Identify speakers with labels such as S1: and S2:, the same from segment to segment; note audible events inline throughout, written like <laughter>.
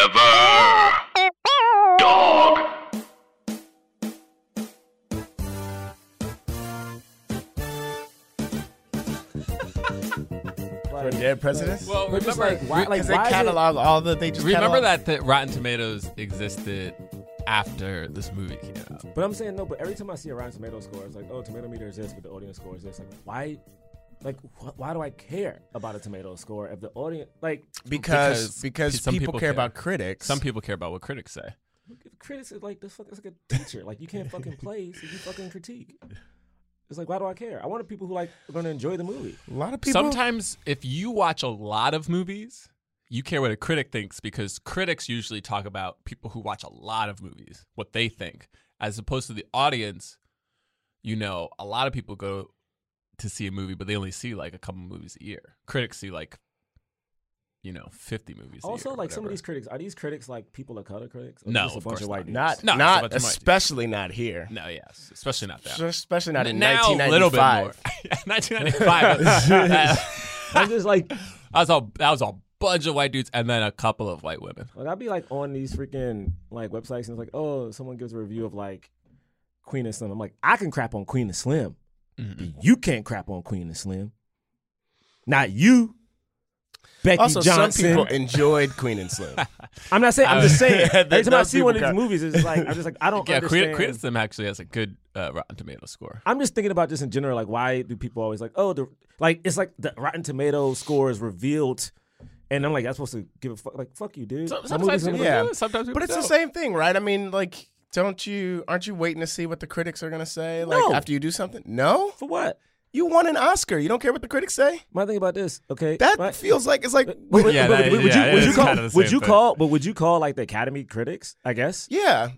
S1: Forever. Dog.
S2: For dead presidents?
S3: Well,
S2: Because
S3: remember,
S4: just like, why, like,
S2: they
S4: why is it-
S2: catalog all the. They just
S3: remember
S2: catalog-
S3: that th- Rotten Tomatoes existed after this movie came out.
S4: But I'm saying no. But every time I see a Rotten Tomato score, it's like, oh, tomato meter is this, but the audience score is this. Like, why? Like, wh- why do I care about a tomato score if the audience like
S2: Because,
S3: Because
S2: because
S3: some
S2: people,
S3: people
S2: care
S3: care.
S2: about critics.
S3: Some people care about what critics say.
S4: critics is like this? Fuck, it's like a teacher. Like, you can't fucking play, so you fucking critique. It's like, why do I care? I want people who like are going to enjoy the movie.
S2: A lot of people.
S3: Sometimes, if you watch a lot of movies, you care what a critic thinks because critics usually talk about people who watch a lot of movies, what they think, as opposed to the audience. You know, a lot of people go to see a movie, but they only see like a couple movies a year. Critics see like, you know, fifty movies. a year
S4: Also,
S3: or
S4: like some of
S3: whatever.
S4: these critics are these critics like people of color critics? Or
S3: No,
S4: just a
S3: of
S4: bunch
S3: course
S4: of white dudes.
S2: Not,
S3: No, it's a
S2: not
S3: bunch of white
S2: especially not here.
S3: No, yes, especially not that.
S2: Especially not in
S3: now, a
S2: 1995.
S3: little bit more. <laughs> 1995.
S4: <laughs> I'm just like,
S3: that was a that was a bunch of white dudes and then a couple of white women.
S4: Like I'd be like on these freaking like websites and it's like, oh, someone gives a review of like Queen and Slim. I'm like, I can crap on Queen and Slim. but You can't crap on Queen and Slim. Not you. Becky
S2: Also, some
S4: Johnson.
S2: people enjoyed Queen and
S3: <laughs>
S2: Slim.
S4: I'm not saying. I'm just saying.
S2: There's
S4: Every time I
S2: those
S4: see one of
S2: people
S4: these movies, it's like I'm just like I don't
S3: Yeah,
S4: understand.
S3: Queen, Queen of Them actually has a good uh, Rotten Tomato score.
S4: I'm just thinking about this in general. Like, why do people always like, oh, the like it's like the Rotten Tomato score is revealed, and I'm like, I'm supposed to give a fuck. Like, fuck you, dude. My movie's
S3: Sometimes
S4: gonna
S3: people
S4: be-
S2: yeah.
S3: do it, sometimes people
S2: But it's the
S3: don't.
S2: same thing, right? I mean, like, don't you? Aren't you waiting to see what the critics are gonna say? Like
S4: No.
S2: after you do something? No,
S4: for what?
S2: you won an Oscar. You don't care what the critics say.
S4: My thing about this, okay?
S2: That
S4: my-
S2: feels like it's like,
S4: Would, would-
S3: Yeah,
S4: would-
S3: that-
S4: would- would
S3: yeah,
S4: you,
S3: it
S4: would you
S3: is
S4: call?
S3: kinda the
S4: would
S3: same
S4: you
S3: thing.
S4: call? But would you call like the Academy critics? I guess.
S2: yeah,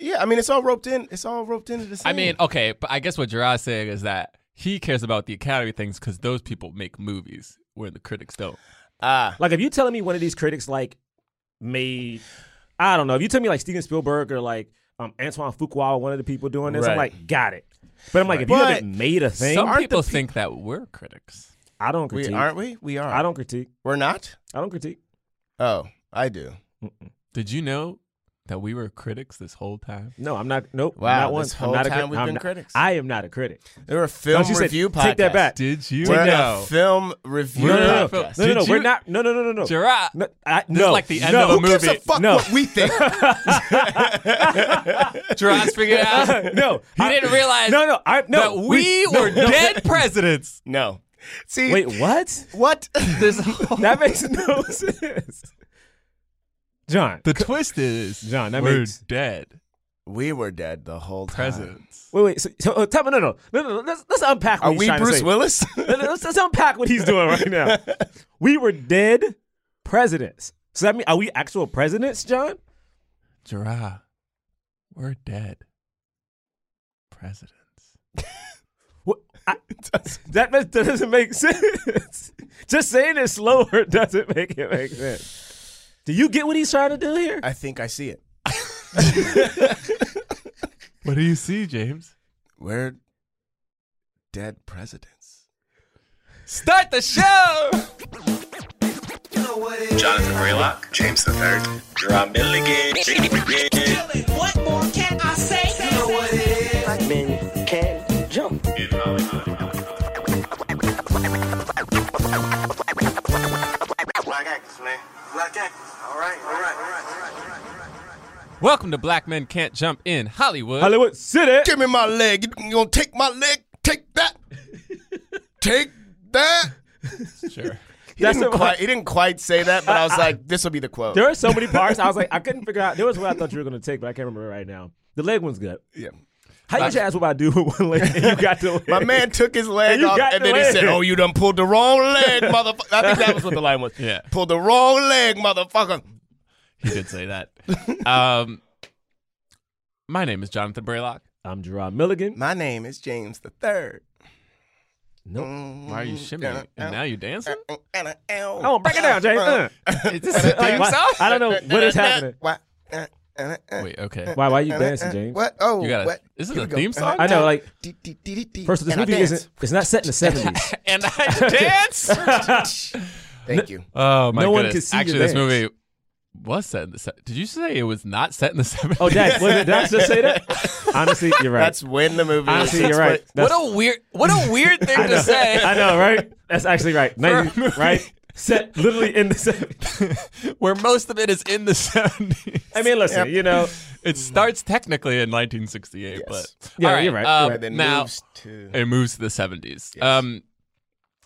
S2: yeah. I mean, it's all roped in. It's all roped into the same.
S3: I mean, oh. okay, but I guess what Gerard's saying is that he cares about the Academy things because those people make movies where the critics don't.
S2: ah,
S4: Like, if you telling me one of these critics like made, I don't know. If you tell me like Steven Spielberg or like um, Antoine Fuqua, one of the people doing this, I'm
S2: Right.
S4: like, got it. But I'm like, if you
S2: But
S4: haven't made a thing,
S3: Some
S2: aren't the
S3: people
S2: pe-
S3: think that we're critics.
S4: I don't
S2: we
S4: critique.
S2: aren't we? We are.
S4: I don't critique.
S2: We're not.
S4: I don't critique.
S2: Oh, I do.
S3: Did you know that we were critics this whole time?
S4: No, I'm not. Nope.
S2: Wow,
S4: Not one.
S2: this
S4: I'm
S2: whole
S4: not a
S2: time
S4: crit-
S2: we've
S4: I'm
S2: been
S4: not-
S2: critics.
S4: I am not a critic.
S2: They were a film
S4: Don't you say-
S2: review podcast.
S4: take that back.
S3: Did you
S2: We're
S3: know?
S2: a film review
S4: No, no, no, no,
S2: podcast.
S4: no, no, no.
S3: Did
S4: We're
S3: you-
S4: not. No, no, no, no, no.
S2: <laughs>
S3: Gerard,
S4: No, I,
S3: This is
S4: no,
S3: like the end
S4: no.
S3: of a
S2: Who gives a
S3: movie.
S2: fuck
S4: No.
S2: what we think?
S3: Gerard's
S2: <laughs>
S3: figured
S4: <laughs>
S3: out.
S4: no,
S3: He
S4: I-
S3: didn't realize
S4: No, no, I, no.
S3: that we,
S4: no,
S3: were
S4: no.
S3: dead presidents.
S2: <laughs> no. See,
S4: <laughs> Wait, what? <laughs>
S2: what?
S3: This
S4: That makes no <laughs> sense. John,
S3: the twist is
S4: John, that
S3: we're
S4: makes-
S3: dead
S2: we were dead the whole time.
S3: presidents.
S4: wait, wait. So, so uh, tell me, no, no, no, no. no, Let's, let's unpack. What
S2: Are
S4: he's
S2: we
S4: trying to
S2: Bruce
S4: say.
S2: Willis? <laughs>
S4: No, no, Let's, let's unpack what he's doing right now. we were dead presidents. So that mean, are we actual presidents, John?
S3: Gerard, we're dead presidents.
S4: What,
S2: <laughs>
S4: I, that, ma- that doesn't make sense. <laughs> Just saying it slower <laughs> doesn't make it make sense. Do you get what he's trying to do here?
S2: I think I see it.
S3: What do you see, James?
S2: We're dead presidents.
S3: Start the show.
S5: Jonathan Raylock, James the Third, Drum Milligan,
S6: What more can I say? You know what it is.
S5: Black actors, man. Black actors. All right, all right, all right, all
S3: <laughs>
S5: right.
S3: Welcome to Black Men Can't Jump in Hollywood.
S4: Hollywood City.
S2: Give me my leg. You gonna take my leg? Take that. take that.
S3: Sure.
S2: He
S4: That's
S2: didn't,
S4: what-
S2: quite, he didn't quite say that, but I
S4: <laughs>
S2: was like, this will be the quote.
S4: There are so many parts. I was like, I couldn't figure out. There was one I thought you were gonna take, but I can't remember right now. The leg one's good.
S2: Yeah.
S4: How you ask what I do with one leg? And you got the leg. <laughs>
S2: My man took his leg
S4: And you
S2: off,
S4: got
S2: and
S4: the
S2: then he said,
S4: leg.
S2: "Oh, you done pulled the wrong leg, motherfucker." I think that was what the line was.
S3: Yeah.
S2: pulled the wrong leg, motherfucker.
S3: He did say that. <laughs> Um, my name is Jonathan Braylock.
S4: I'm Gerard Milligan.
S2: My name is James the Third.
S4: Nope.
S3: Why are you shimmying? And now you're <laughs> dancing?
S4: Oh, break it down, James.
S2: Uh-uh.
S4: Uh.
S3: Is this a
S4: Like,
S3: theme
S4: why-
S3: song?
S4: uh, I don't know what is happening.
S3: Wait, okay.
S4: Why? Why are you dancing, James?
S2: Uh-uh. What? Oh,
S3: You gotta-
S2: what?
S3: this is
S2: Here
S3: a
S2: we go. Uh-huh.
S3: theme song?
S4: I know. Like,
S2: Dee, dee, dee, dee, dee.
S4: first of all,
S2: And
S4: this
S2: I
S4: movie
S2: dance.
S4: <laughs> isn't. It's not set in the '70s.
S3: And I <laughs> dance.
S2: Thank you.
S3: Oh my
S4: No one can
S3: goodness!
S4: see your
S3: Oh Actually, this
S4: dance.
S3: movie was set in the set. Did you say it was not set in the 70s?
S4: Oh, Jack, was it, did I just say that? Honestly, you're right.
S2: That's when the movie.
S4: Honestly,
S2: was
S4: you're right.
S2: split.
S4: That's,
S3: <laughs> what a weird, what
S4: <laughs>
S3: a weird thing to say.
S4: I know, right? That's actually right.
S3: a movie.
S4: 90s, right? Set literally in the 70s.
S3: <laughs> Where most of it is in the 70s.
S4: I mean, listen, you know,
S3: It starts technically in 1968, but
S4: Yeah,
S3: All
S4: you're right,
S3: um,
S4: you're right.
S2: Then
S3: now
S2: moves to.
S3: it moves to the 70s. Um,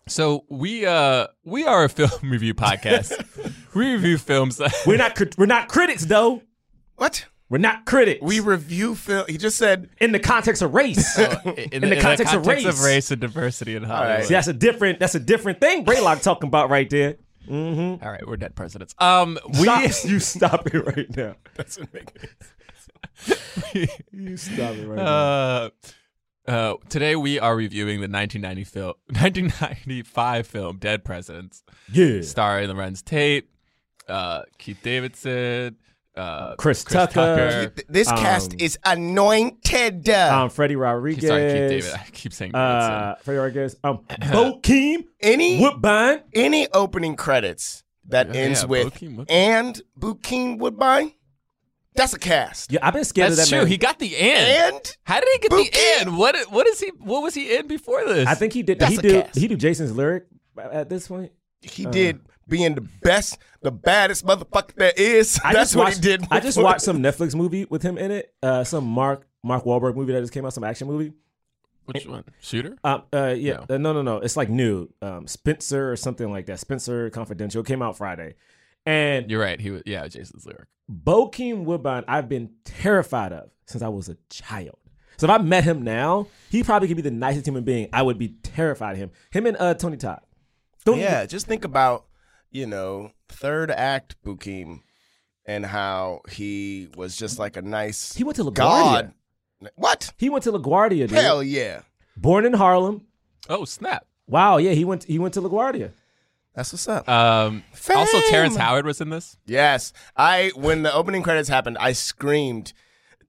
S3: so we uh we are a film <laughs> review podcast.
S4: <laughs>
S3: we review films. that-
S4: we're not crit- we're not critics though.
S2: What?
S4: We're not critics.
S2: We review film. He just said
S4: in the context of
S2: <laughs>
S4: race.
S3: <laughs>
S2: Oh,
S3: in,
S4: the context of
S3: context
S4: race.
S3: and diversity in Hollywood.
S2: right.
S4: See, that's a different that's a different thing Braylock talking about right there.
S3: All right, we're dead presidents. Um, we
S4: Stop, <laughs> you stop it right now.
S2: doesn't make. <laughs>
S4: You stop it right now.
S3: uh, uh, today we are reviewing the 1990 film, <laughs> 1995 film Dead Presidents,
S4: Yeah.
S3: starring Lorenz Tate, uh, Keith Davidson, uh,
S4: Chris Tucker.
S2: Th- This cast
S4: Um,
S2: is anointed.
S4: Um Freddie
S3: Keep sorry, Keith David. <laughs>
S4: Rodriguez.
S3: I keep saying Davidson.
S4: Uh Freddie Rodriguez.
S3: <laughs>
S4: Um Bokeem
S2: any
S4: Woodbine.
S2: any opening credits that
S3: Yeah,
S2: ends
S3: yeah,
S2: with
S3: Bokeem Woodbine.
S2: and Bukeem Woodbine. That's a cast.
S4: Yeah, I've been scared
S3: That's
S4: of that
S3: true.
S4: man.
S3: He got the end.
S2: And
S3: How did he get
S2: Bokeem.
S3: the end? What what is he? What was he in before this?
S4: I think he did
S2: That's
S4: he
S2: a
S4: do
S2: cast.
S4: he do Jason's lyric at this point.
S2: he
S4: Uh.
S2: did being the best, the baddest motherfucker there is.
S4: I
S2: That's
S4: just
S2: what
S4: watched,
S2: he did.
S4: I just
S2: before-
S4: watched some Netflix movie with him in it. Uh, some Mark Mark Wahlberg movie that just came out, some action movie.
S3: which one? Shooter.
S4: Um, uh, yeah, no. no, no, no. It's like new. Um, Spencer or something like that. Spencer Confidential came out Friday, and
S3: You're right. He was yeah. Jason's lyric.
S4: Bokeem Woodbine, I've been terrified of since I was a child. So if I met him now, he probably could be the nicest human being. I would be terrified of him. Him and uh, Tony Todd. Don't
S2: Yeah, just think about you know third act Bukeem and how he was just like a nice
S4: He went to LaGuardia.
S2: god. What?
S4: He went to LaGuardia, dude.
S2: Hell yeah!
S4: Born in Harlem.
S3: Oh snap.
S4: Wow, yeah, he went. He went to LaGuardia.
S2: That's what's up.
S3: Um, also,
S2: Fame.
S3: Terrence Howard was in this.
S2: Yes, I when the opening credits happened, I screamed.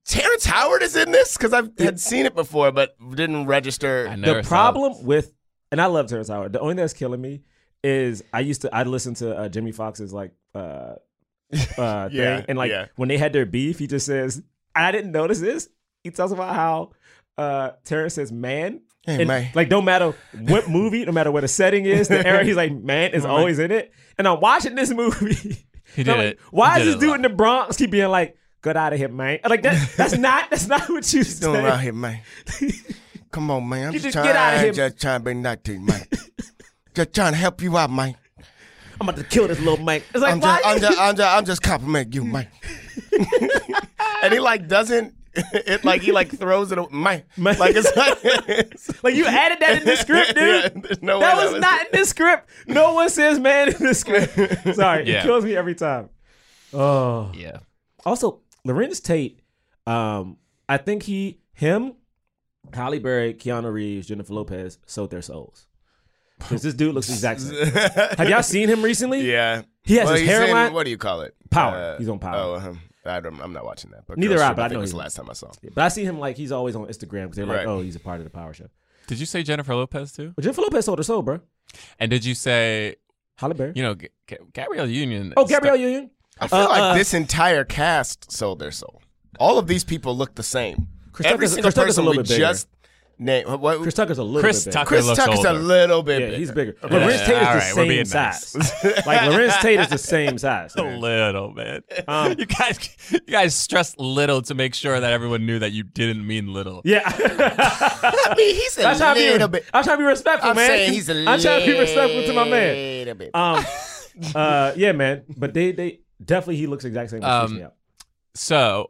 S2: Terrence Howard is in this because I had seen it before, but didn't register.
S3: I
S4: the
S3: never saw
S4: problem
S3: it.
S4: with and I love Terrence Howard. The only thing that's killing me is I used to I listened to uh, Jimmy Fox's like
S2: <laughs>
S4: uh uh
S2: Yeah,
S4: thing and like
S2: yeah.
S4: when they had their beef, he just says, I didn't notice this. He talks about how uh Terrence says man.
S2: Hey,
S4: and,
S2: man.
S4: Like no matter what movie, no matter what the setting is, the era he's like man is always in it. And I'm watching this movie.
S3: He
S4: and <laughs> I'm
S3: did
S4: like,
S3: it.
S4: Why
S3: He did
S4: is
S3: it
S4: this
S3: a
S4: dude
S3: lot.
S4: in the Bronx keep being like, get out of here, man? Like that
S2: <laughs>
S4: that's not that's not what you
S2: doing
S4: say.
S2: around here,
S4: <laughs>
S2: man? Come on, man. I'm
S4: You
S2: just,
S4: just
S2: trying,
S4: get outta here.
S2: just trying to be nice to you, man. just trying to help you out, man.
S4: I'm about to kill this little man. It's like
S2: I'm
S4: why
S2: just, I'm just, I'm just, I'm just complimenting you, man. <laughs> and he like doesn't. <laughs> It like he like throws it, away, man.
S4: Man.
S2: Like it's like, it's,
S4: Like you added that in <laughs> the
S2: <laughs>
S4: script,
S2: Yeah,
S4: dude.
S2: there's no
S4: that
S2: way that
S4: was
S2: was-
S4: not in the script. No one says man in
S2: <laughs>
S4: the script. Sorry,
S3: Yeah.
S4: it kills me every time. Oh.
S3: Yeah.
S4: Also, Lorenz Tate, um, I think he, him, Halle Berry, Keanu Reeves, Jennifer Lopez sold their souls. Because this dude looks exact same.
S2: <laughs>
S4: Have y'all seen him recently?
S2: yeah.
S4: He has
S2: Well,
S4: his
S2: he's in-
S4: hairline.
S2: what do you call it?
S4: Power. He's on Power.
S2: Oh, um, I don't, I'm not watching that. But
S4: Neither
S2: Girl
S4: I,
S2: Ship,
S4: but I
S2: think
S4: know
S2: was
S4: he-
S2: the last time I saw. him.
S4: But I see him like he's always on Instagram because they're like,
S2: Right.
S4: oh, he's a part of the Power Show.
S3: Did you say Jennifer Lopez too?
S4: But Jennifer Lopez sold her soul, bro.
S3: And did you say
S4: Halle Berry.
S3: you know G- G- Gabrielle Union?
S4: oh, Gabrielle Union.
S2: I feel
S4: Uh,
S2: like
S4: uh,
S2: this entire cast sold their soul. All of these people look the same.
S4: Chris
S2: Every
S4: Tucker's-
S2: single
S4: Chris Tucker's a
S2: person
S4: little
S2: we
S4: bit bigger.
S2: just named. What, what,
S4: Chris
S2: Chris,
S4: Tucker's a little
S3: Chris
S4: bit bigger.
S3: Tucker looks
S2: Tucker's a
S3: older.
S2: little bit.
S4: Yeah,
S2: bigger.
S4: he's bigger. But
S3: Yeah.
S4: Lorenz Tate is
S3: All
S4: the
S3: right, we're
S4: same
S3: being
S4: size. like Lorenz Tate is the same size.
S3: <laughs> A little bit. Um, you guys, you guys stressed little to make sure that everyone knew that you didn't mean little.
S4: <laughs> Yeah.
S2: I mean, he's a
S4: I'm trying to
S2: little
S4: be,
S2: bit.
S4: I'm trying to be respectful,
S2: I'm
S4: man.
S2: saying
S4: <laughs>
S2: he's a little.
S4: I'm trying to be respectful to my man.
S2: Little bit. <laughs>
S4: Um, uh, yeah, man. But they, they definitely he looks exact same.
S3: Um,
S4: Um, me out.
S3: So,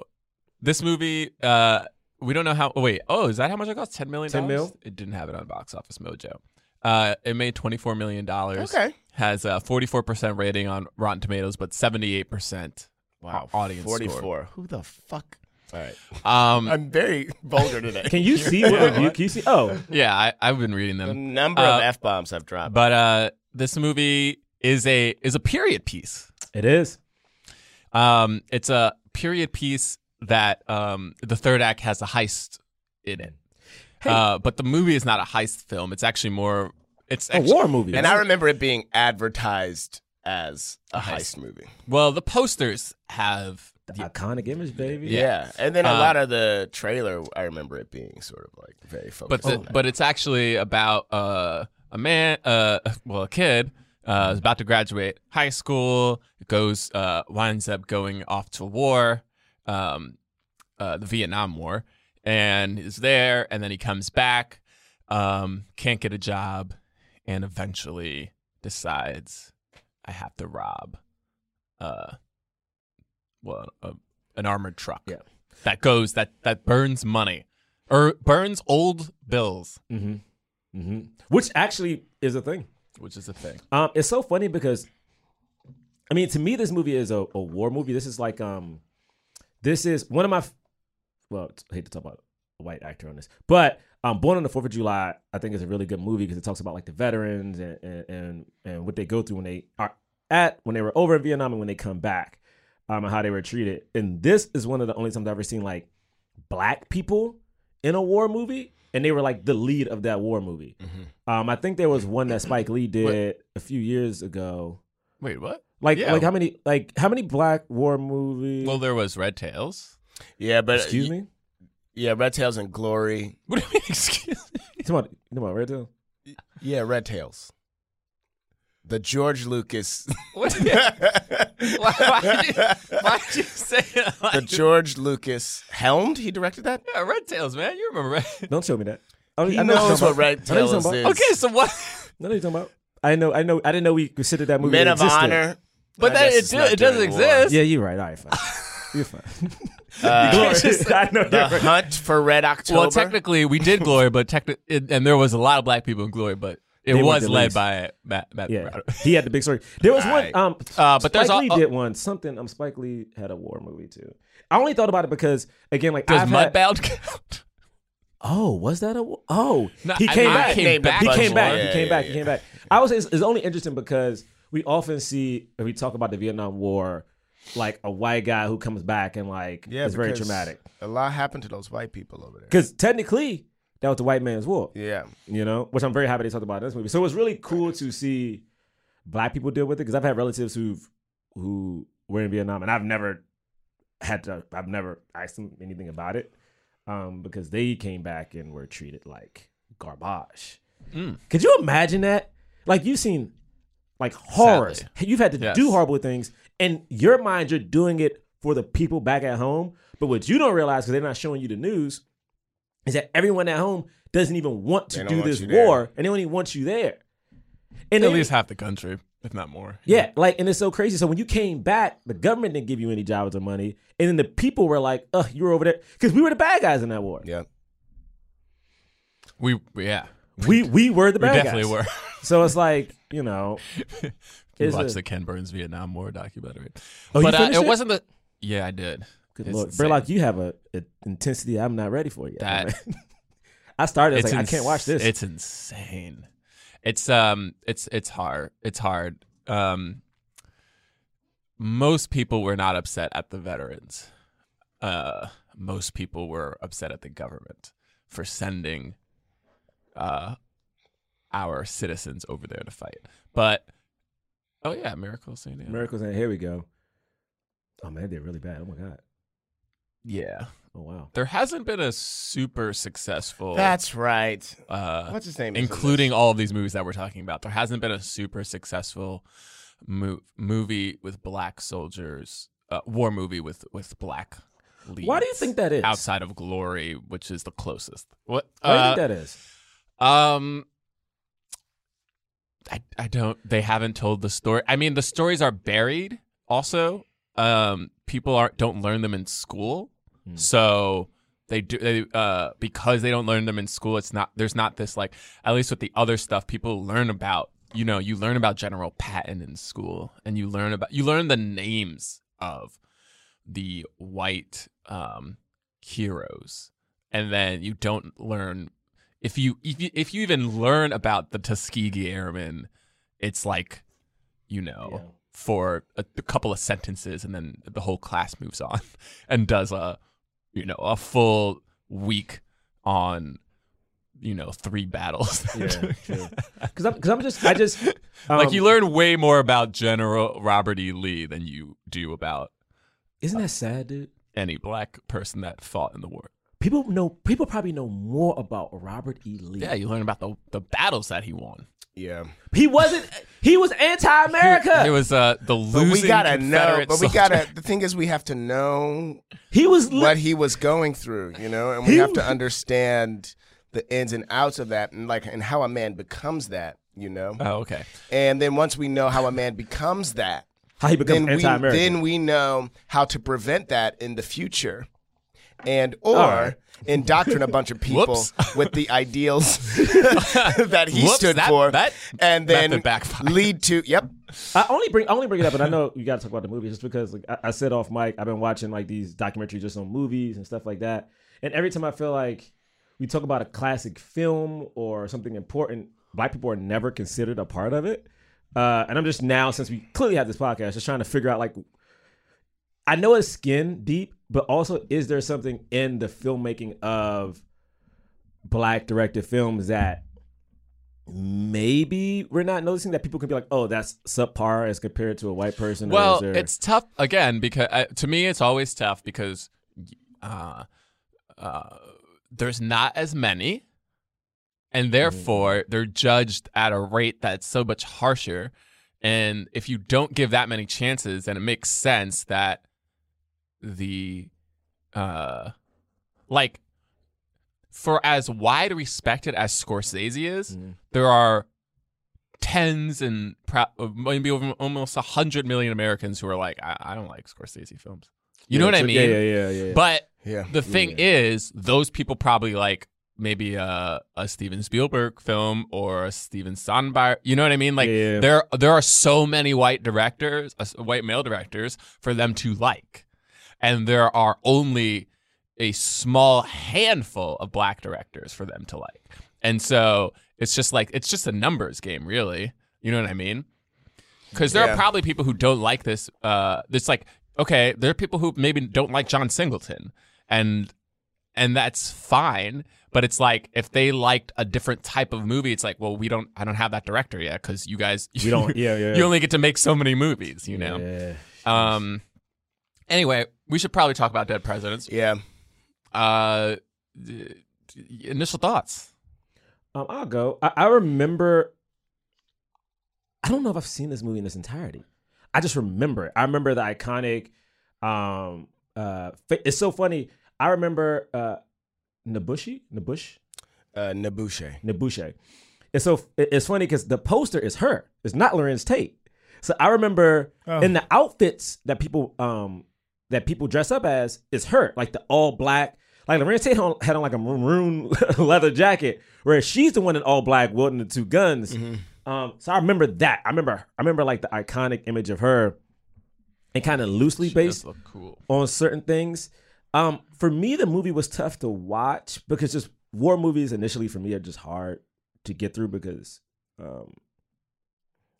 S3: this movie, uh, we don't know how. Oh, wait, oh, is that how much it cost? Ten million.
S4: 10 mil?
S3: It didn't have it on Box Office Mojo. Uh, it made twenty four million dollars.
S2: Okay.
S3: Has a forty four percent rating on Rotten Tomatoes, but seventy eight percent. audience score.
S2: Forty-four. Who the fuck? All right.
S3: Um,
S2: I'm very <laughs> vulgar today. <laughs>
S4: Can you see what review? Can you see? Oh,
S3: yeah, I, I've been reading
S2: the
S3: them.
S2: number
S3: Uh,
S2: of f bombs I've dropped.
S3: But uh, this movie is a is a period piece.
S4: it is.
S3: Um, it's a period piece that um, the third act has a heist in it. Uh, but the movie is not a heist film. It's actually more. It's
S4: A
S3: actually-
S4: war movie.
S2: And I remember it being advertised as a heist movie.
S3: Well, the posters have
S4: Iconic image, baby.
S2: Yeah. And then a
S3: Uh,
S2: lot of the trailer, I remember it being sort of like very
S3: but
S2: focused.
S3: the,
S2: on that.
S3: but it's actually about uh, a man, uh, <laughs> well, a kid uh, is about to graduate high school, goes uh, winds up going off to war, um, uh, the Vietnam War, and is there, and then he comes back, um, can't get a job, and eventually decides I have to rob, uh, well, a, an armored truck
S4: Yeah.
S3: that goes that that burns money or Er, burns old bills,
S4: Mm-hmm. Mm-hmm. Which actually is a thing.
S3: which is a thing.
S4: Um, it's so funny because, I mean, to me, this movie is a, a war movie. This is like, um, this is one of my, f- well, t- I hate to talk about a white actor on this, but um, Born on the Fourth of July, I think is a really good movie because it talks about like the veterans and and and, and what they go through when they are at when they were over in Vietnam and when they come back, um, and how they were treated. And this is one of the only times I've ever seen like black people in a war movie, and they were like the lead of that war movie.
S2: Mm-hmm.
S4: Um, I think there was one that Spike Lee did a few years ago.
S3: Wait, what?
S4: Like,
S3: Yeah.
S4: like how many, like how many black war movies?
S3: Well, there was Red <laughs> Tails.
S2: yeah, but uh,
S4: excuse me.
S2: Yeah, Red Tails and Glory.
S3: What do you mean? Excuse me.
S4: Come on, come on, right now.
S2: Yeah, Red Tails. The George Lucas.
S3: <laughs>
S2: <laughs>
S3: What? Why, why, did, you,
S2: the
S3: why'd you say it? Like,
S2: George Lucas helmed. He directed that.
S3: yeah, Red Tails, man. You remember Red?
S4: Don't show me that. I,
S2: He
S4: I know
S2: knows
S4: you're
S2: what
S4: talking about.
S2: Red
S4: I know you're
S2: Tails
S4: talking
S2: is.
S4: about-
S3: Okay, so what?
S4: I know you're talking about. I know, I know, I didn't know we considered that movie.
S2: Men
S4: that
S2: of
S4: existed.
S2: Honor.
S3: But
S2: I
S3: that
S2: guess
S3: it,
S2: it's
S3: do,
S2: not
S3: it does
S2: during the war.
S3: exist.
S4: Yeah, you're right. All
S2: <laughs>
S4: right, fine. you're fine. <laughs>
S2: Uh, <laughs>
S3: just-
S4: I know.
S2: the
S4: You're right.
S2: Hunt for Red October.
S3: Well, technically, we
S4: <laughs>
S3: did Glory, but techni- it, and there was a lot of black people in Glory, but
S4: They
S3: it
S4: weren't
S3: was
S4: the
S3: led
S4: least.
S3: by Matt. Matt <laughs>
S4: Yeah, he had the big story. There was one.
S2: Right.
S4: Um,
S3: Uh, but
S4: Spike
S3: there's al-
S4: Lee did one. Something. Um, Spike Lee had a war movie too. I only thought about it because again, like
S3: Does
S4: I've had-
S3: Mudbound count?
S4: Oh, was that a wa- oh?
S3: No,
S4: he
S3: I-
S4: came
S3: I
S4: back.
S3: came Named back.
S4: He
S3: Budge
S4: came back.
S2: Moore.
S4: he came
S2: Yeah,
S4: back.
S2: yeah,
S4: He came back. I would say it's, it's only interesting because we often see if we talk about the Vietnam War, like a white guy who comes back and like
S2: Yeah,
S4: it's very
S2: because
S4: traumatic.
S2: A lot happened to those white people over there.
S4: Because technically, that was the white man's war.
S2: Yeah.
S4: You know, which I'm very happy they talked about in this movie. So it was really cool to see black people deal with it because I've had relatives who've who were in Vietnam and I've never had to. I've never asked them anything about it um, because they came back and were treated like garbage. Could you imagine that? Like you've seen like horrors. You've had to
S3: Yes.
S4: do horrible things, and your mind you're doing it for the people back at home. But what you don't realize because they're not showing you the news is that everyone at home doesn't even want to
S2: They don't
S4: do
S2: want
S4: this
S2: you there.
S4: war, and they only want you there. And
S3: <laughs> At
S4: they-
S3: least half the country, if not more.
S4: yeah, like, and it's so crazy. So when you came back, the government didn't give you any jobs or money, and then the people were like, "Ugh, you were over there," because we were the bad guys in that war.
S2: Yeah.
S3: We, yeah.
S4: We we were the
S3: We
S4: bad
S3: definitely
S4: guys.
S3: were.
S4: So it's like
S2: <laughs>
S4: you know,
S3: You <laughs>
S4: Is
S3: watched
S4: it-
S3: the Ken Burns Vietnam War documentary.
S4: Oh, you
S3: but uh,
S4: finished
S3: it
S4: it?
S3: wasn't the. Yeah, I did.
S4: good
S3: It's
S4: lord,
S3: insane.
S4: Burlock, you have a, a intensity I'm not ready for yet.
S3: That-
S4: man. <laughs> I started. I was
S3: It's
S4: like, I
S3: ins-
S4: can't watch this.
S3: It's insane. It's um, it's it's hard. It's hard. Um, most people were not upset at the veterans. Uh, most people were upset at the government for sending uh, our citizens over there to fight. But oh yeah, Miracle Saint Anne.
S4: miracles. And here we go. Oh man, they're really bad. Oh my god.
S3: yeah,
S4: Oh wow.
S3: there hasn't been a super successful.
S2: That's right.
S3: uh,
S2: What's his name? is in
S3: including all of these movies that we're talking about. There hasn't been a super successful mo- movie with black soldiers, uh, war movie with with black. Leads
S4: Why do you think that is?
S3: Outside of Glory, which is the closest. What?
S4: Why do you
S3: Uh,
S4: think that is?
S3: um, I I don't. They haven't told the story. I mean, the stories are buried. Also, um, people aren't don't learn them in school, so they do. They uh, because they don't learn them in school, it's not. There's not this like at least with the other stuff people learn about. You know, you learn about General Patton in school, and you learn about you learn the names of the white um heroes and then you don't learn if you if you, if you even learn about the Tuskegee Airmen, it's like you know
S4: Yeah.
S3: for a, a couple of sentences, and then the whole class moves on <laughs> and does a you know a full week on you know three battles. <laughs>
S4: <laughs> Because I'm, cause I'm just,
S2: <laughs>
S4: I just,
S3: like
S4: um,
S3: you learn way more about General Robert E. Lee than you do about
S4: Isn't that sad, dude?
S3: any black person that fought in the war.
S4: People know. People probably know more about Robert E. Lee.
S3: Yeah, you learn about the the battles that he won.
S2: Yeah.
S4: He wasn't. He was anti-America.
S3: It was uh
S2: But
S3: the losing
S2: we gotta know.
S3: Confederate
S2: But we
S3: soldier.
S2: gotta. The thing is, we have to know
S4: he was. li-
S2: what he was going through, you know, and we
S4: He
S2: have to
S4: was-
S2: understand the ins and outs of that, and like, and how a man becomes that, you know.
S3: Oh, okay.
S2: and then once we know how a man becomes that,
S4: how he
S2: then
S4: became
S2: we
S4: anti-American.
S2: then we know how to prevent that in the future, and or
S4: right.
S2: indoctrinate a bunch of people
S3: Whoops.
S2: with the ideals <laughs> that he
S3: Whoops,
S2: stood
S3: that-
S2: for,
S3: that
S2: and then
S3: method backfired.
S2: lead to
S3: <laughs>
S2: yep,
S4: I only bring I only bring it up, and I know you got to talk about the movie just because like, I, I said off mic, I've been watching like these documentaries just on movies and stuff like that, and every time I feel like we talk about a classic film or something important, black people are never considered a part of it, uh, and I'm just now since we clearly have this podcast, just trying to figure out like I know it's skin deep, but also is there something in the filmmaking of black directed films that maybe we're not noticing that people can be like, oh, that's subpar as compared to a white person. or
S3: <laughs> Well,
S4: is there-
S3: it's tough again because uh, to me it's always tough because uh, uh, there's not as many, and
S2: Mm.
S3: therefore they're judged at a rate that's so much harsher. And if you don't give that many chances, then it makes sense that the uh, like for as wide respected as Scorsese is,
S4: Mm-hmm.
S3: there are tens and pro- uh, maybe over almost a hundred million Americans who are like, I, I don't like Scorsese films. You know what I mean?
S4: Yeah, yeah, yeah, yeah. yeah.
S3: But
S2: yeah,
S3: the thing is, those people probably like maybe a, a Steven Spielberg film or a Steven Sondheim. You know what I mean? Like
S4: Yeah.
S3: there there are so many white directors, uh, white male directors, for them to like, and there are only a small handful of black directors for them to like. And so it's just like it's just a numbers game, really. You know what I mean? Because there
S2: Yeah.
S3: are probably people who don't like this. Uh, it's like okay, there are people who maybe don't like John Singleton, and and that's fine. But it's like if they liked a different type of movie, it's like, well, we don't. I don't have that director yet because you guys,
S4: We don't-
S3: <laughs>
S4: yeah, yeah.
S3: you only get to make so many movies, you know.
S4: Yeah.
S3: Um. Anyway, we should probably talk about Dead Presidents.
S2: yeah.
S3: Uh, d- d- initial thoughts.
S4: Um, I'll go. I, I remember. I don't know if I've seen this movie in its entirety. I just remember it. I remember the iconic. Um, uh, fa- it's so funny. I remember uh, Nabushi, Nabush,
S2: Uh, Nabuche.
S4: Nabushe. It's so it- it's funny because the poster is her. It's not Lorenz Tate. So I remember in the outfits that people um that people dress up as is her, like the all black. Like Lorenz Tate on- had on like a maroon <laughs> leather jacket, whereas she's the one in all black wielding the two guns. Um, so I remember that. I remember I remember like the iconic image of her, and kind of loosely based
S3: Those look cool.
S4: on certain things. Um, for me, the movie was tough to watch because just war movies initially for me are just hard to get through because um,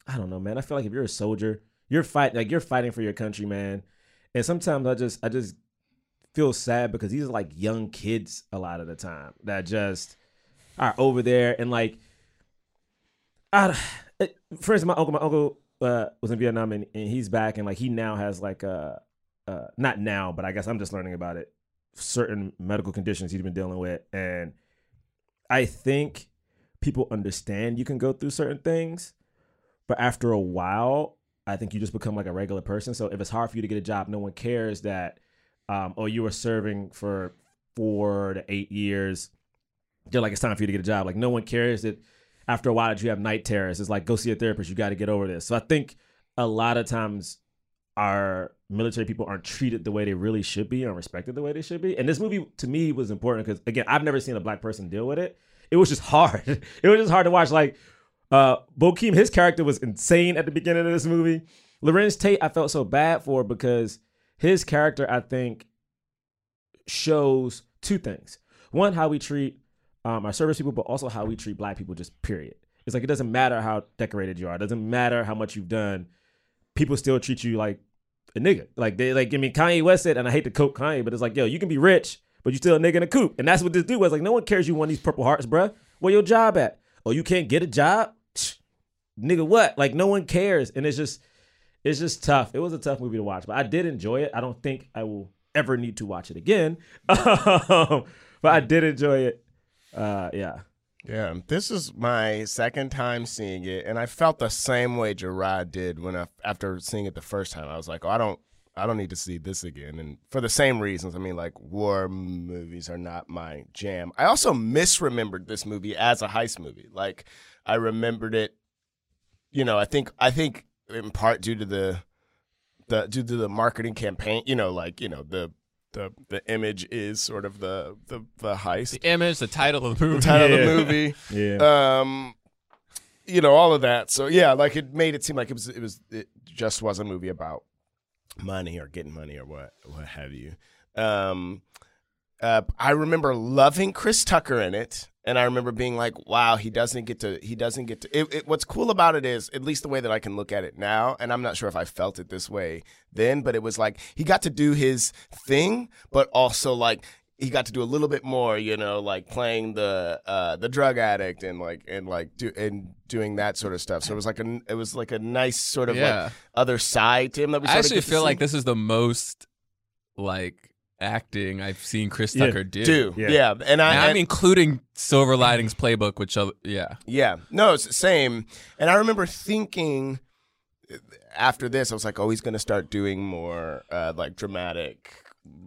S4: I don't know, man. I feel like if you're a soldier, you're fighting like you're fighting for your country, man. And sometimes I just I just feel sad because these are like young kids a lot of the time that just are over there and like I, it, for instance, my uncle, my uncle uh, was in Vietnam and, and he's back and like he now has like a uh, not now, but I guess I'm just learning about it. Certain medical conditions he's been dealing with, and I think people understand you can go through certain things, but after a while, I think you just become like a regular person. So if it's hard for you to get a job, no one cares that. Um, oh, you were serving for four to eight years. They're like, it's time for you to get a job. Like no one cares that after a while that you have night terrors. It's like go see a therapist. You got to get over this. So I think a lot of times our military people aren't treated the way they really should be and respected the way they should be. And this movie to me was important because again, I've never seen a black person deal with it. It was just hard. <laughs> it was just hard to watch. Like uh Bokeem, his character was insane at the beginning of this movie. Lorenz Tate, I felt so bad for because his character, I think, shows two things. One, how we treat um, our service people, but also how we treat black people, just period. It's like it doesn't matter how decorated you are, it doesn't matter how much you've done, people still treat you like a nigga. Like they like, I mean, Kanye West said, and I hate to quote Kanye, but it's like, yo, you can be rich, but you still a nigga in a coop. And that's what this dude was. Like, no one cares you won these purple hearts, bruh. Where your job at? Oh, you can't get a job? Tch, nigga, what? Like no one cares, and it's just, it's just tough. It was a tough movie to watch, but I did enjoy it. I don't think I will ever need to watch it again, <laughs> Um, but I did enjoy it. Uh, yeah.
S2: Yeah, this is my second time seeing it, and I felt the same way Gerard did when I, after seeing it the first time. I was like, oh, I don't, I don't need to see this again, and for the same reasons. I mean, like war movies are not my jam. I also misremembered this movie as a heist movie. Like, I remembered it, you know. I think, I think in part due to the, the due to the marketing campaign. You know, like you know the. The, the image is sort of the the, the heist
S3: <laughs> The image, the title of the movie.
S2: title of the
S3: <laughs>
S2: movie.
S4: Yeah.
S2: Um, you know, all of that. So yeah, like it made it seem like it was it was it just was a movie about money or getting money or what what have you. Um, uh, I remember loving Chris Tucker in it, and I remember being like, "Wow, he doesn't get to. He doesn't get to." It, it, what's cool about it is, at least the way that I can look at it now, and I'm not sure if I felt it this way then, but it was like he got to do his thing, but also like he got to do a little bit more, you know, like playing the uh, the drug addict and like and like do and doing that sort of stuff. So it was like a it was like a nice sort of
S3: Yeah.
S2: like other side to him that we.
S3: I
S2: sort of
S3: actually
S2: get to
S3: feel
S2: see.
S3: like this is the most like acting I've seen Chris
S4: Yeah,
S3: Tucker do.
S2: do
S4: Yeah.
S2: yeah. and I
S3: And
S2: and-
S3: I'm including Silver Linings Playbook, which other, yeah,
S2: Yeah. No, it's the same. And I remember thinking after this, I was like, oh, he's going to start doing more uh, like dramatic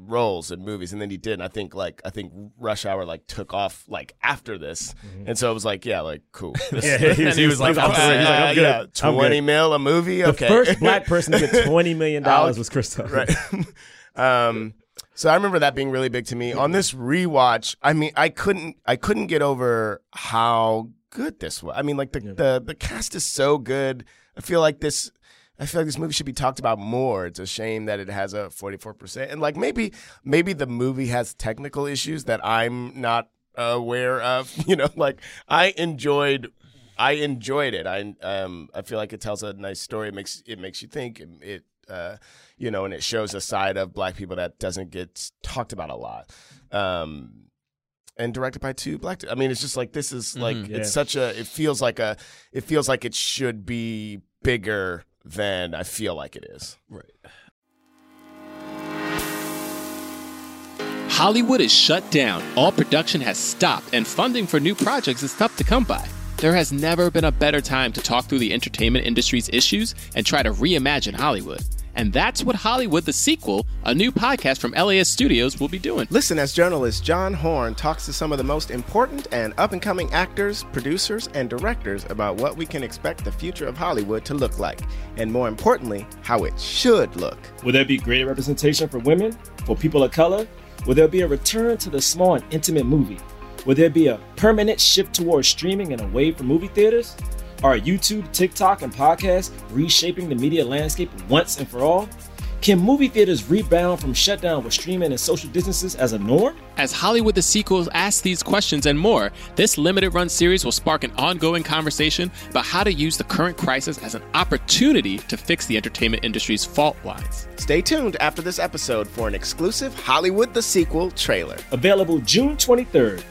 S2: roles in movies. And then he did. And I think like, I think Rush Hour like took off like after this. And so I was like, yeah, like, cool. This-
S4: Mm-hmm. <laughs>
S2: <laughs>
S4: Yeah, he was-
S3: And he was like,
S4: off the rip. He was like,
S2: Uh,
S4: I'm good.
S2: yeah,
S4: I'm
S2: 20
S4: good.
S2: mil a movie?
S4: The
S2: okay. <laughs>
S4: first black person to get twenty million dollars
S2: I'll-
S4: was Chris Tucker.
S2: right. um, so I remember that being really big to me. On this rewatch, I mean, I couldn't, I couldn't get over how good this was. I mean, like the the the cast is so good. I feel like this. I feel like this movie should be talked about more. It's a shame that it has a 44%. And like maybe maybe the movie has technical issues that I'm not aware of, <laughs> you know, like I enjoyed I enjoyed it. I um I feel like it tells a nice story. It makes it makes you think. It, it uh you know, and it shows a side of black people that doesn't get talked about a lot. Um and directed by two black. I mean, it's just like this is like
S4: Yeah.
S2: it's such a. It feels like a. It feels like it should be bigger than I feel like it is.
S7: Hollywood is shut down. All production has stopped, and funding for new projects is tough to come by. There has never been a better time to talk through the entertainment industry's issues and try to reimagine Hollywood. And that's what Hollywood the Sequel, a new podcast from LAS Studios, will be doing.
S2: Listen as journalist John Horn talks to some of the most important and up and coming actors, producers, and directors about what we can expect the future of Hollywood to look like, and more importantly, how it should look.
S8: Will there be greater representation for women, for people of color? Will there be a return to the small and intimate movie? Will there be a permanent shift towards streaming and away from movie theaters? Are YouTube, TikTok, and podcasts reshaping the media landscape once and for all? Can movie theaters rebound from shutdown with streaming and social distances as a norm?
S7: As Hollywood the Sequel asks these questions and more, this limited run series will spark an ongoing conversation about how to use the current crisis as an opportunity to fix the entertainment industry's fault lines.
S2: Stay tuned after this episode for an exclusive Hollywood the Sequel trailer.
S8: Available June 23rd.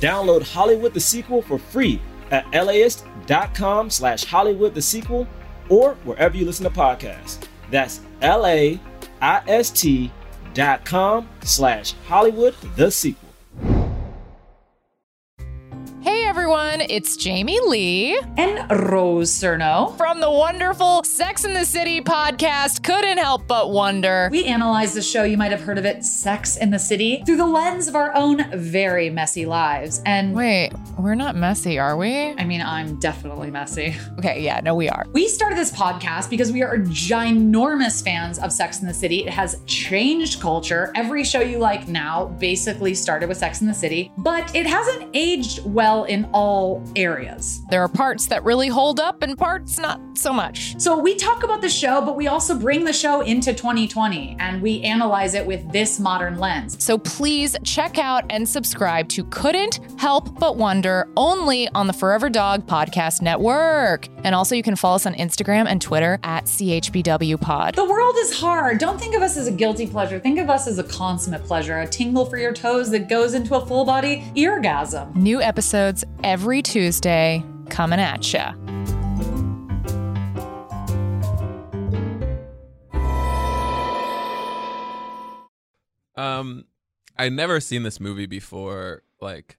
S8: Download Hollywood the Sequel for free at laist.com slash Hollywood the Sequel or wherever you listen to podcasts. That's L-A-I-S-T dot com slash Hollywood the Sequel.
S9: Hey everyone, it's Jamie Lee
S10: and Rose Cerno.
S9: from the wonderful Sex in the City podcast. Couldn't help but wonder.
S10: We analyze the show, you might have heard of it, Sex in the City, through the lens of our own very messy lives. And
S9: Wait, we're not messy, are we?
S10: I mean, I'm definitely messy.
S9: Okay, yeah, no, we are.
S10: We started this podcast because we are ginormous fans of Sex in the City. It has changed culture. Every show you like now basically started with Sex in the City, but it hasn't aged well in all areas.
S9: There are parts that really hold up and parts not so much.
S10: So we talk about the show, but we also bring the show into 2020 and we analyze it with this modern lens.
S9: So please check out and subscribe to Couldn't Help But Wonder only on the Forever Dog Podcast Network. And also, you can follow us on Instagram and Twitter at CHBW Pod.
S10: The world is hard. Don't think of us as a guilty pleasure. Think of us as a consummate pleasure, a tingle for your toes that goes into a full body orgasm.
S9: New episodes every Tuesday coming at ya.
S3: Um, I never seen this movie before. Like,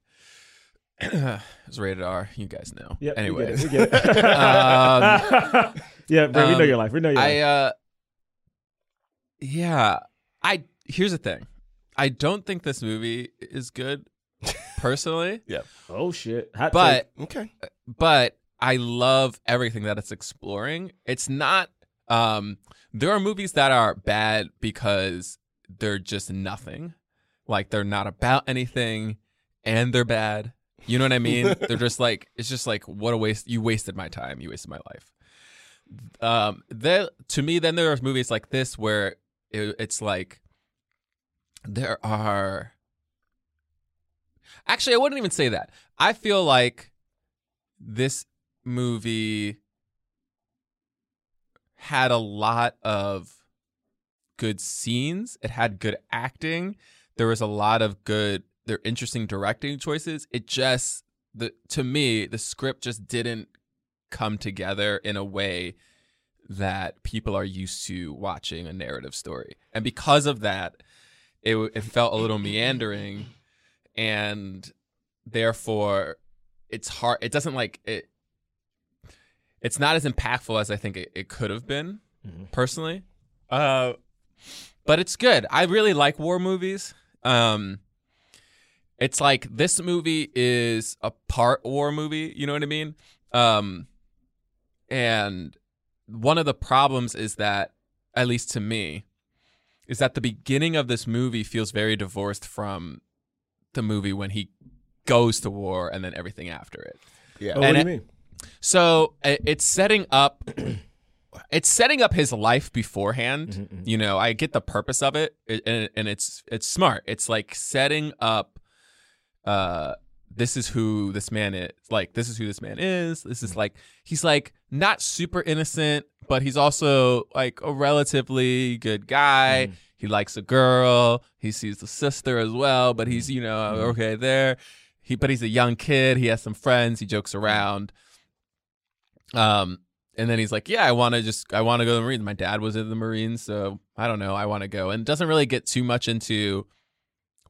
S3: <clears throat> it was rated R. You guys know.
S4: Yep, we
S3: anyway,
S4: get it, we
S3: <laughs>
S4: get it. <laughs>
S3: Um,
S4: Yeah, bro, we know your life, we know your
S3: I, Uh, yeah, I. Here's the thing. I don't think this movie is good, personally.
S11: yeah.
S4: Oh shit. Hot
S3: but
S4: take.
S3: But I love everything that it's exploring. It's not. Um, there are movies that are bad because they're just nothing, like they're not about anything, and they're bad. You know what
S4: <laughs>
S3: I mean? they're just like it's just like what a waste. You wasted my time. You wasted my life. Um, there to me, then there are movies like this where it, it's like there are Actually, I wouldn't even say that. I feel like this movie had a lot of good scenes. It had good acting. There was a lot of good, there were interesting directing choices. It just the to me, the script just didn't come together in a way that people are used to watching a narrative story. And because of that, it w- it felt a little meandering and therefore it's hard it doesn't like it it's not as impactful as i think it, it could have been personally uh but it's good i really like war movies um it's like this movie is a part war movie you know what i mean um and one of the problems is that at least to me is that the beginning of this movie feels very divorced from the movie when he goes to war and then everything after it.
S11: Yeah.
S4: Oh, what
S3: And
S4: do you
S3: it- So i- it's setting up. <clears throat> It's setting up his life beforehand. You know, I get the purpose of it, it- and, and it's it's smart. It's like setting up. Uh, this is who this man is. Like, this is who this man is. This is like he's like not super innocent, but he's also like a relatively good guy. He likes a girl. He sees the sister as well, but he's you know okay there. He but he's a young kid. He has some friends. He jokes around. Um, and then he's like, "Yeah, I want to just I want to go to the Marines. My dad was in the Marines, so I don't know. I want to go." And doesn't really get too much into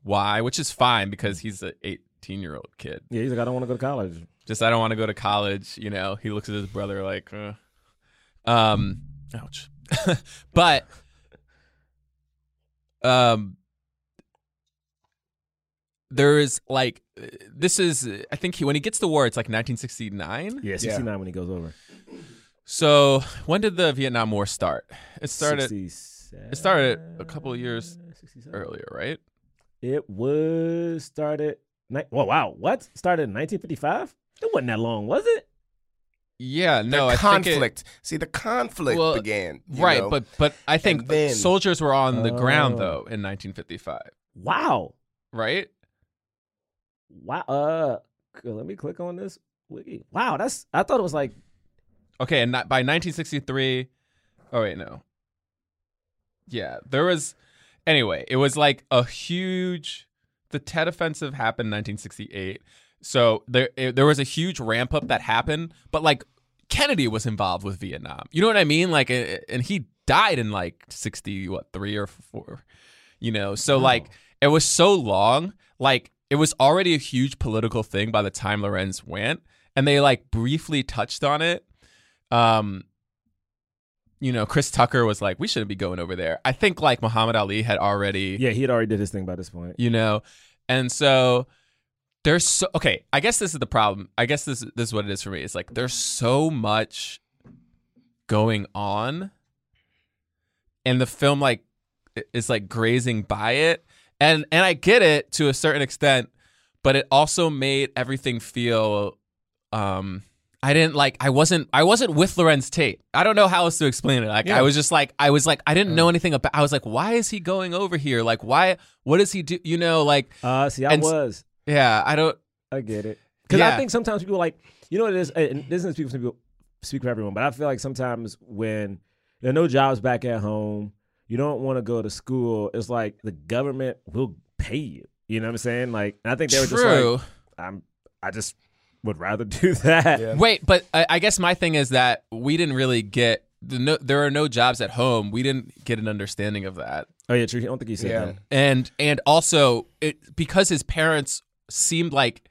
S3: why, which is fine because he's an 18 year old kid.
S4: Yeah, he's like, I don't want to go to college.
S3: Just I don't want to go to college. You know, he looks at his brother like, uh. um, ouch. <laughs> but, um, there is like uh, this is uh, I think he when he gets to war it's like 1969.
S4: Yeah, 69 when he goes over.
S3: So when did the Vietnam War start? It started.
S4: 67.
S3: It started a couple of years earlier, right?
S4: It was started. Ni- Whoa, wow. What? Started in 1955? It wasn't that long, was it?
S3: Yeah, no, I think it-
S2: conflict. See, the conflict began. you
S3: right,
S2: know?
S3: but but I think
S2: And then-
S3: soldiers were on the ground
S4: Oh.
S3: though in 1955,
S4: Wow.
S3: right?
S4: Wow. Uh, c- let me click on this wiki. Wow, that's. I thought it was like.
S3: Okay, and not, by 1963, oh wait, no. Yeah, there was. Anyway, it was like a huge. The Tet Offensive happened in 1968, so there it, there was a huge ramp up that happened. But like Kennedy was involved with Vietnam, you know what I mean? Like, eh, eh, and he died in like 60 what three or four, you know. So like it was so long, like it was already a huge political thing by the time Lorenz went, and they like briefly touched on it um you know chris tucker was like we shouldn't be going over there i think like muhammad ali had already
S4: Yeah, he had already did his thing by this point.
S3: you know and so there's so okay i guess this is the problem i guess this this is what it is for me it's like there's so much going on and the film like i- is like grazing by it and and i get it to a certain extent but it also made everything feel um I didn't like. I wasn't. I wasn't with Lorenz Tate. I don't know how else to explain it. Like I was just like. I was like. I didn't
S4: Mm.
S3: know anything about. I was like, why is he going over here? Like why? What does he do? You know, like.
S4: Uh, see, I
S3: and s-
S4: was.
S3: Yeah, I don't.
S4: I get it. Because
S3: Yeah.
S4: I think sometimes people like, you know what it is, and this isn't speak for, people, speak for everyone, but I feel like sometimes when there are no jobs back at home, you don't want to go to school, it's like the government will pay you. You know what I'm saying? Like, and I think they were
S3: True.
S4: just like, I'm, I just would rather <laughs> do that.
S3: Wait, but I, I guess my thing is that we didn't really get. The no, there are no jobs at home. We didn't get an understanding of that.
S4: Oh, yeah, true. I don't think he said
S3: Yeah.
S4: that.
S3: and and also it because his parents seemed like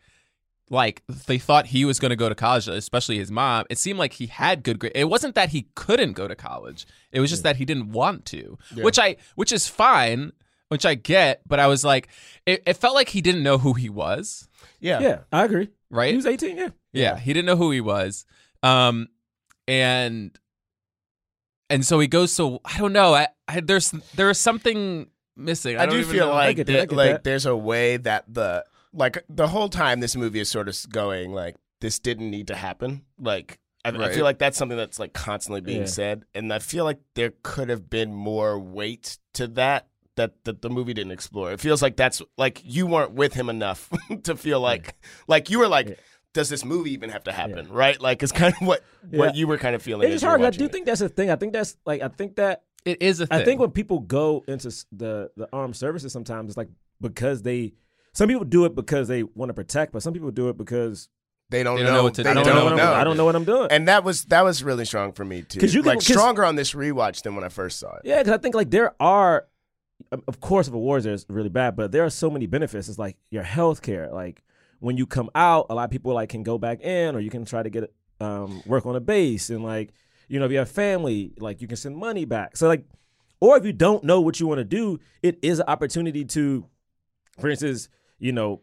S3: like they thought he was going to go to college especially his mom it seemed like he had good grades it wasn't that he couldn't go to college it was just that he didn't want to
S6: Yeah.
S3: which i which is fine which i get but i was like it, it felt like he didn't know who he was
S2: Yeah.
S4: Yeah, I agree.
S3: right
S4: He was 18, yeah.
S3: yeah, he didn't know who he was. Um, and and so he goes. to I don't know. I, I there's there is something missing. I,
S2: I
S3: don't
S2: do
S3: even
S2: feel
S3: know.
S2: like there- like there's a way that the like the whole time this movie is sort of going like this didn't need to happen. Like I, I
S3: Right.
S2: feel like that's something that's like constantly being
S3: Yeah.
S2: said, and I feel like there could have been more weight to that. That, that the movie didn't explore. It feels like that's like you weren't with him enough <laughs> to feel like like you were like, does this movie even have to happen? Right? Like it's kind of what what
S4: Yeah.
S2: you were kind of feeling.
S4: It's
S2: as
S4: just
S2: you were
S4: hard. 'cause I
S2: watching
S4: do think that's a thing. I think that's like I think that
S3: it is a
S4: I
S2: thing.
S4: think when people go into s- the the armed services, sometimes it's like because they. Some people do it because they want to protect, but some people do it because
S2: they don't,
S4: They
S2: know. what to do.
S4: I don't know what I'm- I don't know what I'm doing.
S2: And that was that was really strong for me too.
S4: 'Cause you can-
S2: like
S4: 'cause-
S2: stronger on this rewatch than when I first saw it.
S4: Yeah, because I think like there are, of- of course, if a war is there, it's really bad, but there are so many benefits. It's like your health care. Like when you come out, a lot of people like can go back in, or you can try to get um, work on a base, and like you know, if you have family, like you can send money back. So like, or if you don't know what you want to do, it is an opportunity to, for instance, you know,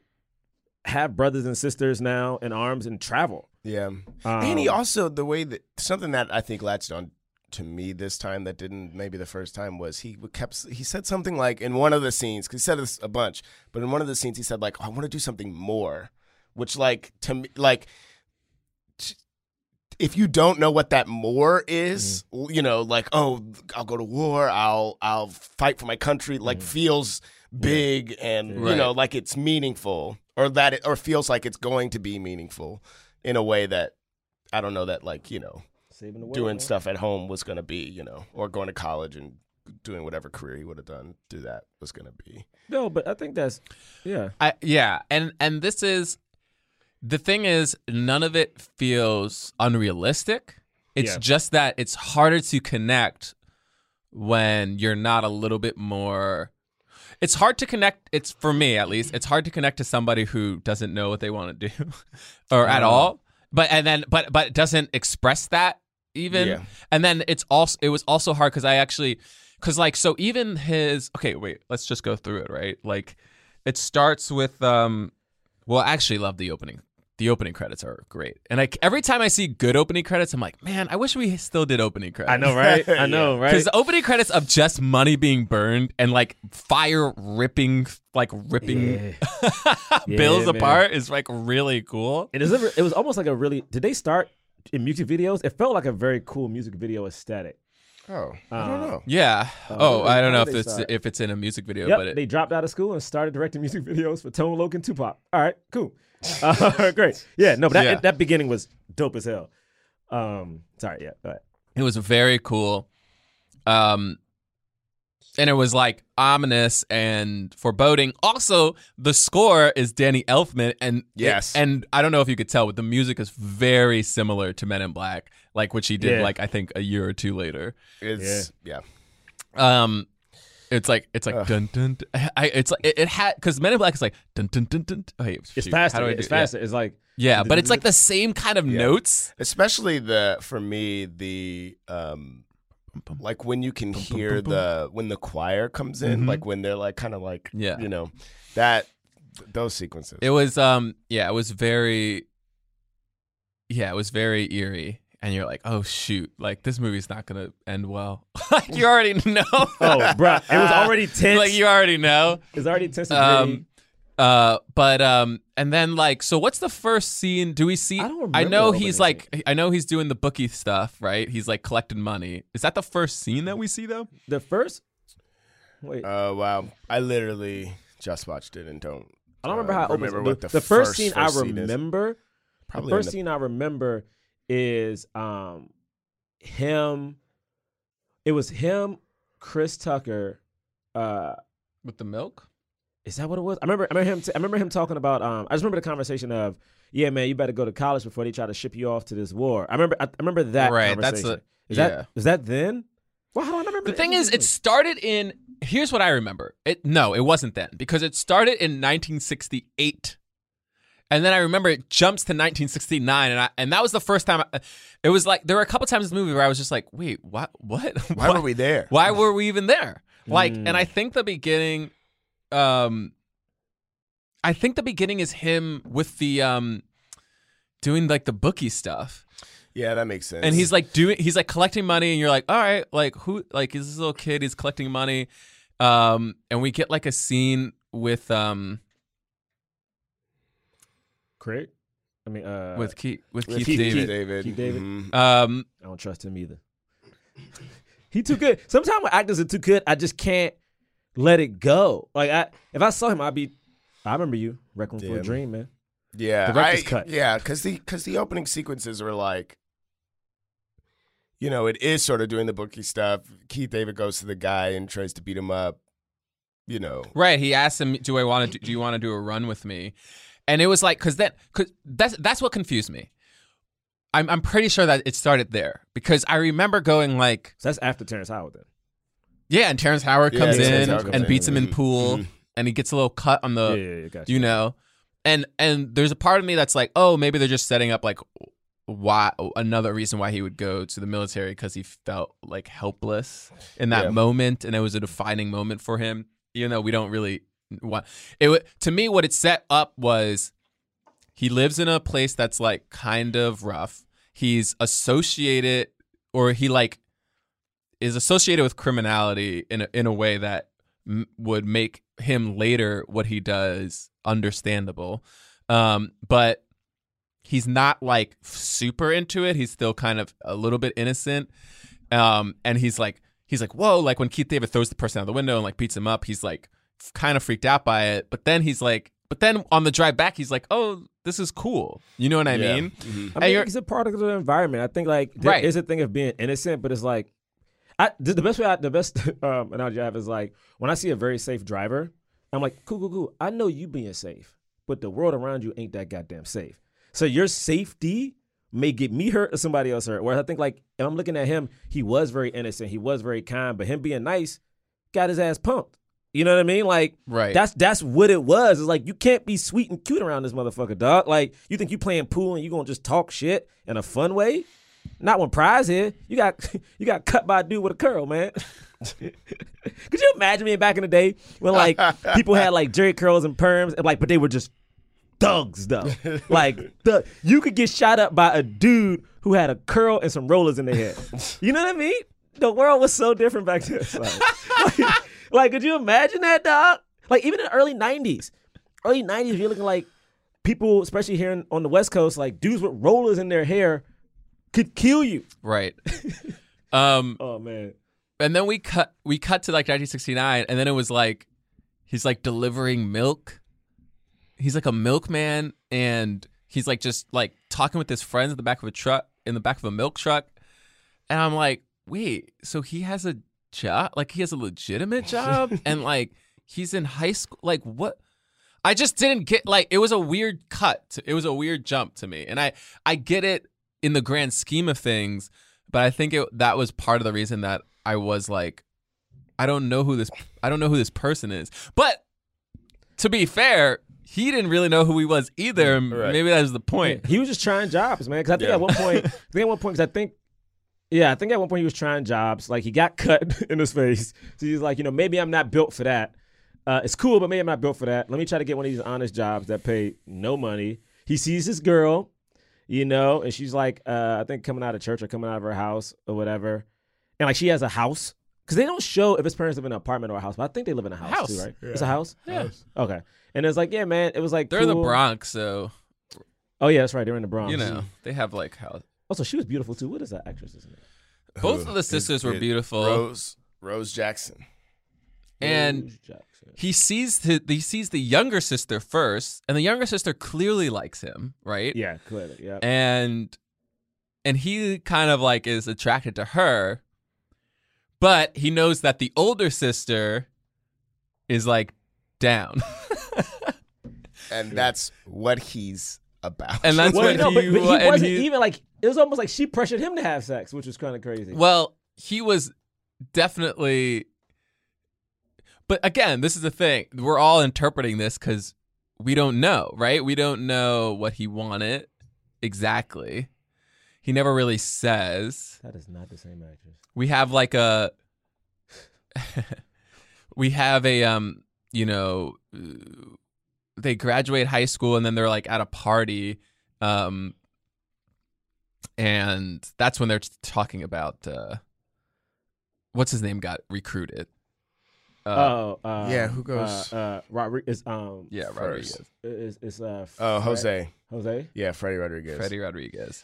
S4: have brothers and sisters now in arms and travel.
S2: Yeah, and
S4: Um,
S2: he also the way that something that I think latched on to me this time that didn't maybe the first time was he w- kept he said something like in one of the scenes 'cause he said this a bunch, but in one of the scenes he said like I want to do something more, which like to me like if you don't know what that more is, l- you know, like oh, I'll go to war, I'll I'll fight for my country, like feels big and you
S3: Right.
S2: know like it's meaningful or that it, or feels like it's going to be meaningful in a way that I don't know that like, you know,
S4: Saving the world,
S2: doing
S4: man.
S2: stuff at home was going to be, you know, or going to college and doing whatever career he would have done, do that was going to be.
S4: No, but I think that's yeah.
S3: I, yeah, and and this is the thing is none of it feels unrealistic. It's
S6: Yeah.
S3: just that it's harder to connect when you're not a little bit more. It's hard to connect. It's for me at least. It's hard to connect to somebody who doesn't know what they want to do, <laughs> or at
S6: Mm.
S4: Uh-huh.
S3: all. But and then but but doesn't express that even.
S6: Yeah.
S3: And then it's also it was also hard because I actually because like so even his okay wait let's just go through it right like it starts with um well I actually love the opening the opening credits are great and like every time I see good opening credits I'm like man I wish we still did opening credits
S4: I know, right? <laughs> I know, right?
S3: because the opening credits of just money being burned and like fire ripping like ripping <laughs> bills
S4: Yeah, man.
S3: apart is like really cool
S4: It is. A, it was almost like a really. Did they start in music videos? It felt like a very cool music video aesthetic.
S2: Oh,
S4: I don't know.
S3: yeah
S4: Uh,
S3: oh I don't know
S4: how
S3: if
S4: did they
S3: it's
S4: start?
S3: if it's in a music video
S4: yep,
S3: but it,
S4: they dropped out of school and started directing <laughs> music videos for Tone Loc and Tupac. All right, cool, <laughs> uh, great. Yeah, no, but that,
S3: Yeah.
S4: that beginning was dope as hell. Um, sorry, yeah, go ahead.
S3: It was very cool. Um and it was like ominous and foreboding. Also, the score is Danny Elfman and
S2: Yes.
S3: and I don't know if you could tell, but the music is very similar to Men in Black, like which he did
S2: Yeah.
S3: like I think a year or two later.
S2: It's yeah.
S3: Um, it's like it's like dun dun. dun. I- I, it's like it, it had because Men in Black is like dun dun dun dun. dun. Wait,
S4: It's
S3: shoot,
S4: faster,
S3: how do I
S4: it's
S3: do- yeah.
S4: faster, it's like-
S3: yeah, but it's
S4: <laughs>
S3: like the same kind of
S2: Yeah.
S3: notes.
S2: Especially the for me the um like when you can hear the when the choir comes in,
S3: Mhm.
S2: like when they're like kind of like
S3: Yeah.
S2: you know, that those sequences.
S3: It was um yeah, it was very yeah, it was very eerie. And you're like, oh shoot, like this movie's not gonna end well. <laughs> like you already know. <laughs>
S4: Oh, bruh, it was already tense.
S3: like Um, you already know.
S4: It's already tense and gritty.
S3: Uh, but um, and then like, so what's the first scene? Do we see? I,
S4: don't
S3: know
S4: remember
S3: he's like, I know he's doing the bookie stuff, right? He's like collecting money. Is that the first scene that we see though?
S4: The first. Wait.
S2: Oh wow! I literally just watched it and don't.
S4: I don't
S2: uh,
S4: remember how it opens.
S2: remember what
S4: the,
S2: the,
S4: the first, scene
S2: first
S4: I
S2: scene is.
S4: remember.
S2: Probably
S4: the first
S2: in the-
S4: scene I remember is um him. It was him, Chris Tucker, uh,
S3: with the milk.
S4: Is that what it was? I remember. I remember him. T- I remember him talking about. Um, I just remember the conversation of, "Yeah, man, you better go to college before they try to ship you off to this war." I remember. I, I remember that.
S3: Right, that's
S4: Conversation.
S3: a-
S4: is
S3: yeah.
S4: that is that then? Well, how do I remember?
S3: The thing is, it started in. Here's what I remember. It no, it wasn't then because it started in 1968, and then I remember it jumps to 1969, and I and that was the first time. I, it was like there were a couple times in the movie where I was just like, wait, what, what, <laughs>
S2: Why were we there? Mm.
S3: Why were we even there? Like, and I think the beginning, um, I think the beginning is him with the um, doing like the bookie stuff.
S2: Yeah, that makes sense.
S3: And he's like doing he's like collecting money and you're like, all right, like who like is this little kid, he's collecting money. Um and we get like a scene with um
S4: Craig. I mean, uh,
S3: with Keith with,
S4: with
S3: Keith,
S4: Keith-
S3: David.
S4: Keith David. Keith David.
S2: Mm-hmm.
S4: Mhm.
S3: Um
S4: I don't trust him either. he too good. Sometimes when actors are too good, I just can't let it go. Like I, if I saw him, I'd be. I remember you, Requiem for a
S2: Damn.
S4: Dream, man.
S2: Yeah,
S4: the record's
S2: I-
S4: cut.
S2: Yeah, because the because the opening sequences were like, you know, it is sort of doing the bookie stuff. Keith David goes to the guy and tries to beat him up. You know,
S3: Right. He asked him, "Do I want to? Do you want to do a run with me?" And it was like, because that, cause that's that's what confused me. I'm I'm pretty sure that it started there because I remember going like,
S4: so that's after Terrence Howard then.
S3: Yeah, and Terrence Howard
S4: Yeah,
S3: comes
S4: yeah,
S3: in
S4: Terrence Howard comes
S3: and
S4: in.
S3: beats him in
S4: Mhm.
S3: pool,
S4: Mhm.
S3: and he gets a little cut on the,
S4: Yeah, yeah, yeah, gotcha.
S3: you know, and and there's a part of me that's like, oh, maybe they're just setting up like why another reason why he would go to the military because he felt like helpless in that
S2: Yeah.
S3: moment, and it was a defining moment for him, even though we don't really want it. wa- To me, what it set up was he lives in a place that's like kind of rough. He's associated, or he like is associated with criminality in a, in a way that m- would make him later what he does understandable. Um, but he's not like super into it. He's still kind of a little bit innocent. Um, and he's like, he's like, whoa, like when Keith David throws the person out the window and like beats him up, he's like f- kind of freaked out by it. But then he's like, but then on the drive back, he's like, oh, this is cool. You know what I
S4: Yeah.
S3: mean?
S4: I
S3: And
S4: mean,
S3: you're-
S4: it's a product of the environment. I think like there is
S3: Right.
S4: a thing of being innocent, but it's like, I the, the best way, I, the best <laughs> um, analogy I have is like when I see a very safe driver, I'm like, cool, cool, cool. I know you being safe, but the world around you ain't that goddamn safe. So your safety may get me hurt or somebody else hurt. Whereas I think like if I'm looking at him, he was very innocent, he was very kind, but him being nice got his ass pumped. You know what I mean? Like
S3: Right.
S4: that's that's what it was. It's like you can't be sweet and cute around this motherfucker, dog. Like you think you playing pool and you gonna just talk shit in a fun way? Not when prize here. You got <laughs> you got cut by a dude with a curl, man. <laughs> Could you imagine me back in the day when like people had like jerry curls and perms and like but they were just thugs though. like thug- you could get shot up by a dude who had a curl and some rollers in their head. You know what I mean? The world was so different back then. <laughs> It's Like, like- like, could you imagine that, dog? Like even in the early '90s, early '90s, you're looking like people, especially here in, on the West Coast, like dudes with rollers in their hair could kill you.
S3: Right. Um,
S4: oh man.
S3: And then we cut we cut to like 1969, and then it was like he's like delivering milk. He's like a milkman, and he's like just like talking with his friends in the back of a truck in the back of a milk truck, and I'm like, wait, so he has a job? Like he has a
S4: <laughs>
S3: legitimate job, and like he's in high school? Like what? I just didn't get like it was a weird cut. to- It was a weird jump to me, and I I get it in the grand scheme of things, but I think it that was part of the reason that I was like, I don't know who this I don't know who this person is. But to be fair, he didn't really know who he was either. and Maybe that was the point.
S4: Mm, Yeah, He was just trying jobs, man. Because I think
S3: Yeah.
S4: at one point, I think at one point, because I think, yeah, I think at one point he was trying jobs. Like he got <laughs> cut in his face, so he's like, you know, maybe I'm not built for that. Uh, it's cool, but maybe I'm not built for that. Let me try to get one of these honest jobs that pay no money. He sees his girl, you know, and she's like, uh, I think coming out of church or coming out of her house or whatever, and like she has a house. because they don't show if his parents live in an apartment or a house. But I think they live in a house,
S3: House.
S4: too, right?
S3: Yeah.
S4: It's a house.
S3: Yeah. House.
S4: Okay. And it's like, yeah, man. It was like
S3: They're in the
S4: cool.
S3: Bronx, so
S4: Oh yeah, that's right. They're in the Bronx.
S3: you know they have like how
S4: Also, she was beautiful too. What is that actress's name?
S3: both
S2: Who
S3: of the
S2: is
S3: sisters were
S2: it?
S3: beautiful.
S2: Rose Rose Jackson.
S3: and he sees the he sees the younger sister first, and the younger sister clearly likes him, right?
S4: Yeah, clearly, yeah.
S3: And and he kind of like is attracted to her, but he knows that the older sister is like down,
S2: and that's what he's about.
S3: and that's
S4: Well,
S3: what
S4: no,
S3: he,
S4: but, but
S3: wa-
S4: he
S3: and
S4: wasn't
S3: he-
S4: even like. It was almost like she pressured him to have sex, which was kind of crazy.
S3: Well, he was definitely. But again, this is the thing. We're all interpreting this because we don't know, right? We don't know what he wanted exactly. He never really says.
S4: that is not the same actress.
S3: We have like a. <laughs> we have a, um, you know, uh, they graduate high school and then they're like at a party. Um, and that's when they're t- talking about uh, what's his name got recruited.
S4: Oh, uh,
S2: yeah, who goes-
S4: Uh, uh, Rodriguez. Um,
S3: Yeah,
S4: first.
S3: Rodriguez.
S4: Is is uh?
S2: <laughs> Oh,
S4: Fre-
S2: Jose.
S4: Jose.
S2: Yeah, Freddie Rodriguez.
S3: Freddie Rodriguez.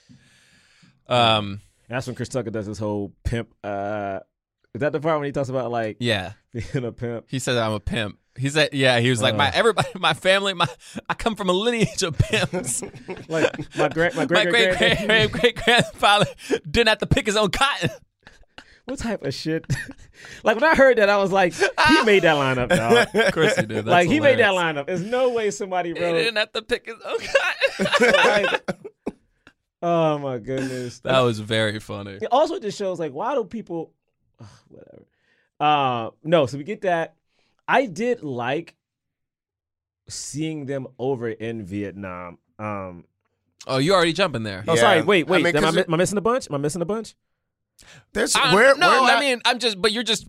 S3: Um,
S4: And that's when Chris Tucker does his whole pimp. Uh, is that the part when he talks about like <laughs>
S3: Yeah.
S4: being a pimp?
S3: He said I'm a pimp. He said, yeah. He was like,
S4: Uh.
S3: my everybody, my family, my I come from a lineage of pimps.
S4: Like my great my
S3: <laughs> my
S4: great great
S3: great great great great grandfather didn't have to pick his own cotton.
S4: What type of shit? <laughs> like when I heard that, I was like, he made that line up, dog.
S3: Oh, <laughs> Of course he did. That's
S4: like he made that
S3: hilarious.
S4: line up. There's no way somebody
S3: He
S4: wrote. <laughs>
S3: didn't have to pick his own <laughs>
S4: Oh my goodness.
S3: That was very funny.
S4: It also just shows like why do people Ugh, whatever. Uh no, so we get that. I did like seeing them over in Vietnam. Um
S3: Oh, you already jumping there.
S4: Oh sorry, wait,
S2: I
S4: wait.
S2: mean,
S4: am, I,
S2: 'cause
S4: mi- am I missing a bunch? Am I missing a bunch?
S2: There's
S3: I-
S2: we're,
S3: no,
S2: we're not-
S3: I mean, I'm just, but you're just.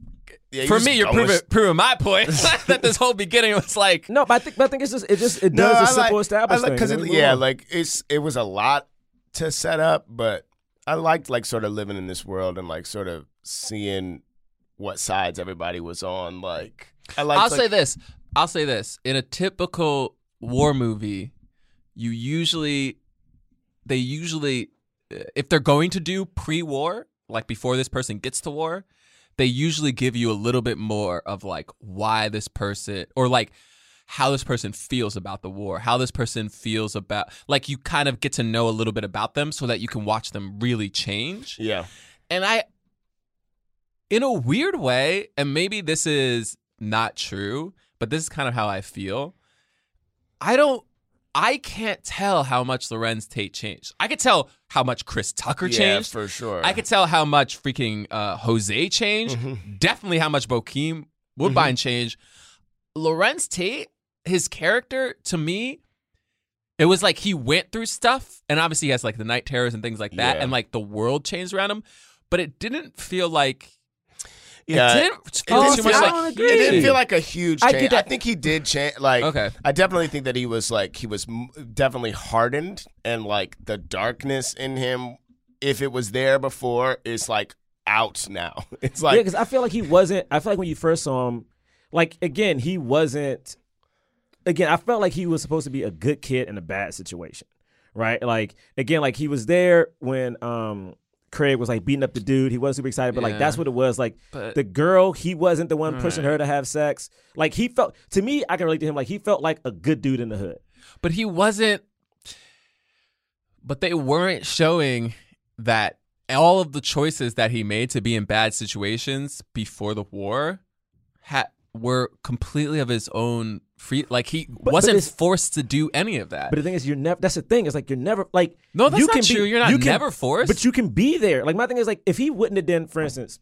S2: Yeah,
S3: for
S2: you're
S3: me,
S2: just
S3: you're
S2: going
S3: proving,
S2: st-
S3: proving my point <laughs> that this whole beginning was like,
S4: No, but I think but I think it's just it just it
S2: No,
S4: does
S2: I
S4: a simple
S2: like-
S4: established
S2: I like,
S4: thing,
S2: Cause
S4: and
S2: it-
S4: we move
S2: yeah,
S4: on.
S2: like it's it was a lot to set up, but I liked like sort of living in this world and like sort of seeing what sides everybody was on. Like I liked,
S3: I'll
S2: like
S3: say this. I'll say this. In a typical war movie, you usually, they usually, uh, if they're going to do pre-war, like before this person gets to war, they usually give you a little bit more of like why this person or like how this person feels about the war, how this person feels about like you kind of get to know a little bit about them so that you can watch them really change.
S2: yeah.
S3: And I, in a weird way, and maybe this is not true, but this is kind of how I feel. I don't, I can't tell how much Lorenz Tate changed. I could tell how much Chris Tucker
S2: Yeah,
S3: changed.
S2: for sure.
S3: I could tell how much freaking uh, Jose changed.
S2: Mm-hmm.
S3: Definitely how much Bokeem Woodbine changed. Lorenz Tate, his character to me, it was like he went through stuff, and obviously he has like the night terrors and things like that,
S2: Yeah.
S3: and like the world changed around him. But it didn't feel like
S2: Yeah,
S3: it didn't
S2: it
S3: feel
S2: didn't
S3: too
S2: feel
S3: much
S2: like-
S3: like
S2: It didn't feel like a huge
S4: I
S2: change.
S4: get
S2: I,
S4: that.
S2: think he did change. Like,
S3: Okay.
S2: I definitely think that he was like he was m- definitely hardened, and like the darkness in him, if it was there before, is like out now. <laughs>
S3: <laughs>
S2: It's
S4: yeah,
S2: like
S4: because I feel like he wasn't. I feel like when you first saw him, like again, he wasn't. Again, I felt like he was supposed to be a good kid in a bad situation, right? Like again, like he was there when um Craig was like beating up the dude. He wasn't super excited, but like
S3: Yeah.
S4: that's what it was. Like
S3: But-
S4: the girl, he wasn't the one pushing her to have sex. Like he felt to me, I can relate to him. Like he felt like a good dude in the hood.
S3: but he wasn't but they weren't showing that all of the choices that he made to be in bad situations before the war ha- were completely of his own free like he
S4: but
S3: wasn't
S4: it's-
S3: forced to do any of that
S4: But the thing is, you're never. That's the thing. It's like you're never like.
S3: No, that's
S4: you
S3: not
S4: can be-
S3: true. You're not
S4: can-
S3: never forced.
S4: But you can be there. Like my thing is, like if he wouldn't have done, for instance,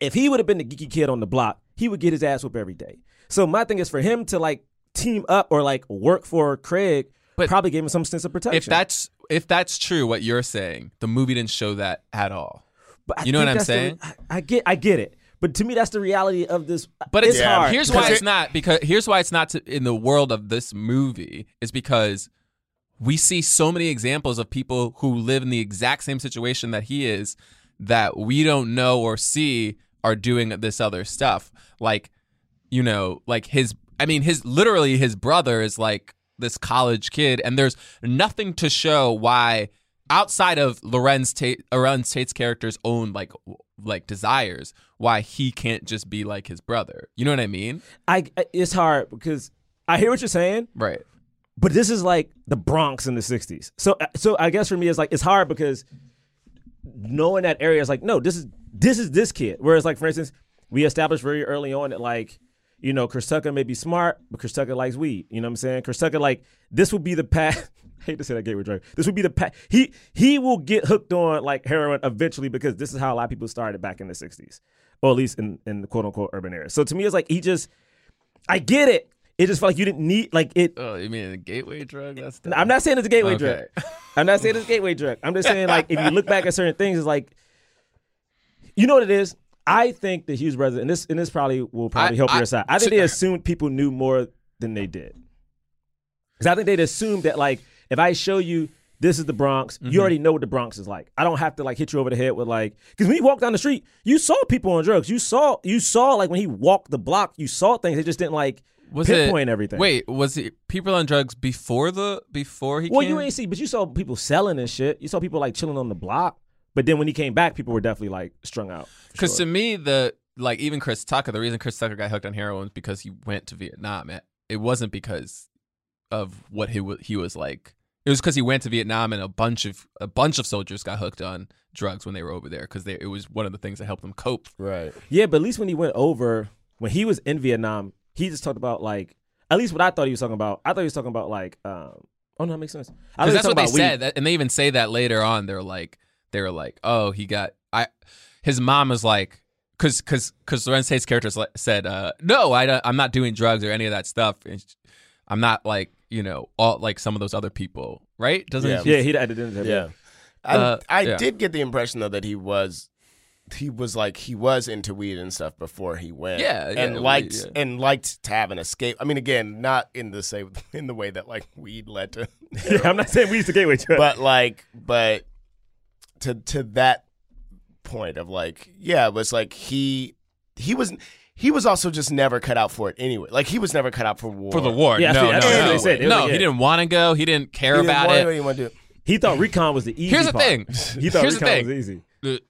S4: if he would have been the geeky kid on the block, he would get his ass whooped every day. So my thing is for him to like team up or like work for Craig.
S3: But
S4: probably gave him some sense of protection.
S3: if that's if that's true what you're saying the movie didn't show that at all
S4: But I
S3: you know what
S4: think
S3: I'm
S4: that's the-
S3: saying?
S4: I, I get, I get it. But to me, that's the reality of this.
S3: But it's
S2: Yeah.
S4: hard.
S3: Here's
S2: Because
S3: why it's
S2: it-
S3: not because here's why it's not to, in the world of this movie is because we see so many examples of people who live in the exact same situation that he is that we don't know or see are doing this other stuff. Like, you know, like his, I mean, his literally his brother is like this college kid, and there's nothing to show why outside of Lorenz Tate, Lorenz Tate's character's own like w- like desires, why he can't just be like his brother. You know what I mean?
S4: I it's hard because I hear what you're saying,
S3: right?
S4: But this is like the Bronx in the '60s. So uh, so I guess for me it's like it's hard because knowing that area is like no, this is this is this kid. Whereas like for instance, we established very early on that like. You know, Kersucker may be smart, but Kersucker likes weed. You know what I'm saying? Kersucker, like, this would be the path. <laughs> I hate to say that gateway drug. This would be the pa- he he will get hooked on like heroin eventually because this is how a lot of people started back in the '60s, or at least in in the quote unquote urban area. So to me, it's like he just I get it. It just felt like you didn't need like it.
S3: Oh, you mean a gateway drug? That's
S4: I'm not saying it's a gateway
S3: Okay.
S4: drug. <laughs> I'm not saying it's a gateway drug. I'm just saying like if you look back at certain things, it's like you know what it is. I think the Hughes brothers, and this and this probably will probably
S8: I-
S4: help
S8: I-
S4: your side. I think they assumed people knew more than they did. Because I think they'd assume that like if I show you this is the Bronx,
S3: Mm-hmm.
S4: you already know what the Bronx is like. I don't have to like hit you over the head with like because when you walk down the street, you saw people on drugs. You saw you saw like when he walked the block, you saw things. They just didn't like
S3: Was
S4: pinpoint
S3: it,
S4: everything.
S3: Wait, was it people on drugs before the before he?
S4: well,
S3: came?
S4: you ain't see, but you saw people selling and shit. You saw people like chilling on the block. But then when he came back, people were definitely like strung out.
S3: Because to me, the like even Chris Tucker, the reason Chris Tucker got hooked on heroin was because he went to Vietnam. It- It wasn't because of what he was. He was like it was because he went to Vietnam and a bunch of a bunch of soldiers got hooked on drugs when they were over there because it was one of the things that helped them cope.
S2: Right.
S4: Yeah, but at least when he went over, when he was in Vietnam, he just talked about like at least what I thought he was talking about. I thought he was talking about like um oh no, that makes sense. I thought he
S3: Because
S4: was
S3: that's
S4: talking
S3: what they
S4: about weed.
S3: said, that, and they even say that later on. They're like, they were like, oh, he got I. His mom is like, because because because Lorenz Tate's character is like- said, uh, no, I don't, I'm not doing drugs or any of that stuff. And sh- I'm not like you know all like some of those other people, right? Doesn't
S2: Yeah.
S3: she-
S2: Yeah, he had- didn't have- Yeah. I,
S3: Uh,
S2: I
S3: yeah.
S2: did get the impression though that he was he was like he was into weed and stuff before he went.
S3: Yeah, yeah,
S2: and
S3: weed,
S2: liked
S3: yeah.
S2: and liked to have an escape. I mean, again, not in the same <laughs> in the way that like weed led to.
S4: <laughs> yeah, I'm not saying weed's the gateway drug,
S2: but like, but to to that point of like, yeah, it was like he he was. He was also just never cut out for it anyway. Like he was never cut out for war.
S3: for the war. no, no, no, no. He didn't want to go. He didn't care
S2: He didn't
S3: about
S2: wanna
S3: it.
S2: go, he didn't wanna do it.
S4: He thought recon was the easy.
S3: Here's the
S4: part.
S3: thing.
S2: <laughs>
S4: He thought
S3: Here's the
S4: recon
S3: thing.
S4: was easy.
S3: The-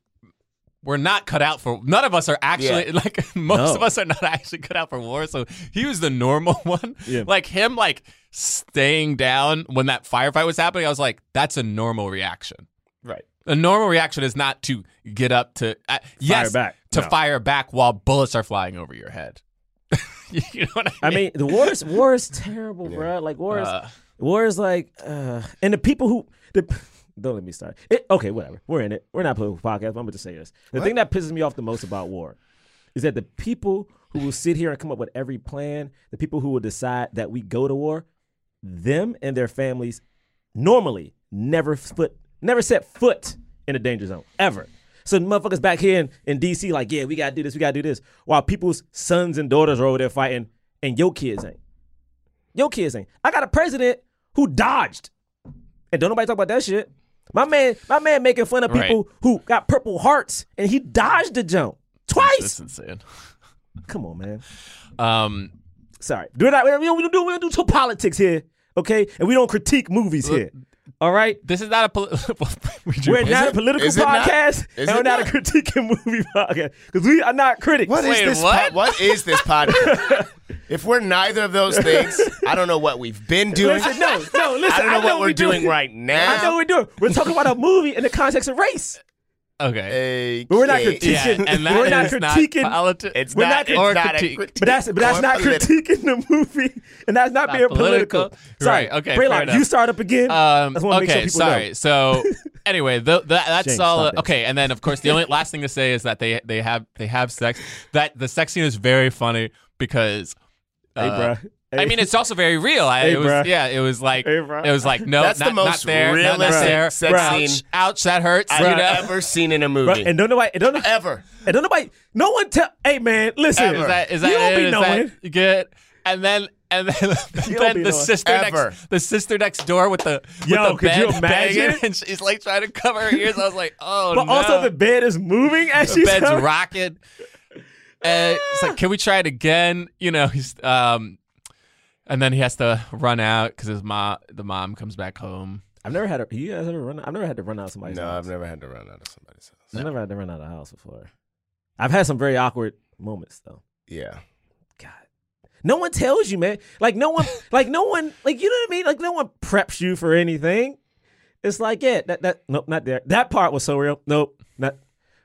S3: We're not cut out for. None of us are actually
S4: Yeah.
S3: <laughs> like most
S4: No.
S3: of us are not actually cut out for war. So he was the normal <laughs> one.
S4: Yeah.
S3: Like him, like staying down when that firefight was happening. I was like, that's a normal reaction.
S2: Right.
S3: A normal reaction is not to get up to uh, yes
S4: back.
S3: to
S4: No.
S3: fire back while bullets are flying over your head. <laughs> you know what I
S4: I
S3: mean?
S4: mean, the war is war is terrible, bro. Like war is
S3: Uh.
S4: war is like, uh, and the people who the don't let me start. It, okay, whatever. We're in it. We're not political podcast. But I'm going to say this. The thing that pisses me off the most about war is that the people who will sit here and come up with every plan, the people who will decide that we go to war, them and their families normally never foot never set foot in a danger zone ever. So the motherfuckers back here in, in DC like, yeah, we gotta do this, we gotta do this. While people's sons and daughters are over there fighting and your kids ain't. Your kids ain't. I got a president who dodged. And don't nobody talk about that shit. My man, my man making fun of people who got purple hearts and he dodged the jump
S3: That's
S4: twice.
S3: insane.
S4: Come on, man.
S3: Um,
S4: Sorry. Do not, we don't we don't do we don't do two politics here, okay? And we don't critique movies here. All right?
S3: This is not a <laughs> political.
S4: We're not a political podcast, and we're not, a critiquing movie podcast because we are not critics.
S2: What is this? po- what is this podcast? if we're neither of those things, I don't know what we've been doing.
S4: Listen, no, no, listen.
S2: I don't know what we're
S4: we do.
S2: doing right now.
S4: I know what we're doing. We're talking about a movie in the context of race.
S3: Okay.
S4: But we're not critiquing.
S3: and that
S4: we're not
S3: is not
S4: critiquing.
S3: politi-
S4: It's
S3: not- it's not a critique
S4: But that's but that's
S3: or
S4: not
S3: political.
S4: critiquing the movie, and that's not,
S3: Not
S4: being political.
S3: political.
S4: Sorry.
S3: Right, okay, fair
S4: Braylock,
S3: enough.
S4: you start up <laughs> again.
S3: Um,
S4: I just wanna
S3: okay,
S4: make sure people
S3: sorry.
S4: know. <laughs>
S3: So anyway, tho- tha- that's
S4: James,
S3: all.
S4: stop it.
S3: okay, and then of course the only last thing to say is that they they have they have sex. That the sex scene is very funny because.
S4: Hey,
S3: uh,
S4: bruh.
S3: I mean, it's also very real. I,
S4: Hey,
S3: it was,
S4: bruh.
S3: yeah, it was like
S4: Hey,
S3: it
S4: bruh.
S3: was like no,
S4: That's the
S3: not,
S4: most
S3: not there, not
S4: realistic
S3: there.
S4: sex
S3: ouch,
S4: scene
S3: ouch, that hurts.
S4: I've
S3: you know?
S4: ever
S2: seen in a
S4: Bruh, and don't nobody, and don't
S2: ever,
S4: and don't nobody, no one tell. Hey man, listen,
S3: Is that is that
S4: you don't
S3: it?
S4: be
S3: Is
S4: knowing.
S3: that good? And then and then, <laughs> and
S4: You don't
S3: then
S4: be
S3: the
S4: knowing.
S3: sister
S4: Ever.
S3: next the sister next door with the
S4: Yo,
S3: with the
S4: could you
S3: bed <laughs> banging,
S4: imagine?
S3: and she's like trying to cover her ears. I was like, oh
S4: but
S3: no.
S4: also the bed is moving as
S3: The
S4: she's
S3: bed's
S4: coming.
S3: rocking. And it's like, can we try it again? You know, he's um, and then he has to run out because his mom, the mom, comes back home.
S4: I've never had a. You guys ever run? I've never had to run out of somebody's
S2: No,
S4: house.
S2: I've never had to run out of somebody's house.
S4: I've never had to run out of a house before. I've had some very awkward moments though.
S2: Yeah.
S4: No one tells you, man. Like no
S3: <laughs>
S4: one, like no one, like you know what I mean. Like no one preps you for anything. It's like yeah, that that nope, not there. That part was so real. Nope, not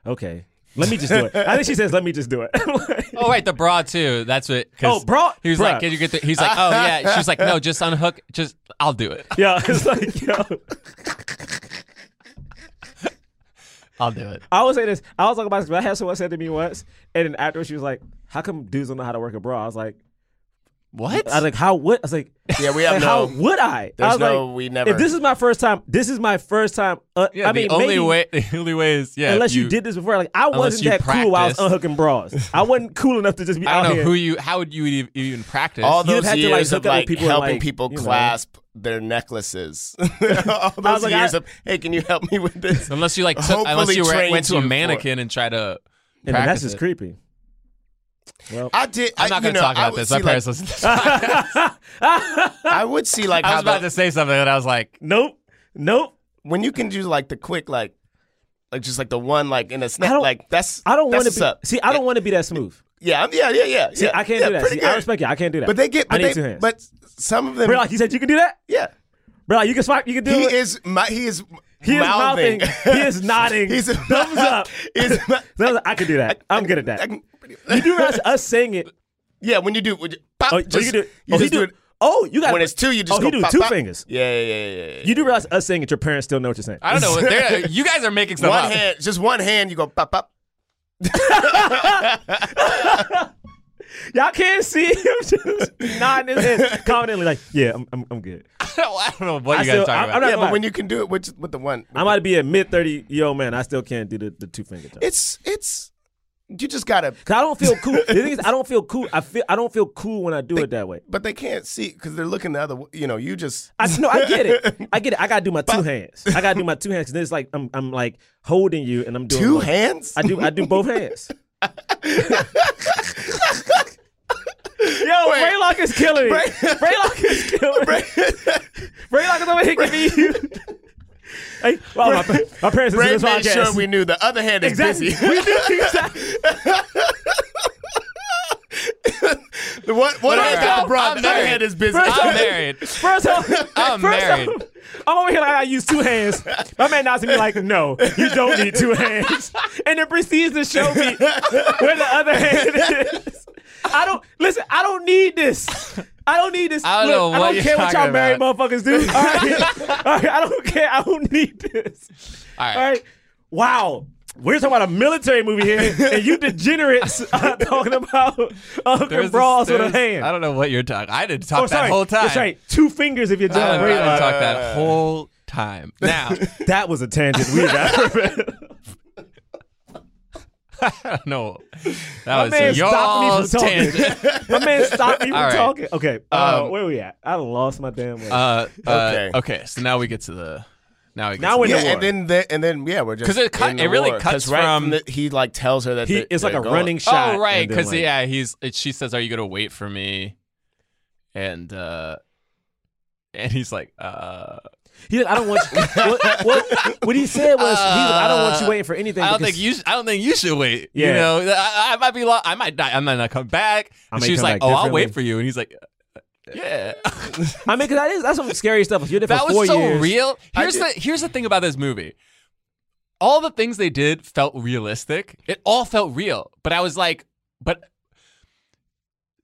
S4: okay. Let me just do
S3: <laughs>
S4: it. I think she says, "Let me just do it." <laughs>
S3: Oh wait, the bra too. That's what. 'cause
S4: Oh, bra-
S3: He was
S4: bra.
S3: like, "Can you get the?" He's like, "Oh yeah." She's like, "No, just unhook. Just I'll do it.
S4: yeah, it's like yo.
S3: I'll do it."
S4: I would say this. I was talking about this, but I had someone said to me once, and then afterwards she was like, "How come dudes don't know how to work a bra?" I was like,
S3: "What?"
S4: I was like, "How would?" I was like,
S2: "Yeah, <laughs> we have
S4: like,
S2: no-
S4: How would I?" I
S2: There's
S4: was
S2: no-
S4: like,
S2: we never-
S4: If this is my first time, this is my first time. Uh,
S3: Yeah,
S4: I mean,
S3: the only
S4: maybe-
S3: way, <laughs> the only way is yeah.
S4: unless you, did this before. Like I
S3: unless
S4: wasn't
S3: you
S4: that cool. While I was
S3: practiced.
S4: unhooking bras. I wasn't cool enough to just be
S3: I
S4: out
S3: don't know
S4: here.
S3: who you. How would you e- even practice?
S2: All
S4: You'd have
S2: those
S4: had to, like,
S2: years
S4: hook
S2: of
S4: up with
S2: like
S4: people and,
S2: helping
S4: like,
S2: people
S4: you know.
S2: clasp their
S4: <laughs>
S2: necklaces. <laughs> All those
S4: like,
S2: years
S4: I-
S2: of, hey, can you help me with this?
S3: Unless you like, took,
S2: Hopefully
S3: unless you were,
S2: trained
S3: went to
S2: you
S3: a
S2: for it.
S3: mannequin and tried to.
S4: Yeah, but
S3: practice
S4: that's just
S3: it.
S4: creepy. Well,
S2: I did.
S3: I'm not
S2: I- you
S3: going
S2: know,
S3: to talk
S2: I
S3: about
S2: would
S3: this. My
S2: see, like-
S3: parents listen to
S2: <laughs>
S3: this.
S2: I would see like
S3: <laughs> I
S2: how
S3: was about
S2: the-
S3: to say something, and I was like,
S4: nope, nope.
S2: when you can do like the quick like, like just like the one like in a snap
S4: don't-
S2: like that's
S4: I don't
S2: that's
S4: want to
S2: what's
S4: be.
S2: up.
S4: See, I don't want to be that smooth.
S2: Yeah, I'm- yeah, yeah, yeah.
S4: See,
S2: yeah,
S4: I can't
S2: yeah,
S4: do that.
S2: pretty
S4: See, I
S2: good.
S4: respect you. I can't do that.
S2: But they get. But
S4: I need
S2: they,
S4: two hands.
S2: But some of them.
S4: Bro, like you said, you can do that.
S2: yeah.
S4: Bro, like, you can swipe. You can do
S2: He
S4: it.
S2: is. My, he is.
S4: He is mouthing. he
S2: <laughs>
S4: is nodding.
S2: He's a- <laughs>
S4: thumbs up. <laughs>
S2: Is
S4: Thumbs up. I can do that. I, am good at that.
S2: I can- <laughs>
S4: you do realize us saying it.
S2: yeah, when you do, when you, pop,
S4: Oh,
S2: just,
S4: you can do.
S2: you
S4: oh, he
S2: just do
S4: do.
S2: it.
S4: Oh, you got.
S2: When it's two, you just
S4: oh,
S2: go
S4: he do
S2: pop,
S4: two
S2: pop.
S4: fingers.
S2: Yeah, yeah, yeah, yeah, yeah.
S4: You do realize us saying it, your parents still know what you're saying.
S3: I don't
S2: <laughs>
S3: know. what they're- You guys are making stuff
S2: one
S3: up. <laughs>
S2: hand, just one hand. You go pop, pop.
S4: <laughs> Y'all can't see him <laughs> just nodding
S2: <laughs>
S4: his head confidently, like, "Yeah, I'm, I'm, I'm good."
S3: I don't, I don't know what
S4: I
S3: you guys
S4: still-
S3: are talking
S4: I'm
S3: about.
S4: not-
S2: Yeah, but when you can do it with with the one,
S4: I might be a mid thirty year old man. I still can't do the, the two finger thing.
S2: it's it's you just gotta.
S4: Cause I don't feel cool. the thing is, I don't feel cool. I feel I don't feel cool when I do it that way.
S2: But they can't see because they're looking the other. w- You know, you just
S4: I no, I get it. I get it. I gotta do my two hands. I gotta do my two hands. Cause then it's like I'm I'm like holding you and I'm doing
S2: two
S4: like-
S2: hands.
S4: I do I do both hands. Yo, Braylock is killing me. Braylock is killing me. Braylock is over here giving you.
S2: <laughs>
S4: Hey, well, my, my parents listen to
S2: Brain
S4: this
S2: made
S4: podcast.
S2: sure we knew the other hand is
S4: exactly.
S2: busy. <laughs>
S4: we do exactly.
S2: The one one hand's got the
S3: I'm
S2: broad, the other
S3: married.
S2: hand is busy.
S4: First
S3: I'm
S4: off- <laughs>
S3: married.
S4: First off,
S3: <laughs> I'm
S4: first
S3: married.
S4: off, <laughs> I'm over here like I use two hands. My man nods to me like, no, you don't need two hands. And then proceeds to show me where the other hand is. I don't listen, I don't need this. I don't need this.
S3: I don't
S4: Look,
S3: know
S4: I
S3: what
S4: don't
S3: you're
S4: care what y'all
S3: talking
S4: married
S3: about.
S4: motherfuckers
S3: <laughs>
S4: do. All right? All right, I don't care. I don't need this.
S3: All right.
S4: All right. Wow. We're talking about a military movie here, and you degenerates are <laughs> talking about
S3: There's
S4: uncle
S3: this-
S4: brawls with a
S3: there's-
S4: hand.
S3: I don't know what you're talking. I didn't talk
S4: Oh,
S3: that
S4: sorry.
S3: whole time.
S4: That's right. Two fingers if you're
S3: I
S4: John
S3: didn't- I didn't
S4: Braylock.
S3: talk
S2: Uh,
S3: that whole time. Now, <laughs>
S4: That was a tangent we got.
S3: I don't know. That
S4: My man
S3: was y'all's
S4: stopped me
S3: tangent.
S4: from talking. <laughs> My man stopped me from
S3: All right.
S4: talking. Okay, uh,
S3: Um,
S4: where we at? I done lost my damn way.
S3: Uh, uh,
S2: Okay.
S3: okay. So now we get to the. Now we get
S4: Now
S3: to
S4: we're in
S3: the-
S4: the
S2: yeah,
S4: war.
S2: and then the, and then yeah, we're just
S3: 'Cause it cut-
S2: in the
S3: it really
S2: war.
S3: cuts
S2: 'Cause right
S3: from-
S2: the- he like tells her that
S4: he,
S2: they-
S4: it's like
S2: they're
S4: a
S2: going.
S4: running shot.
S3: Oh right,
S4: and then,
S3: because
S4: like,
S3: yeah, he's it, she says, "Are you gonna wait for me?" And uh and he's like, uh
S4: He, I don't want
S3: <laughs>
S4: you. what, what, what he said was, he was, I don't want you waiting for anything.
S3: Uh, "I don't
S4: because
S3: think you, sh- I don't think you should wait." You
S4: Yeah.
S3: know, I, I might be, lo- I might die, I might not come back.
S4: I
S3: And
S4: may
S3: she's
S4: come
S3: like,
S4: back
S3: "Oh, I'll wait
S4: differently.
S3: for you," and he's like,
S4: <laughs>
S3: "Yeah."
S4: I mean, because that is that's some scary stuff. If you're there
S3: that
S4: for
S3: was
S4: four
S3: so
S4: years,
S3: real.
S2: I
S3: Here's the
S2: did-
S3: here's the thing about this movie. All the things they did felt realistic. It all felt real. But I was like, but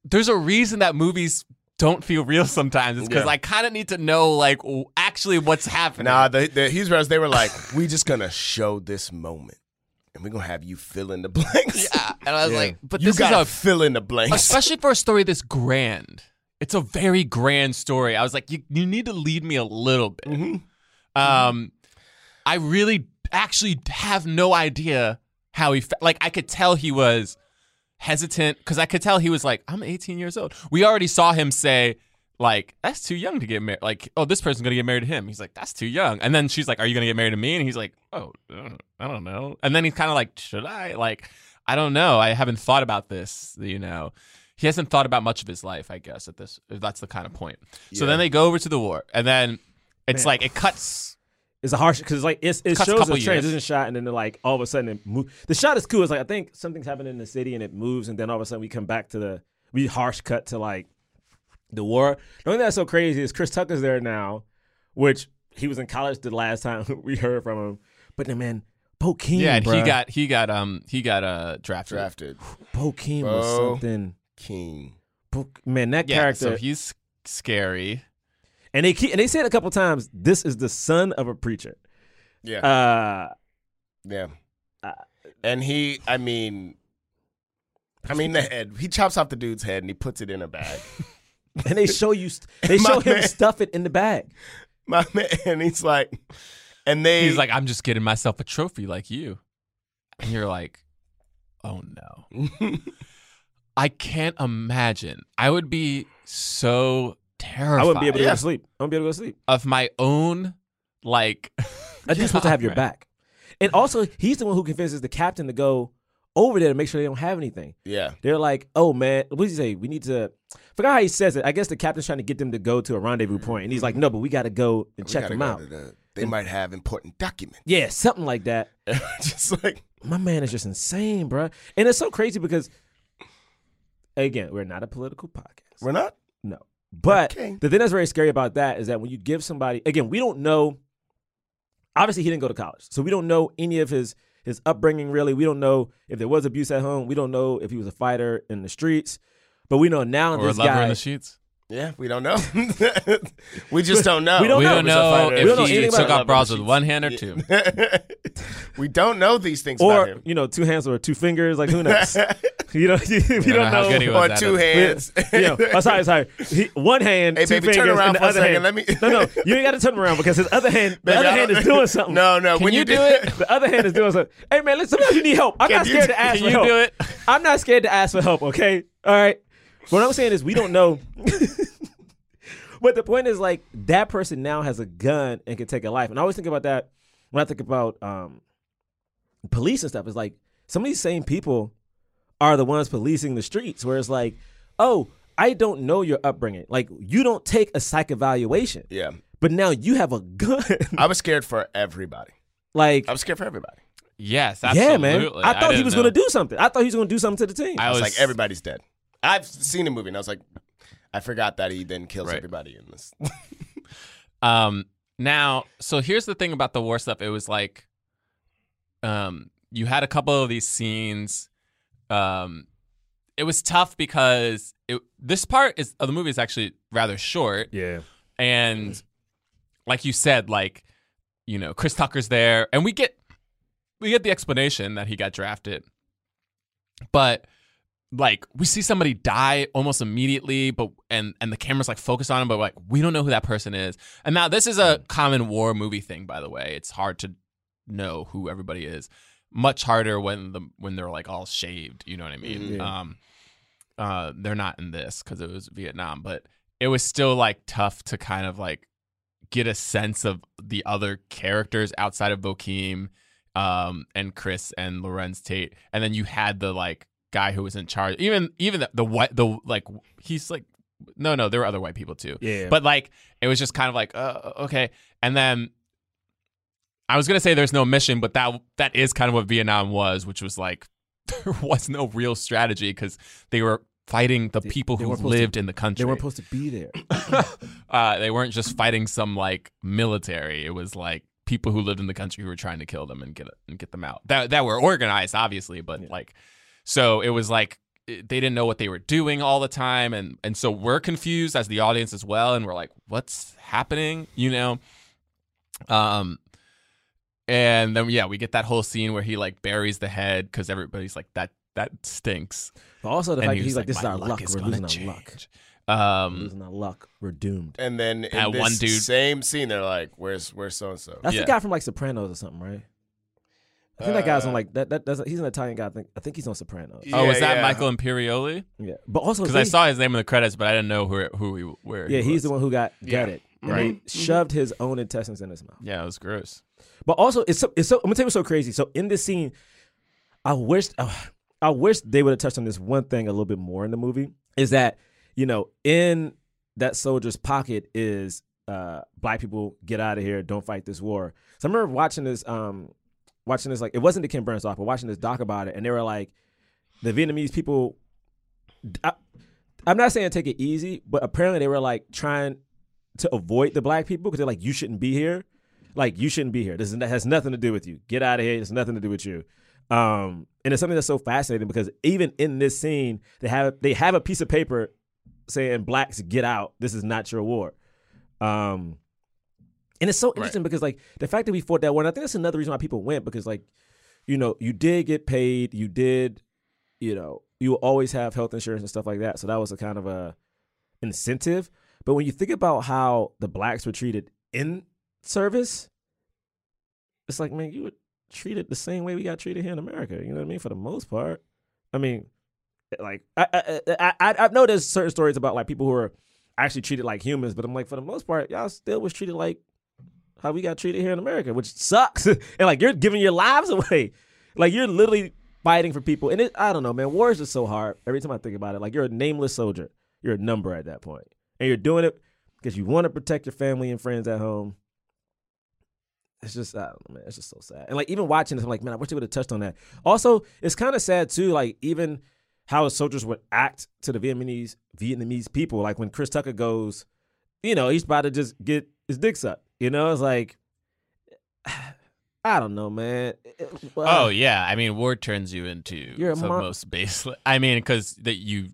S3: there's a reason that movies don't feel real sometimes. It's because
S2: Yeah.
S3: I kind of need to know like w- actually what's happening.
S2: Nah, the, the Hebrews they were like, we just gonna show this moment, and we're gonna have you fill in the blanks.
S3: yeah. Uh, And I was like, but
S2: you
S3: this is
S2: gotta
S3: a
S2: fill in the blanks.
S3: especially for a story this grand. It's a very grand story. I was like, you, you need to lead me a little bit. Um, I really actually have no idea how he fe- like. I could tell he was hesitant because I could tell he was like, I'm 18 years old. We already saw him say. Like that's too young to get married. Like, oh, this person's gonna get married to him. He's like, that's too young. And then she's like, are you gonna get married to me? And he's like, oh, I don't- I don't know. And then he's kind of like, should I? Like, I don't know. I haven't thought about this. You know, he hasn't thought about much of his life. I guess at this, if that's the kind of point.
S4: Yeah.
S3: So then they go over to the war, and then it's
S4: Man.
S3: like it cuts.
S4: It's a harsh because it's like it's, it
S3: Cuts a
S4: shows
S3: couple
S4: a transition
S3: years.
S4: shot, and then they're like all of a sudden it moves. The shot is cool. It's like I think something's happening in the city, and it moves, and then all of a sudden we come back to the we harsh cut to like the war. The only thing that's so crazy is Chris Tucker's there now, which he was in college the last time <laughs> we heard from him. But then man, Bo Keem,
S3: yeah, and he
S4: bruh.
S3: got he got um he got uh drafted.
S2: Drafted.
S4: Bo Keem was
S2: Bo
S4: something.
S2: King.
S4: Bo, man, that
S3: Yeah,
S4: character.
S3: So he's scary.
S4: and they keep and they said a couple times, "This is the son of a preacher."
S2: Yeah.
S4: Uh,
S2: Yeah. and he, I mean, I mean the head. He chops off the dude's head and he puts it in a
S4: <laughs>
S2: bag.
S4: and they show you,
S3: <laughs>
S4: they
S2: My
S4: show him
S2: man.
S4: stuff it in the bag.
S2: My man, and he's like, and they.
S3: He's like, I'm just getting myself a trophy like you. And you're like, oh
S4: <laughs>
S3: no. I can't imagine. I would be so terrified.
S4: I wouldn't be able to go to sleep. I wouldn't be able to go to sleep.
S3: Of my own,
S4: <laughs>
S3: like.
S4: I just want
S2: <laughs>
S4: to have your
S3: Yeah.
S4: back. And also, he's the one who convinces the captain to go over there to make sure they don't have anything.
S2: Yeah.
S4: They're like, oh man, what does he say? We need to. Forgot how he says it. I guess the captain's trying to get them to go to a rendezvous point, and he's like, no, but we got to go and
S2: "We
S4: check
S2: gotta
S4: them
S2: go
S4: out.
S2: to the- they might have important
S4: <laughs>
S2: documents.
S4: Yeah, something like that.
S2: <laughs> just like
S4: my man is just insane, bro. And it's so crazy because, again, we're not a political podcast.
S2: We're not.
S4: No, but
S2: Okay.
S4: the thing that's very scary about that is that when you give somebody, again, we don't know. Obviously, he didn't go to college, so we don't know any of his his upbringing. Really, we don't know if there was abuse at home. We don't know if he was a fighter in the streets. But we know now
S3: Or a
S4: this
S3: lover
S4: guy
S3: in the sheets.
S2: Yeah, we don't know. <laughs> we just don't know.
S4: We don't We know. don't know
S3: if he took off bras with one hand or two.
S4: <laughs>
S2: <laughs> we don't know these things about
S4: or
S2: him.
S4: you know, two hands or two fingers, like who knows? you know, <laughs> we don't
S2: know how
S4: know.
S2: good he was Or at two it. hands.
S4: Yeah, yeah. Oh, sorry, sorry. He, one hand,
S2: Hey,
S4: two
S2: baby, turn
S4: fingers,
S2: around
S4: and the
S2: for a
S4: other
S2: second.
S4: hand.
S2: Let me- <laughs>
S4: no, no, you ain't got to turn around because his other hand, the
S2: Baby,
S4: other
S2: I
S4: hand
S2: don't-
S4: is doing
S2: <laughs>
S4: something.
S2: No, no. when you, do
S4: it? The other hand is doing something. Hey, man, listen, sometimes you need help. I'm
S2: Can
S4: not
S2: you
S4: scared
S2: do-
S4: to ask
S2: can
S4: for
S3: <laughs>
S2: you
S4: help.
S2: do it?
S4: I'm not scared to ask for help. Okay, all right. What I'm saying is we don't know. <laughs> But the point is, like, that person now has a gun and can take a life. And I always think about that when I think about um, police and stuff. It's like some of these same people are the ones policing the streets, where it's like, oh, I don't know your upbringing. Like, you don't take a psych evaluation.
S2: <laughs> Yeah.
S4: But now you have a gun. <laughs>
S2: I was scared for everybody.
S4: Like,
S2: I was scared for everybody.
S3: Yes,
S4: yeah,
S3: absolutely.
S4: man. I thought he
S3: didn't
S4: was
S3: know.
S4: going to do something. I thought he was going to do something to the team.
S2: I was, like, everybody's dead. I've seen the movie, and I was like, I forgot that he then kills everybody in this.
S3: Um, now, so here's the thing about the war stuff. It was like, um, you had a couple of these scenes. Um, it was tough because it, this part is of the movie is actually rather short.
S4: Yeah,
S3: and like you said, like you know, Chris Tucker's there, and we get we get the explanation that he got drafted, but like we see somebody die almost immediately but and and the camera's like focused on him but like we don't know who that person is and now this is a common war movie thing by the way it's hard to know who everybody is much harder when the when they're like all shaved you know what i mean
S2: Mhm. Yeah.
S3: um uh they're not in this because it was vietnam but it was still like tough to kind of like get a sense of the other characters outside of Bokeem um, and Chris and Lorenz Tate, and then you had the like guy who was in charge. Even even the, the white the like he's like no no there were other white people too.
S4: Yeah.
S3: but like it was just kind of like uh, okay, and then I was gonna say there's no mission, but that that is kind of what Vietnam was, which was like <laughs> there was no real strategy because they were fighting the people
S4: they
S3: who
S4: weren't supposed
S3: lived
S4: to-
S3: in the
S4: They
S3: country
S4: weren't supposed to be there.
S3: <laughs> uh, they weren't just fighting some like military. It was like people who lived in the country who were trying to kill them and get and get them out. That that were organized, obviously, but like, so it was like it- they didn't know what they were doing all the time, and and so we're confused as the audience as well, and we're like, what's happening? You know, um. And then yeah, we get that whole scene where he like buries the head because everybody's like that that stinks.
S4: But also the
S3: And
S4: fact
S3: he
S4: that he's
S3: was
S4: like, this is
S3: "My
S4: our luck.
S3: is
S4: We're
S3: gonna
S4: losing
S3: change."
S4: our luck.
S3: Um,
S4: We're losing our luck. We're doomed.
S2: And then in
S3: That
S2: this
S3: one dude-
S2: same scene, they're like, "Where's where's so and so?"
S4: That's the guy from like Sopranos or something, right? I think that guy's
S3: Uh,
S4: on like that. That doesn't. He's an Italian guy. I think. I think he's on Sopranos.
S3: Oh, was that Michael Imperioli?
S4: Yeah, but also
S3: because I
S4: they-
S3: saw his name in the credits, but I didn't know who who he where.
S4: Yeah,
S3: he
S4: he's
S3: was.
S4: the one who got
S3: Yeah,
S4: gutted. And
S3: right. Mm-hmm.
S4: They shoved his own intestines in his mouth.
S3: Yeah, it was gross.
S4: But also, it's so, it's so. I'm gonna tell you what's so crazy. So in this scene, I wish. oh, I wish they would have touched on this one thing a little bit more in the movie is that, you know, in that soldier's pocket is uh, black people get out of here, don't fight this war. So I remember watching this, um, watching this like it wasn't the Ken Burns doc, but watching this doc about it, and they were like, the Vietnamese people. I, I'm not saying take it easy, but apparently they were like trying to avoid the black people because they're like, you shouldn't be here, like you shouldn't be here. This is, has nothing to do with you. Get out of here. It's nothing to do with you. Um, and it's something that's so fascinating because even in this scene, they have they have a piece of paper saying blacks get out. This is not your war. Um, and it's so interesting because like the fact that we fought that war, and I think that's another reason why people went because like, you know, you did get paid, you did, you know, you will always have health insurance and stuff like that. So that was a kind of a incentive. But when you think about how the blacks were treated in service, it's like man, you were treated the same way we got treated here in America. You know what I mean? For the most part, I mean, eh, like I I I, I, I know there's certain stories about like people who are actually treated like humans, but I'm like for the most part, y'all still was treated like how we got treated here in America, which sucks. <laughs> and like you're giving your lives away. Like you're literally fighting for people. And it, I don't know, man. War is just so hard. Every time I think about it, like you're a nameless soldier. You're a number at that point. And you're doing it because you want to protect your family and friends at home. It's just, I don't know, man. It's just so sad. And like even watching this, I'm like, man, I wish they would have touched on that. Also, it's kind of sad too, like even how the soldiers would act to the Vietnamese Vietnamese people. Like when Chris Tucker goes, you know, he's about to just get his dick sucked. You know, it's like <sighs> I don't know, man. It- well,
S3: oh yeah, I mean, war turns you into
S4: You're a
S3: the
S4: mon-
S3: most baseless. I mean, because that you,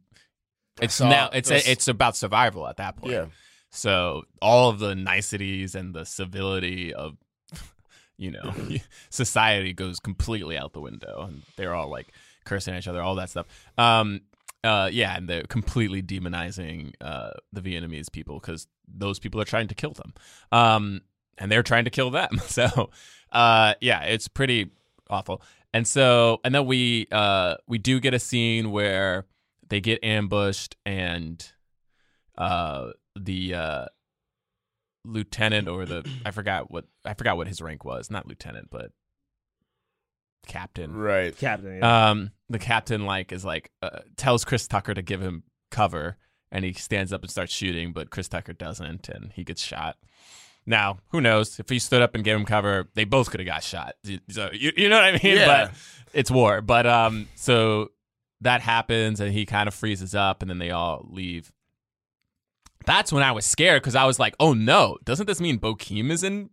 S3: it's
S2: saw-
S3: now it's
S2: I s-
S3: it's about survival at that point.
S2: Yeah.
S3: So all of the niceties and the civility of,
S2: <laughs>
S3: you know, <laughs> society goes completely out the window, and they're all like cursing at each other, all that stuff. Um, uh, yeah, and they're completely demonizing uh the Vietnamese people because those people are trying to kill them. Um, and they're trying to kill them. <laughs> So, uh, yeah, it's pretty awful. And so, and then we uh, we do get a scene where they get ambushed, and uh, the uh, lieutenant or the I forgot what I forgot what his rank was, not lieutenant, but captain.
S2: Right.
S4: Captain,
S3: Um, the captain like is like uh, tells Chris Tucker to give him cover, and he stands up and starts shooting, but Chris Tucker doesn't, and he gets shot. Now, who knows? If he stood up and gave him cover, they both could have got shot. So you, you know what I mean?
S2: Yeah.
S3: But it's war. But um, so that happens, and he kind of freezes up, and then they all leave. That's when I was scared because I was like, "Oh no! Doesn't this mean Bokeem is in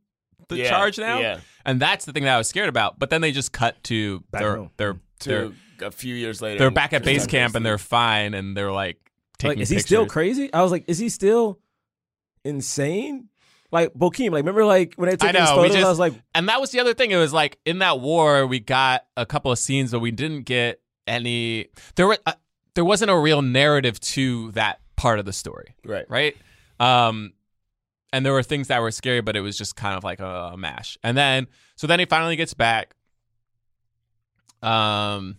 S3: the
S2: Yeah,
S3: charge now?"
S2: yeah.
S3: And that's the thing that I was scared about. But then they just cut to
S4: Back
S3: their
S4: home.
S3: their
S2: To
S3: their
S2: a few years later,
S3: they're back at
S2: Chris
S3: base
S2: Tucker's-
S3: camp and they're fine and they're like taking
S4: like, is he still
S3: pictures.
S4: crazy? I was like, is he still insane? Like Bokeem, like remember like when they took
S3: I
S4: his
S3: know.
S4: photos,
S3: We just,
S4: I was like,
S3: and that was the other thing. It was like in that war, we got a couple of scenes, but we didn't get any. There were uh, there wasn't a real narrative to that part of the story,
S2: Right.
S3: right? Um, and there were things that were scary, but it was just kind of like a, a mash. And then so then he finally gets back. Um,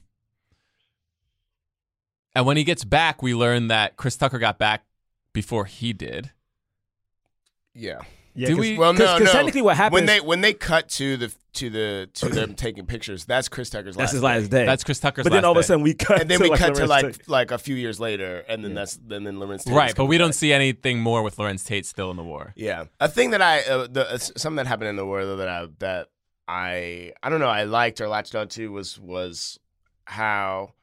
S3: and when he gets back, we learn that Chris Tucker got back before he did.
S2: Yeah.
S4: yeah,
S3: Do
S4: 'cause-
S3: we?
S2: Well, no,
S4: 'cause
S2: no.
S4: technically what happens-
S2: when they when they cut to the to the to them <coughs> taking pictures? That's Chris Tucker's.
S4: that's
S2: last
S4: his last
S2: day.
S4: day.
S3: That's Chris Tucker's.
S4: but then
S3: last
S4: all of a
S3: day.
S4: sudden we cut,
S2: And
S4: <laughs>
S2: then we cut to
S4: Lawrence
S2: like
S4: Taylor.
S2: like a few years later, and then that's then then Lawrence. Taylor's
S3: Right, but
S2: coming
S3: we
S2: back.
S3: don't see anything more with Lawrence Tate still in the war.
S2: Yeah, a thing that I uh, the uh, s- something that happened in the war though that I that I I don't know I liked or latched onto was was how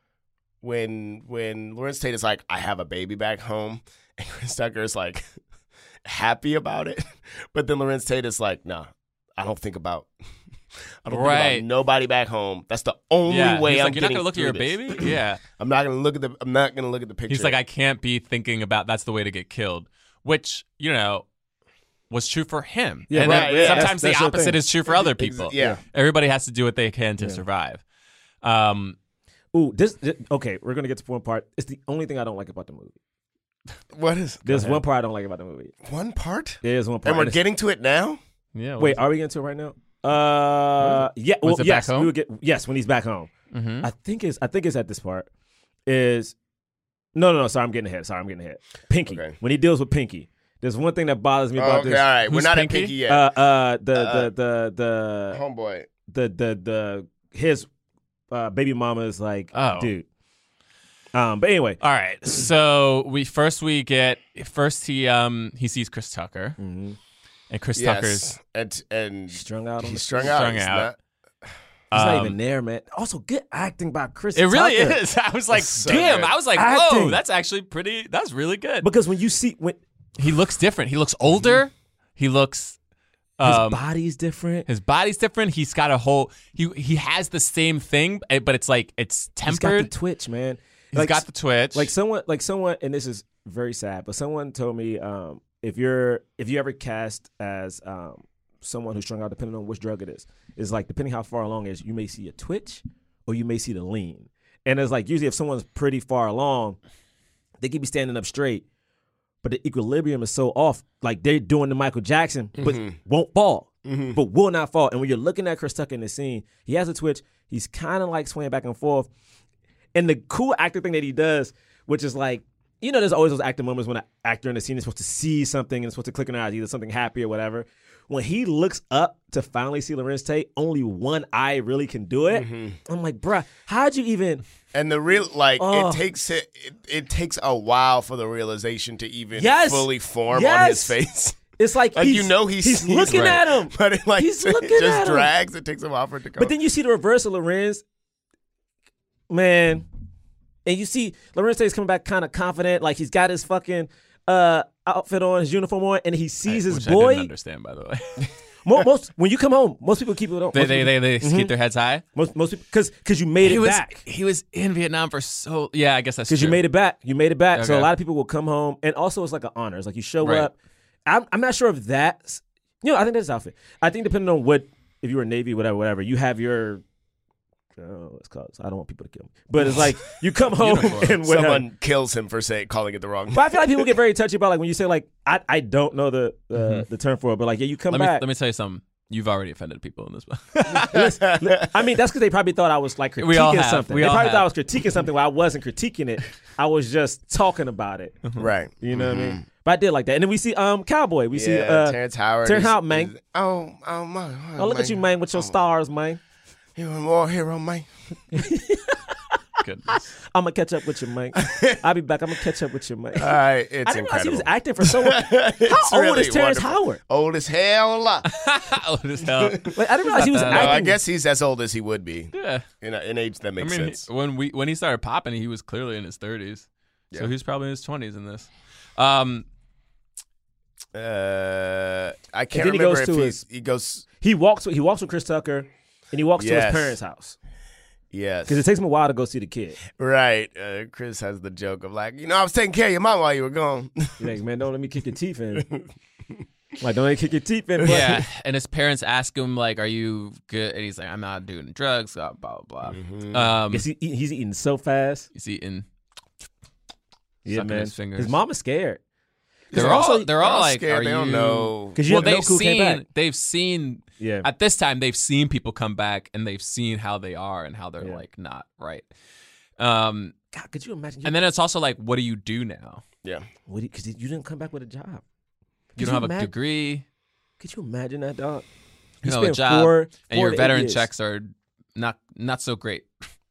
S2: when when Lawrence Tate is like I have a baby back home <laughs> and Chris Tucker is like <laughs> happy about it, <laughs> but then Lawrence Tate is like nah I don't think about. <laughs> I don't think
S3: Right.
S2: about nobody back home. That's the only
S3: yeah,
S2: way
S3: he's
S2: I'm
S3: like, you're not
S2: getting
S3: gonna look at your
S2: through this." <laughs>
S3: baby. yeah,
S2: I'm not gonna look at the. I'm not gonna look at the picture.
S3: he's like, I can't be thinking about that's the way to get killed, which you know was true for him.
S4: Yeah,
S3: and then
S2: right, yeah.
S4: That's-
S3: sometimes the
S4: that's the
S3: opposite
S4: thing.
S3: is true for other
S2: Ex-
S3: people.
S2: yeah.
S3: everybody has to do what they can to
S4: Yeah.
S3: survive. Um,
S4: Ooh, this, thi- okay. We're gonna get to one part. It's the only thing I don't like about the movie.
S2: what is
S4: There's one part I don't like about the movie.
S2: one part?
S4: There's one part.
S2: And we're
S4: it's-
S2: getting to it now.
S3: yeah.
S4: Wait, are we getting to it right now? Uh, yeah.
S3: Was
S4: Well,
S3: it back
S4: yes,
S3: home?
S4: we would get yes when he's back home.
S3: hmm
S4: I think is I think it's at this part is no no no sorry I'm getting ahead sorry I'm getting ahead Pinky
S2: Okay.
S4: when he deals with Pinky there's one thing that bothers me
S2: Oh,
S4: about
S2: okay,
S4: this
S2: all right. We're
S3: Who's
S2: not
S3: Pinky?
S2: at Pinky yet.
S4: uh uh the
S2: Uh,
S4: the the the
S2: Homeboy.
S4: the the the his uh, baby mama is like,
S3: Oh.
S4: dude. Um, but anyway,
S3: all right. So we first we get first he um he sees Chris Tucker,
S4: Mm-hmm.
S3: and Chris
S4: Yes.
S3: Tucker's
S2: and and
S4: strung out.
S2: He's
S4: the-
S2: strung out.
S3: Strung
S2: He's
S3: out.
S2: not-
S4: He's not
S3: Um,
S4: even there, man. Also, good acting by Chris.
S3: It really
S4: Tucker.
S3: is. <laughs> I was like,
S4: so
S3: damn.
S4: good.
S3: I was like, whoa,
S4: Acting.
S3: that's actually pretty. That's really good.
S4: because when you see when
S3: he looks different. He looks older. He looks.
S4: His
S3: Um,
S4: body's different.
S3: his body's different. He's got a whole. He he has the same thing, eh, but it's like it's
S4: He's got
S3: tempered.
S4: the twitch, man.
S3: He's got the twitch.
S4: Like someone, like someone, and this is very sad, but someone told me um, if you're if you ever cast as um, someone who's strung out, depending on which drug it is, is like depending how far along it is, you may see a twitch or you may see the lean. And it's like usually if someone's pretty far along, they could be standing up straight, but the equilibrium is so off. Like they're doing the Michael Jackson, but
S3: Mm-hmm.
S2: Mhm.
S4: won't fall,
S2: Mhm.
S4: but will not fall. And when you're looking at Chris Tucker in the scene, he has a twitch. He's kind of like swaying back and forth. And the cool actor thing that he does, which is like, you know, there's always those actor moments when an actor in the scene is supposed to see something and it's supposed to click in their eyes, either something happy or whatever. When he looks up to finally see Lorenz Tate, only one eye really can do it.
S2: Mm-hmm.
S4: I'm like, bruh, how'd you even?
S2: And the real like
S4: Oh.
S2: it takes it, it it takes a while for the realization to even
S4: Yes.
S2: fully form on his
S4: Yes.
S2: face. <laughs>
S4: It's like,
S2: Like
S4: he's,
S2: you know he's,
S4: he's looking at him.
S2: <laughs> but it like
S4: He's
S2: it
S4: looking
S2: just
S4: at him.
S2: drags. It takes a while for it to come.
S4: But then <laughs> you see the reverse of Lorenz, man, and you see Lorenz Tate's coming back kind of confident, like he's got his fucking uh, outfit on, his uniform on, and he sees his
S3: which I
S4: boy.
S3: didn't understand, by the way. <laughs>
S4: Mo- most when you come home, most people keep it on.
S3: they they they, they
S4: Mhm.
S3: keep their heads high.
S4: most most people because because you made
S3: he
S4: it
S3: was
S4: back.
S3: he was in Vietnam for so yeah. I guess that's
S4: Because you
S3: true.
S4: made it back. You made it back. So
S3: Okay.
S4: a lot of people will come home. And also, it's like an honor. It's like you show
S3: Right.
S4: up. I'm, I'm not sure if that's, you know, I think that's outfit. I think depending on what, if you were Navy, whatever, whatever, you have your, I don't know what it's called. So I don't want people to kill me. But it's
S3: <laughs>
S4: like you come home <laughs> and whatever.
S2: someone kills him for saying calling it the wrong.
S4: But I feel like people get very touchy about like when you say like I, I don't know the uh,
S3: Mhm.
S4: the term for it, but like yeah you come
S3: Let me
S4: back.
S3: let me tell you something. You've already offended people in this one. <laughs>
S4: Listen, I mean, that's because they probably thought I was like critiquing
S3: We all have.
S4: something.
S3: We
S4: they
S3: all
S4: probably thought I
S3: have.
S4: was critiquing something where I wasn't critiquing it. I was just talking about it.
S2: <laughs> Right.
S4: You know what I
S2: Mhm.
S4: mean? But I did like that. And then we see um Cowboy. We see
S2: Yeah,
S4: uh,
S2: Terrence Howard
S4: Terrence
S2: is-
S4: Howard, man.
S2: is- Oh, oh my!
S4: Oh, look at you, man, with your stars, man.
S2: You're more hero, man.
S4: <laughs> I'm gonna catch up with you,
S2: <laughs>
S4: man. I'll be back. I'm gonna catch up with you, man.
S2: All right, Ah, it's
S4: I didn't realize he was
S2: incredible.
S4: acting for so long. How
S2: <laughs> It's
S4: old
S2: really
S4: is Terrence
S2: wonderful.
S4: Howard?
S2: Old as hell. Old
S3: as hell.
S4: Like, <laughs> I didn't realize he was
S2: No, I
S4: acting.
S2: guess he's as old as he would be.
S3: Yeah.
S2: In, a, in age that
S3: I
S2: makes
S3: mean,
S2: sense.
S3: he- when we when he started popping, he was clearly in his thirties.
S2: Yeah.
S3: So he's probably in his twenties in this. Um,
S2: Uh, I can't
S4: then he
S2: remember
S4: goes
S2: if
S4: to
S2: he's,
S4: his-
S2: he goes.
S4: He walks. With, he walks with Chris Tucker, and he walks to
S2: Yes.
S4: his parents' house
S2: Yes.
S4: because it takes him a while to go see the kid.
S2: Right. Uh, Chris has the joke of like, you know, I was taking care of your mom while you were
S4: <laughs>
S2: gone.
S4: He's like, man, don't let me kick your teeth
S2: <laughs>
S4: in. <laughs> like, don't let me kick your teeth in. boy."
S3: yeah, and his parents ask him like, "Are you good?" And he's like, "I'm not doing drugs." Blah blah blah.
S2: Mm-hmm.
S3: Um,
S4: Yes, he, eat- he's eating so fast.
S3: he's eating.
S4: Yeah,
S3: sucking
S4: man.
S3: His fingers.
S4: mama's scared.
S3: They're all they're all like,
S2: scared.
S3: are
S2: They
S3: you?
S2: don't know.
S4: 'Cause you
S3: well,
S4: have no
S3: they've
S4: cool came
S3: seen
S4: back.
S3: they've seen
S4: Yeah.
S3: at this time they've seen people come back and they've seen how they are and how they're like not right. Um,
S4: God, could you imagine? You,
S3: and then it's also like, what do you do now?
S2: Yeah.
S4: what because you, didn't come back with a job.
S3: You
S4: Could
S3: don't have a
S4: imag-
S3: degree.
S4: Could you imagine that, dog?
S3: You
S4: You
S3: don't have a
S4: spent
S3: job,
S4: four-
S3: and
S4: four
S3: your
S4: to eight
S3: veteran
S4: years.
S3: checks are not not so great. <laughs>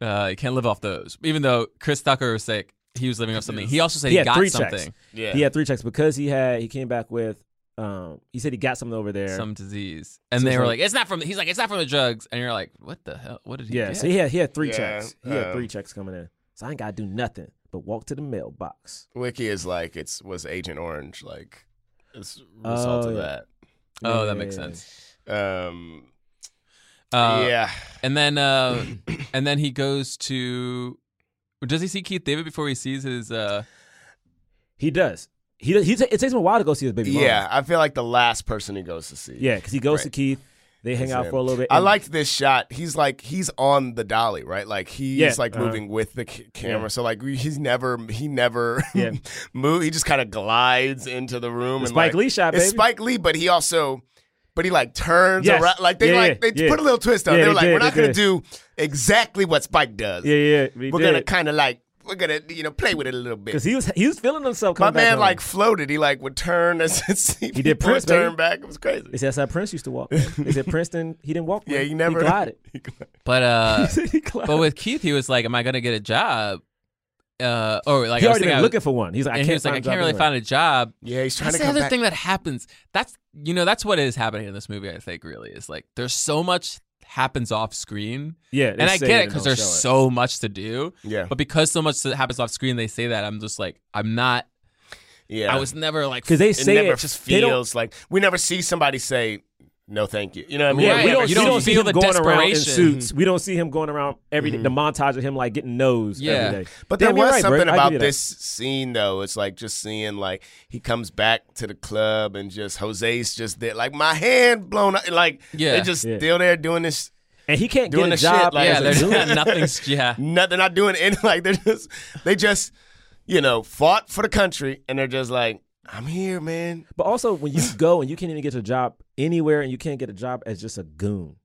S3: Uh, you can't live off those. Even though Chris Tucker was sick, he was living off something. He also said he,
S4: had
S3: got
S4: three
S3: something,
S4: Checks. He had three checks because he had he came back with um he said he got something over there.
S3: some disease, and
S4: So
S3: they
S4: it's
S3: were
S4: like-
S3: like, "It's not from." He's like, "It's not from the drugs," and you're like, "What the hell? What did he?"
S4: yeah,
S3: get?
S4: so he had he had three
S2: Yeah,
S4: checks. He had
S2: um,
S4: three checks coming in. So I ain't gotta do nothing but walk to the mailbox.
S2: Wiki is like, it's was Agent Orange like, it's a result
S4: Oh,
S2: of
S4: yeah.
S3: Oh,
S4: Yeah,
S3: that makes
S4: yeah, yeah.
S3: sense.
S2: that. Um,
S3: Uh,
S2: yeah.
S3: And
S4: <clears throat>
S3: then, uh, and then he goes to. Does he see Keith David before he sees his? Uh,
S4: He does. He does. He ta- it takes him a while to go see his baby mama.
S2: Yeah, I feel like the last person he goes to see.
S4: yeah, because he goes to
S3: Right.
S4: Keith. They hang
S2: is
S4: out
S2: him.
S4: for a little bit.
S2: I
S4: and-
S2: liked this shot. He's like he's on the dolly, right? Like he's
S4: Yeah,
S2: like
S4: uh-huh.
S2: moving with the c- camera. So like he's never he never
S4: Yeah.
S2: <laughs> move. He just kind of glides into the room.
S4: The
S2: and
S4: Spike
S2: like,
S4: Lee shot,
S2: It's
S4: baby.
S2: Spike Lee, but he also. But he like turns
S4: Yes.
S2: around, like they
S4: Yeah,
S2: like
S4: yeah,
S2: they
S4: yeah.
S2: put a little twist on. it.
S4: Yeah,
S2: they were
S4: they
S2: like,
S4: did,
S2: we're not
S4: they
S2: gonna
S4: did.
S2: do exactly what Spike does.
S4: Yeah, yeah. we
S2: we're gonna
S4: did.
S2: kind of like we're gonna you know play with it a little bit.
S4: Because he was he was feeling himself.
S2: My
S4: Coming back
S2: man
S4: home.
S2: like floated. He like would turn as <laughs> he
S4: he did Prince
S2: turn
S4: baby.
S2: back. It was crazy. <laughs>
S4: It's <laughs> that's how Prince used to walk. man. They said Princeton he didn't walk.
S2: Yeah,
S4: man.
S2: he never-
S4: he glided.
S3: But
S4: <laughs>
S3: uh,
S4: said he climbed.
S3: but with Keith, he was like, "Am I gonna get a job?" Uh, or like
S4: He
S3: I
S4: already
S3: was thinking
S4: been
S3: I was-
S4: looking for one. He's like, I
S3: and he
S4: can't
S3: was like,
S4: find
S3: I
S4: a job
S3: can't really
S4: anyway.
S3: find a job.
S2: Yeah, he's trying
S3: That's
S2: to
S3: the
S2: come
S3: other
S2: back.
S3: thing that happens. That's you know that's what is happening in this movie. I think really is like there's so much happens off screen.
S4: Yeah,
S3: and
S4: they
S3: I
S4: say
S3: get
S4: it
S3: it
S4: and
S3: because
S4: don't
S3: there's
S4: show it.
S3: so much to do.
S2: Yeah.
S3: but because so much that happens off screen, they say that I'm just like I'm not.
S2: Yeah,
S3: I was never like
S4: 'Cause they
S3: f-
S4: say
S2: it never
S4: it,
S2: just
S4: they don't-
S2: feels like we never see somebody say no, thank you. You know what I mean?
S4: Yeah,
S2: Like,
S4: we
S2: never
S4: don't,
S3: you
S4: you
S3: don't
S4: don't,
S2: see-
S4: see
S3: feel
S4: him
S3: the
S4: going around in
S3: desperation. Mm-hmm.
S4: suits. We don't see him going around every day. The montage of him like getting nose
S3: Yeah.
S4: every day.
S2: But there
S4: Damn, you're
S2: was
S4: right, Bert.
S2: something
S4: I give
S2: about
S4: you that.
S2: this scene though. It's like just seeing like he comes back to the club and just Jose's just there, like my hand blown up, like
S3: Yeah.
S2: they're just
S4: Yeah.
S2: still there doing this.
S4: and he can't
S2: doing
S4: get
S2: the
S4: a
S2: shit,
S4: job.
S2: like-
S4: as
S3: yeah,
S4: a
S3: there's
S4: junior. <laughs>
S3: nothing's yeah.
S2: Nothing, not doing any. <laughs> Like they're just, they just, you know, fought for the country and they're just like, I'm here, man.
S4: But also, when
S3: <laughs>
S4: you go and you can't even get a job anywhere, and you can't get a job as just a goon,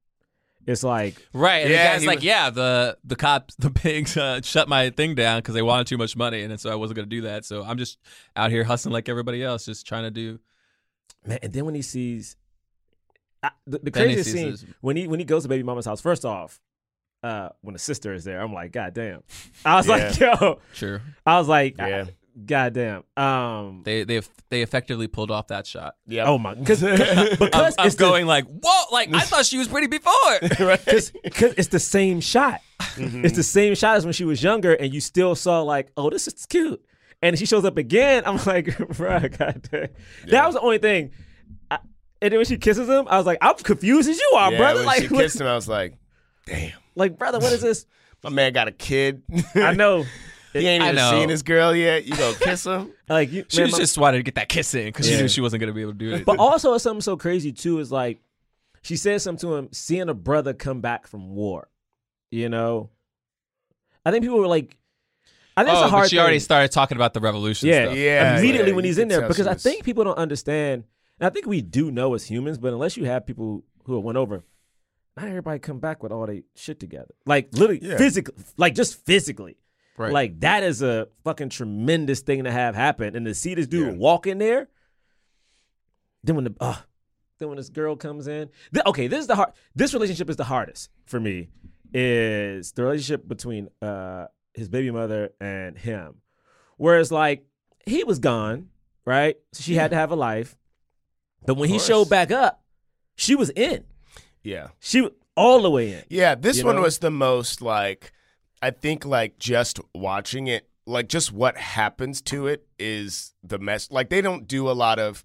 S4: it's like
S3: Right. And
S2: Yeah,
S3: the guy's
S2: he
S3: like,
S2: was-
S3: yeah, the the cops, the pigs uh, shut my thing down because they wanted too much money, and so I wasn't gonna do that. So I'm just out here hustling like everybody else, just trying to do.
S4: man. And then when he sees I, the, the
S3: Then he
S4: craziest
S3: sees
S4: scene
S3: his-
S4: when he when he goes to baby mama's house. First off, uh, when the sister is there, I'm like, God damn. I was like, yo,
S3: Sure.
S4: I was like,
S2: Yeah.
S4: God damn. Um,
S3: They they they effectively pulled off that shot.
S2: Yeah.
S4: oh my, because
S3: <laughs> I'm,
S4: because
S3: I'm
S4: it's the,
S3: going like, whoa!
S4: <laughs>
S3: Like I thought she was pretty before.
S4: Cause, 'cause it's the same shot.
S3: Mm-hmm.
S4: It's the same shot as when she was younger, and you still saw like, oh, this is cute. And she shows up again. I'm <laughs> like, bruh, god damn. That was the only thing. I, and then when she kisses him, I was like, I'm confused as you are,
S2: yeah,
S4: brother.
S2: when
S4: Like,
S2: she
S4: what-
S2: kissed him, I was like, damn,
S4: like, brother, what is
S3: <laughs>
S4: this?
S2: my man got a kid. <laughs>
S4: I know.
S2: he ain't
S3: I
S2: even
S3: know.
S2: seen this girl yet. You gonna kiss him? <laughs>
S4: Like, you,
S3: she
S4: man,
S3: was
S4: my-
S3: just wanted to get that kiss in because she
S4: Yeah.
S3: knew she wasn't gonna be able to do it.
S4: But also, it's something so crazy too is like, she said something to him, seeing a brother come back from war. You know, I think people were like, I think
S3: oh,
S4: it's a hard.
S3: but she already
S4: thing.
S3: started talking about the revolution.
S4: Yeah,
S3: stuff.
S2: Yeah,
S4: immediately
S2: yeah,
S4: when
S2: you
S4: he's
S2: could
S4: in there
S2: tell
S4: because
S2: she
S4: I
S2: was-
S4: think people don't understand. And I think we do know as humans, but unless you have people who are won over, not everybody come back with all they shit together. Like literally,
S2: Yeah.
S4: physically, like just physically.
S3: Right.
S4: Like that is a fucking tremendous thing to have happen, and to see this dude walk in there. Then when the uh, then when this girl comes in, th- okay, this is the hard. This relationship is the hardest for me. Is the relationship between uh his baby mother and him, whereas like he was gone, right? So she had to have a life, but when he
S2: course.
S4: showed back up, she was in.
S2: Yeah.
S4: She was all the way in.
S2: Yeah, this
S4: You
S2: one
S4: know?
S2: was the most like I think like just watching it, like just what happens to it is the mess. Like they don't do a lot of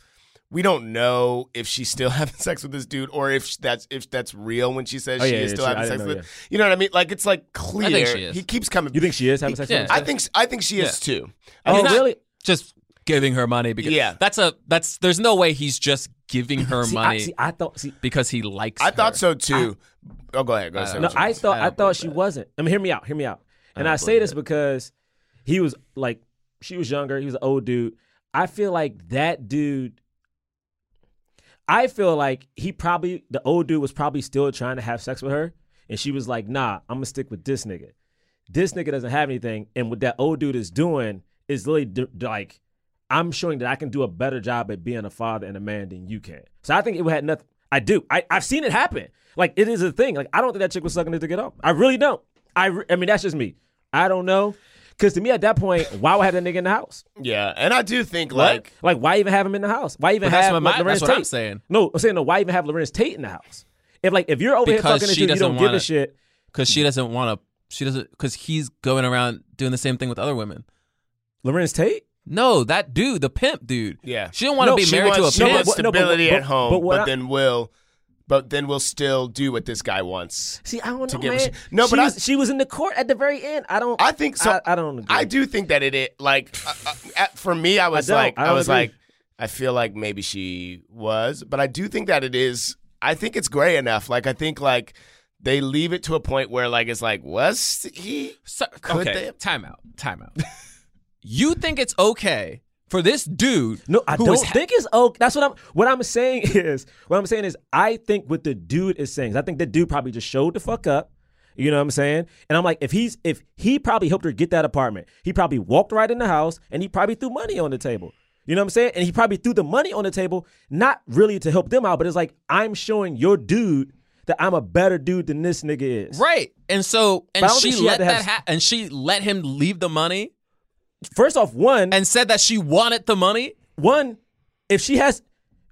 S2: we don't know if she's still <laughs> having sex with this dude or if that's if that's real when she says
S4: Oh,
S2: she
S4: yeah,
S2: is
S4: yeah,
S2: still
S4: she-
S2: having
S4: I
S2: sex
S4: didn't
S2: with.
S4: know,
S2: You know what I mean? Like it's like clear.
S3: think she is.
S2: He keeps coming.
S4: You think she is having sex?
S3: Yeah.
S4: with him?
S2: I think I think she is too. I
S4: Oh
S2: think
S4: really?
S3: Just giving her money because
S2: Yeah.
S3: that's a that's there's no way he's just giving her
S4: See,
S3: money
S4: I, see, I thought. See,
S3: because he likes.
S2: I thought
S3: her.
S2: so too. oh, go ahead. Go ahead. say
S4: No,
S2: what you
S4: I
S2: want.
S4: thought
S3: I
S4: I,
S3: don't believe
S4: thought she
S3: that.
S4: wasn't. I mean, hear me out. Hear me out. And
S3: don't
S4: I, say
S3: believe
S4: this because he was like, she was younger. He was an old dude. I feel like that dude. I feel like he probably the old dude was probably still trying to have sex with her, and she was like, "Nah, I'm gonna stick with this nigga. This nigga doesn't have anything." And what that old dude is doing is really d- d- like, I'm showing that I can do a better job at being a father and a man than you can. So I think it had nothing. I do. I, I've seen it happen. Like it is a thing. Like I don't think that chick was sucking it to get off. I really don't. I re- I mean that's just me. I don't know. Cause to me at that point, why would I have that nigga in the house?
S2: Yeah, and I do think
S4: Like,
S2: like
S4: like why even have him in the house? Why even
S3: But that's
S4: have
S3: what
S4: like,
S3: my-
S4: Lorenz
S3: that's what I'm
S4: Tate?
S3: saying.
S4: No, I'm saying no. Why even have Lorenz Tate in the house? If like if you're over
S3: Because
S4: here talking to
S3: she
S4: dude, you
S3: doesn't
S4: don't give
S3: wanna-
S4: a shit.
S3: because she doesn't want to. She doesn't because he's going around doing the same thing with other women.
S4: Lorenz Tate.
S3: No, that dude, the pimp dude.
S2: Yeah.
S3: she don't want to
S4: No,
S3: be
S4: she
S3: married
S2: wants,
S3: to a
S2: she
S3: pimp.
S2: wants
S4: What- no, but-
S2: stability
S4: but-
S2: at home,
S4: but
S2: but,
S4: what I-
S2: then will, but then will still do what this guy wants.
S4: See, I don't
S2: To
S4: know,
S2: give a
S4: man.
S2: shit. No,
S4: she
S2: but I-
S4: was, she was in the court at the very end. I don't.
S2: I think so.
S4: I, I don't. Agree.
S2: I do think that it, it like uh, uh, at, for me, I was
S4: don't.
S2: like,
S4: I
S2: I,
S4: don't
S2: was
S4: agree.
S2: like, I feel like maybe she was, but I do think that it is. I think it's gray enough. Like I think like they leave it to a point where like it's like was he?
S3: So-
S2: Could
S3: okay,
S2: they-
S3: time out, time out. <laughs> you think it's okay for this dude?
S4: No, I
S3: who
S4: don't
S3: is ha-
S4: think it's okay. That's what I'm. What I'm saying <laughs> is, what I'm saying is, I think what the dude is saying. 'cause I think the dude probably just showed the fuck up. You know what I'm saying? And I'm like, if he's if he probably helped her get that apartment, he probably walked right in the house and he probably threw money on the table. You know what I'm saying? And he probably threw the money on the table, not really to help them out, but it's like I'm showing your dude that I'm a better dude than this nigga is.
S3: Right. And so
S4: But I
S3: and
S4: don't
S3: she
S4: think she
S3: let
S4: had to
S3: that
S4: have-
S3: ha- and she let him leave the money.
S4: First off, one
S3: and said that she wanted the money.
S4: One, if she has,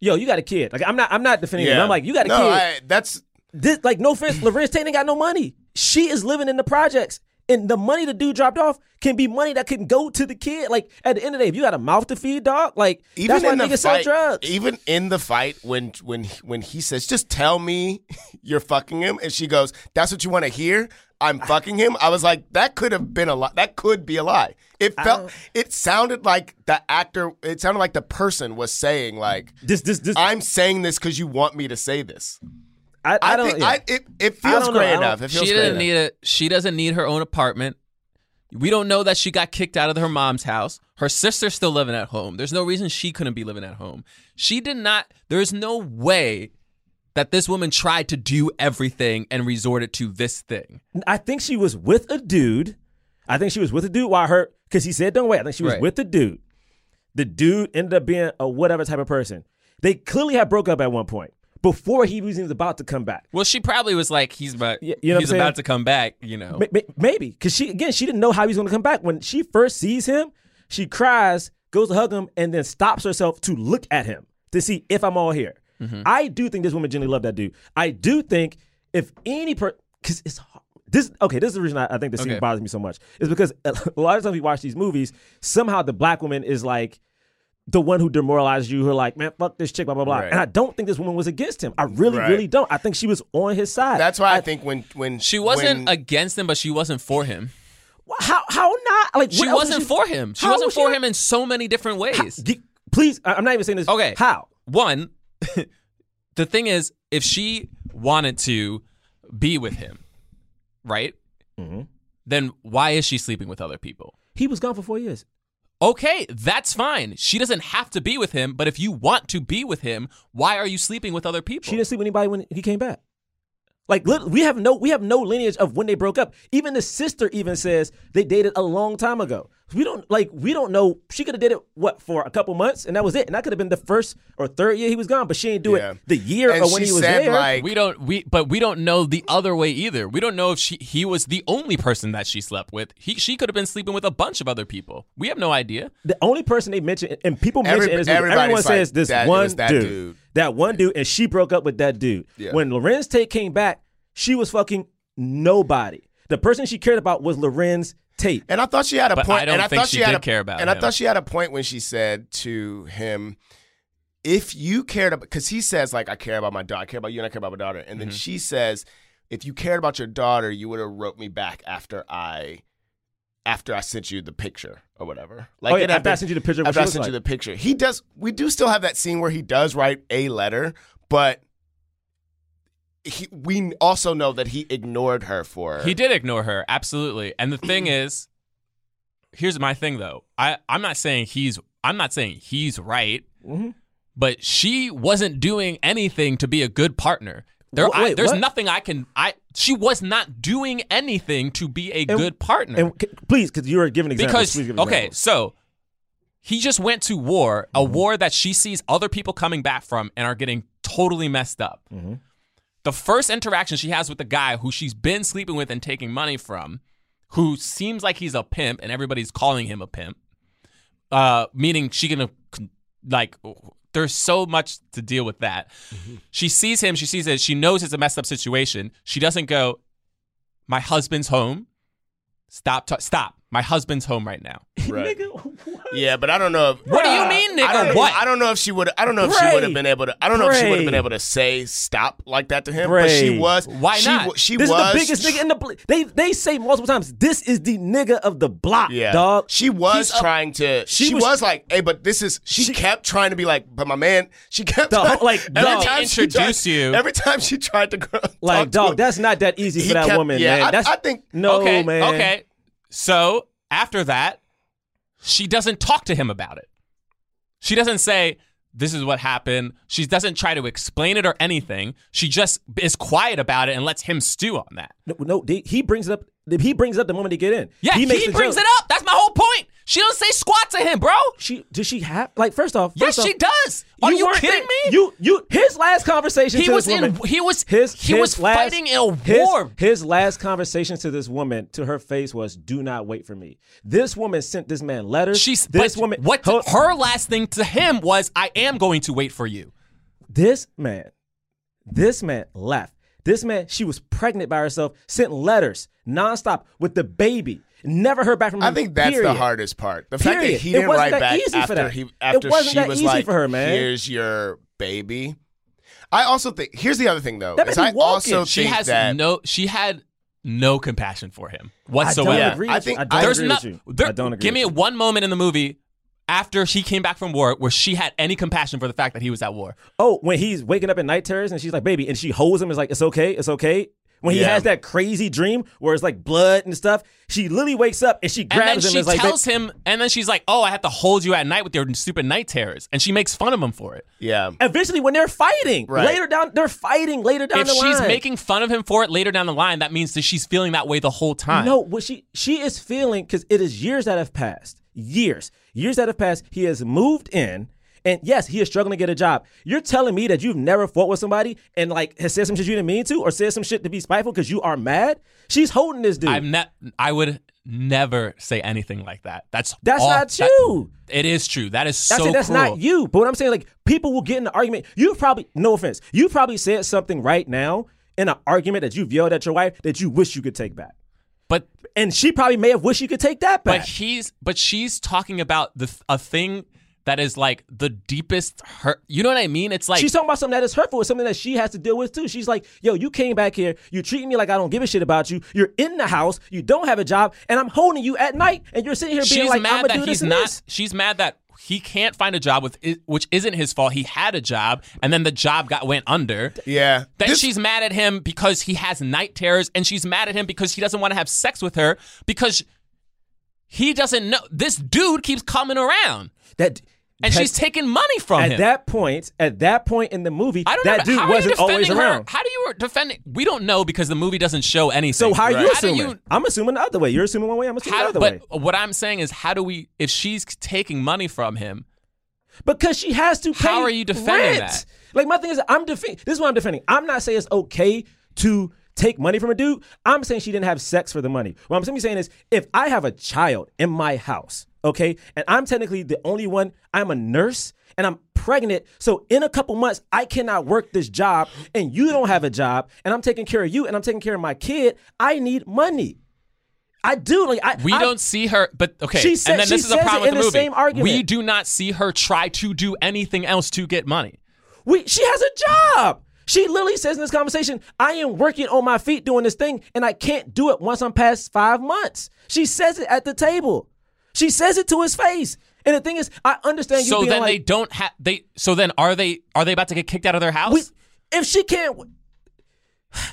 S4: yo, you got a kid. Like I'm not, I'm not defending him.
S2: Yeah.
S4: I'm like, you got a
S2: No,
S4: kid.
S2: I- that's
S4: this. Like no offense, Laverne Tate ain't got no money. She is living in the projects, and the money the dude dropped off can be money that can go to the kid. Like at the end of the day, if you got a mouth to feed, dog, like that's why niggas sell
S2: fight,
S4: drugs.
S2: even in the fight, when when when he says, "Just tell me <laughs> you're fucking him," and she goes, "That's what you want to hear." I'm fucking him. I was like, that could have been a lie. That could be a lie. It felt. It sounded like the actor. It sounded like the person was saying, like,
S4: this, this, this.
S2: I'm saying this because you want me to say this.
S4: I,
S2: I,
S3: don't-
S2: think
S3: yeah.
S2: I, it, it
S3: I
S2: feels
S3: don't know.
S2: great
S3: I don't-
S2: enough. It feels
S3: she
S2: great
S3: didn't
S2: enough.
S3: need a. She doesn't need her own apartment. We don't know that she got kicked out of her mom's house. Her sister's still living at home. There's no reason she couldn't be living at home. She did not. There is no way that this woman tried to do everything and resorted to this thing.
S4: I think she was with a dude. I think she was with a dude while her because he said don't wait. I think she was
S3: Right.
S4: with the dude. The dude ended up being a whatever type of person. They clearly had broke up at one point before he was even about to come back.
S3: Well, she probably was like, "He's about.
S4: you know what
S3: he's
S4: I'm saying?
S3: about to come back. You know.
S4: Ma- ma- Maybe because she again she didn't know how he was going to come back. When she first sees him, she cries, goes to hug him, and then stops herself to look at him to see if I'm all here.
S2: Mm-hmm.
S4: I do think this woman genuinely loved that dude. I do think if any person, because it's hard. This okay. This is the reason I, I think the scene
S3: Okay.
S4: bothers me so much is because a lot of times we watch these movies. Somehow the black woman is like the one who demoralized you. Who are like, man, fuck this chick, blah blah blah.
S2: Right.
S4: And I don't think this woman was against him. I really,
S2: Right.
S4: really don't. I think she was on his side.
S2: That's why I, think when when
S3: She wasn't against him, but she wasn't for him.
S4: How how not? Like
S3: She
S4: what else
S3: wasn't
S4: was
S3: for him. She
S4: How
S3: wasn't
S4: was
S3: for
S4: not-
S3: him in so many different ways.
S4: Ge- please, I- I'm not even saying this.
S3: Okay.
S4: How?
S3: One, <laughs> the thing is, if she wanted to be with him, right?
S4: Mm-hmm.
S3: Then why is she sleeping with other people?
S4: He was gone for four years.
S3: Okay, that's fine. She doesn't have to be with him, but if you want to be with him, why are you sleeping with other people?
S4: She didn't sleep with anybody when he came back. Like lit- we have no we have no lineage of when they broke up. Even the sister even says they dated a long time ago. We don't like we don't know. She could have did it what for a couple months and that was it. And that could have been the first or third year he was gone, but she didn't do
S2: Yeah.
S4: it the year
S2: And
S4: or when
S2: she
S4: he was
S2: said,
S4: there.
S2: like-
S3: we don't we but we don't know the other way either. We don't know if she he was the only person that she slept with. He she could have been sleeping with a bunch of other people. We have no idea.
S4: the only person they mention and people mention
S3: Every-
S4: in this movie,
S3: everybody's
S4: everyone
S3: like,
S4: says this
S3: that- it
S4: one
S3: was that
S4: dude,
S3: dude.
S4: that one dude, and she broke up with that dude.
S3: Yeah.
S4: When Lorenz Tate came back, she was fucking nobody. The person she cared about was Lorenz Tate,
S2: and I thought she had a point. and I thought had a, And I
S4: him.
S2: thought she had a point when she said to him, "If you cared about," because he says like, "I care about my daughter. I care about you, and I care about my daughter." And then
S4: Mm-hmm.
S3: Mhm.
S2: she says, "If you cared about your daughter, you would have wrote me back after I." After I sent you the picture or whatever,
S4: Oh, yeah,
S2: it had
S4: after I sent you the picture of what
S2: After I
S4: she
S2: sent
S4: looked
S2: you the
S4: like.
S2: picture, he does. We do still have that scene where he does write a letter, but he, we also know that he ignored her for
S3: He did ignore her, absolutely. And the thing is, here's my thing though. I I'm not saying he's I'm not saying he's right,
S4: Mm-hmm.
S3: but she wasn't doing anything to be a good partner. There,
S4: Wh-
S3: I,
S4: wait,
S3: there's
S4: what?
S3: nothing I can. I she was not doing anything to be a good partner.
S4: And c- please, because you were giving examples.
S3: because
S4: please give
S3: okay,
S4: examples.
S3: so he just went to war,
S4: Mm-hmm.
S3: a war that she sees other people coming back from and are getting totally messed up.
S4: Mm-hmm.
S3: The first interaction she has with the guy who she's been sleeping with and taking money from, who seems like he's a pimp and everybody's calling him a pimp, uh, meaning she can uh, con- like there's so much to deal with that.
S4: Mm-hmm.
S3: She sees him, she sees it, she knows it's a messed up situation. She doesn't go, "My husband's home." Stop! ta- stop! My husband's home right now.
S4: <laughs>
S2: Right. Yeah, but I don't know. If,
S3: What do
S4: Uh,
S3: you mean, nigga?
S2: I don't, know-
S3: What?
S2: I don't know if she would. I don't know if
S3: Bray.
S2: she would have been able to. I don't know if she would have been
S3: Bray.
S2: able to say stop like that to him. But she
S4: Bray.
S2: was. she, wa- She
S4: this
S2: was.
S4: is the biggest nigga in the. bl- They they say multiple times, this is the nigga of the block,
S2: Yeah,
S4: dog.
S2: She was
S4: He's a-
S2: trying to. She,
S4: she
S2: was,
S4: was-
S2: like, "Hey, but this is." She, kept trying to be like, "But my man." She kept
S4: The
S2: trying,
S4: whole- like, dog.
S2: she tried-
S4: Introduce you.
S2: Every time she tried to go,
S4: Like,
S2: talk to
S4: dog,
S2: him,
S4: that's not that easy
S2: he
S4: for that
S2: kept-
S4: woman,
S2: yeah,
S4: man.
S2: I-
S4: That's,
S2: I think-
S4: no,
S3: okay,
S4: man.
S3: Okay. So after that, she doesn't talk to him about it. She doesn't say, this is what happened. She doesn't try to explain it or anything. She just is quiet about it and lets him stew on that.
S4: No, no they, he brings it up. He brings it up the moment they get in.
S3: Yeah, he,
S4: makes the
S3: brings
S4: joke.
S3: it up. That's my whole point. She doesn't say squat to him, bro.
S4: She does she have like first off?
S3: Yes,
S4: first off,
S3: she does. Are you,
S4: weren't
S3: kidding
S4: there-
S3: me?
S4: You you his last conversation
S3: He
S4: to
S3: was
S4: this
S3: in-
S4: woman.
S3: he was-
S4: his,
S3: he
S4: his
S3: was
S4: last-
S3: fighting in a
S4: his-
S3: war.
S4: His, last conversation to this woman to her face was "Do not wait for me." This woman sent this man letters.
S3: She's
S4: this
S3: but
S4: woman.
S3: What
S4: hold-
S3: her last thing to him was, "I am going to wait for you."
S4: this man, this man left. This man, she was pregnant by herself, sent letters nonstop with the baby. Never heard back from him.
S2: I think that's
S4: period.
S2: the hardest part. The fact
S4: Period.
S2: that he
S4: It
S2: didn't
S4: wasn't
S2: write
S4: that
S2: back
S4: easy for
S2: after
S4: that.
S2: he
S4: It
S2: after
S4: wasn't
S2: she
S4: that
S2: was
S4: easy
S2: like,
S4: for her, man.
S2: "Here's your baby." I also think. Here's the other thing, though.
S4: That
S2: is
S4: baby
S2: I also
S4: walking.
S2: think
S3: She has
S2: that
S3: no. She had no compassion for him whatsoever.
S4: I don't agree.
S2: I
S4: with you.
S2: think-
S4: I don't
S3: There's
S4: agree
S3: not.
S4: with you.
S3: There,
S4: I don't agree.
S3: give me
S4: with you.
S3: one moment in the movie after she came back from war where she had any compassion for the fact that he was at war.
S4: Oh, when he's waking up at night terrors and she's like, "Baby," and she holds him. It's like, "It's okay, it's okay." When he
S2: Yeah.
S4: has that crazy dream where it's like blood and stuff, she literally wakes up and she
S3: And then
S4: grabs him.
S3: she
S4: and is
S3: tells
S4: like,
S3: him, and then she's like, "Oh, I have to hold you at night with your stupid night terrors," and she makes fun of him for it.
S2: Yeah.
S4: Eventually, when they're fighting
S2: Right.
S4: later down, they're fighting later down
S3: if
S4: the line.
S3: she's making fun of him for it later down the line, that means that she's feeling that way the whole time.
S4: No, what she she is feeling because it is years that have passed. Years, years that have passed. He has moved in, and yes, he is struggling to get a job. You're telling me that you've never fought with somebody and like has said some shit you didn't mean to, or said some shit to be spiteful because you are mad. She's holding this dude.
S3: I've ne- I would never say anything like that. That's
S4: that's
S3: all-
S4: not
S3: that-
S4: you.
S3: it is true. That is
S4: That's
S3: so
S4: it. That's
S3: cruel.
S4: not you. But what I'm saying, like, people will get in an argument. You probably, no offense, you probably said something right now in an argument that you've yelled at your wife that you wish you could take back.
S3: But
S4: And she probably may have wished you could take that
S3: but
S4: back.
S3: he's but she's talking about the th- a thing that is like the deepest hurt. You know what I mean? It's like
S4: She's talking about something that is hurtful. It's something that she has to deal with too. She's like, yo, you came back here. You treating me like I don't give a shit about you. You're in the house. You don't have a job. And I'm holding you at night. And you're sitting here being
S3: she's
S4: like, I'm
S3: mad
S4: going to
S3: that
S4: do this
S3: he's
S4: and
S3: not.
S4: this.
S3: She's mad that he can't find a job with i- which isn't his fault. He had a job and then the job got went under.
S2: Yeah.
S3: Then
S2: This-
S3: she's mad at him because he has night terrors, and she's mad at him because he doesn't want to have sex with her because he doesn't know. This dude keeps coming around,
S4: That,
S3: and
S4: that-
S3: she's taking money from
S4: At
S3: him.
S4: that point, at that point in the movie,
S3: I don't
S4: that
S3: know.
S4: dude
S3: how are you
S4: wasn't always
S3: defending her?
S4: around.
S3: How do you defend it? We don't know because the movie doesn't show anything.
S4: So how are you
S3: How do
S4: assuming?
S3: you-
S4: I'm assuming the other way. You're assuming one way. I'm assuming
S3: how-
S4: the other way.
S3: but what I'm saying is, how do we? If she's taking money from him,
S4: Because she has to pay.
S3: How are you defending
S4: rent.
S3: that?
S4: Like my thing is, I'm defending. This is what I'm defending. I'm not saying it's okay to take money from a dude. I'm saying she didn't have sex for the money. What I'm simply saying is, if I have a child in my house, okay, and I'm technically the only one, I'm a nurse. And I'm pregnant, so in a couple months I cannot work this job, and you don't have a job, and I'm taking care of you, and I'm taking care of my kid. I need money. I do. Like I,
S3: we
S4: I-
S3: don't see her. But okay,
S4: She said-
S3: and then
S4: she
S3: this is a
S4: says it
S3: problem with
S4: in
S3: the
S4: the
S3: movie.
S4: same argument.
S3: We do not see her try to do anything else to get money.
S4: We, she has a job. She literally says in this conversation, I am working on my feet doing this thing and I can't do it once I'm past five months. She says it at the table. She says it to his face. And the thing is, I understand you
S3: so
S4: being
S3: then they
S4: like,
S3: don't have they. So then are they are they about to get kicked out of their house?
S4: we, if she can't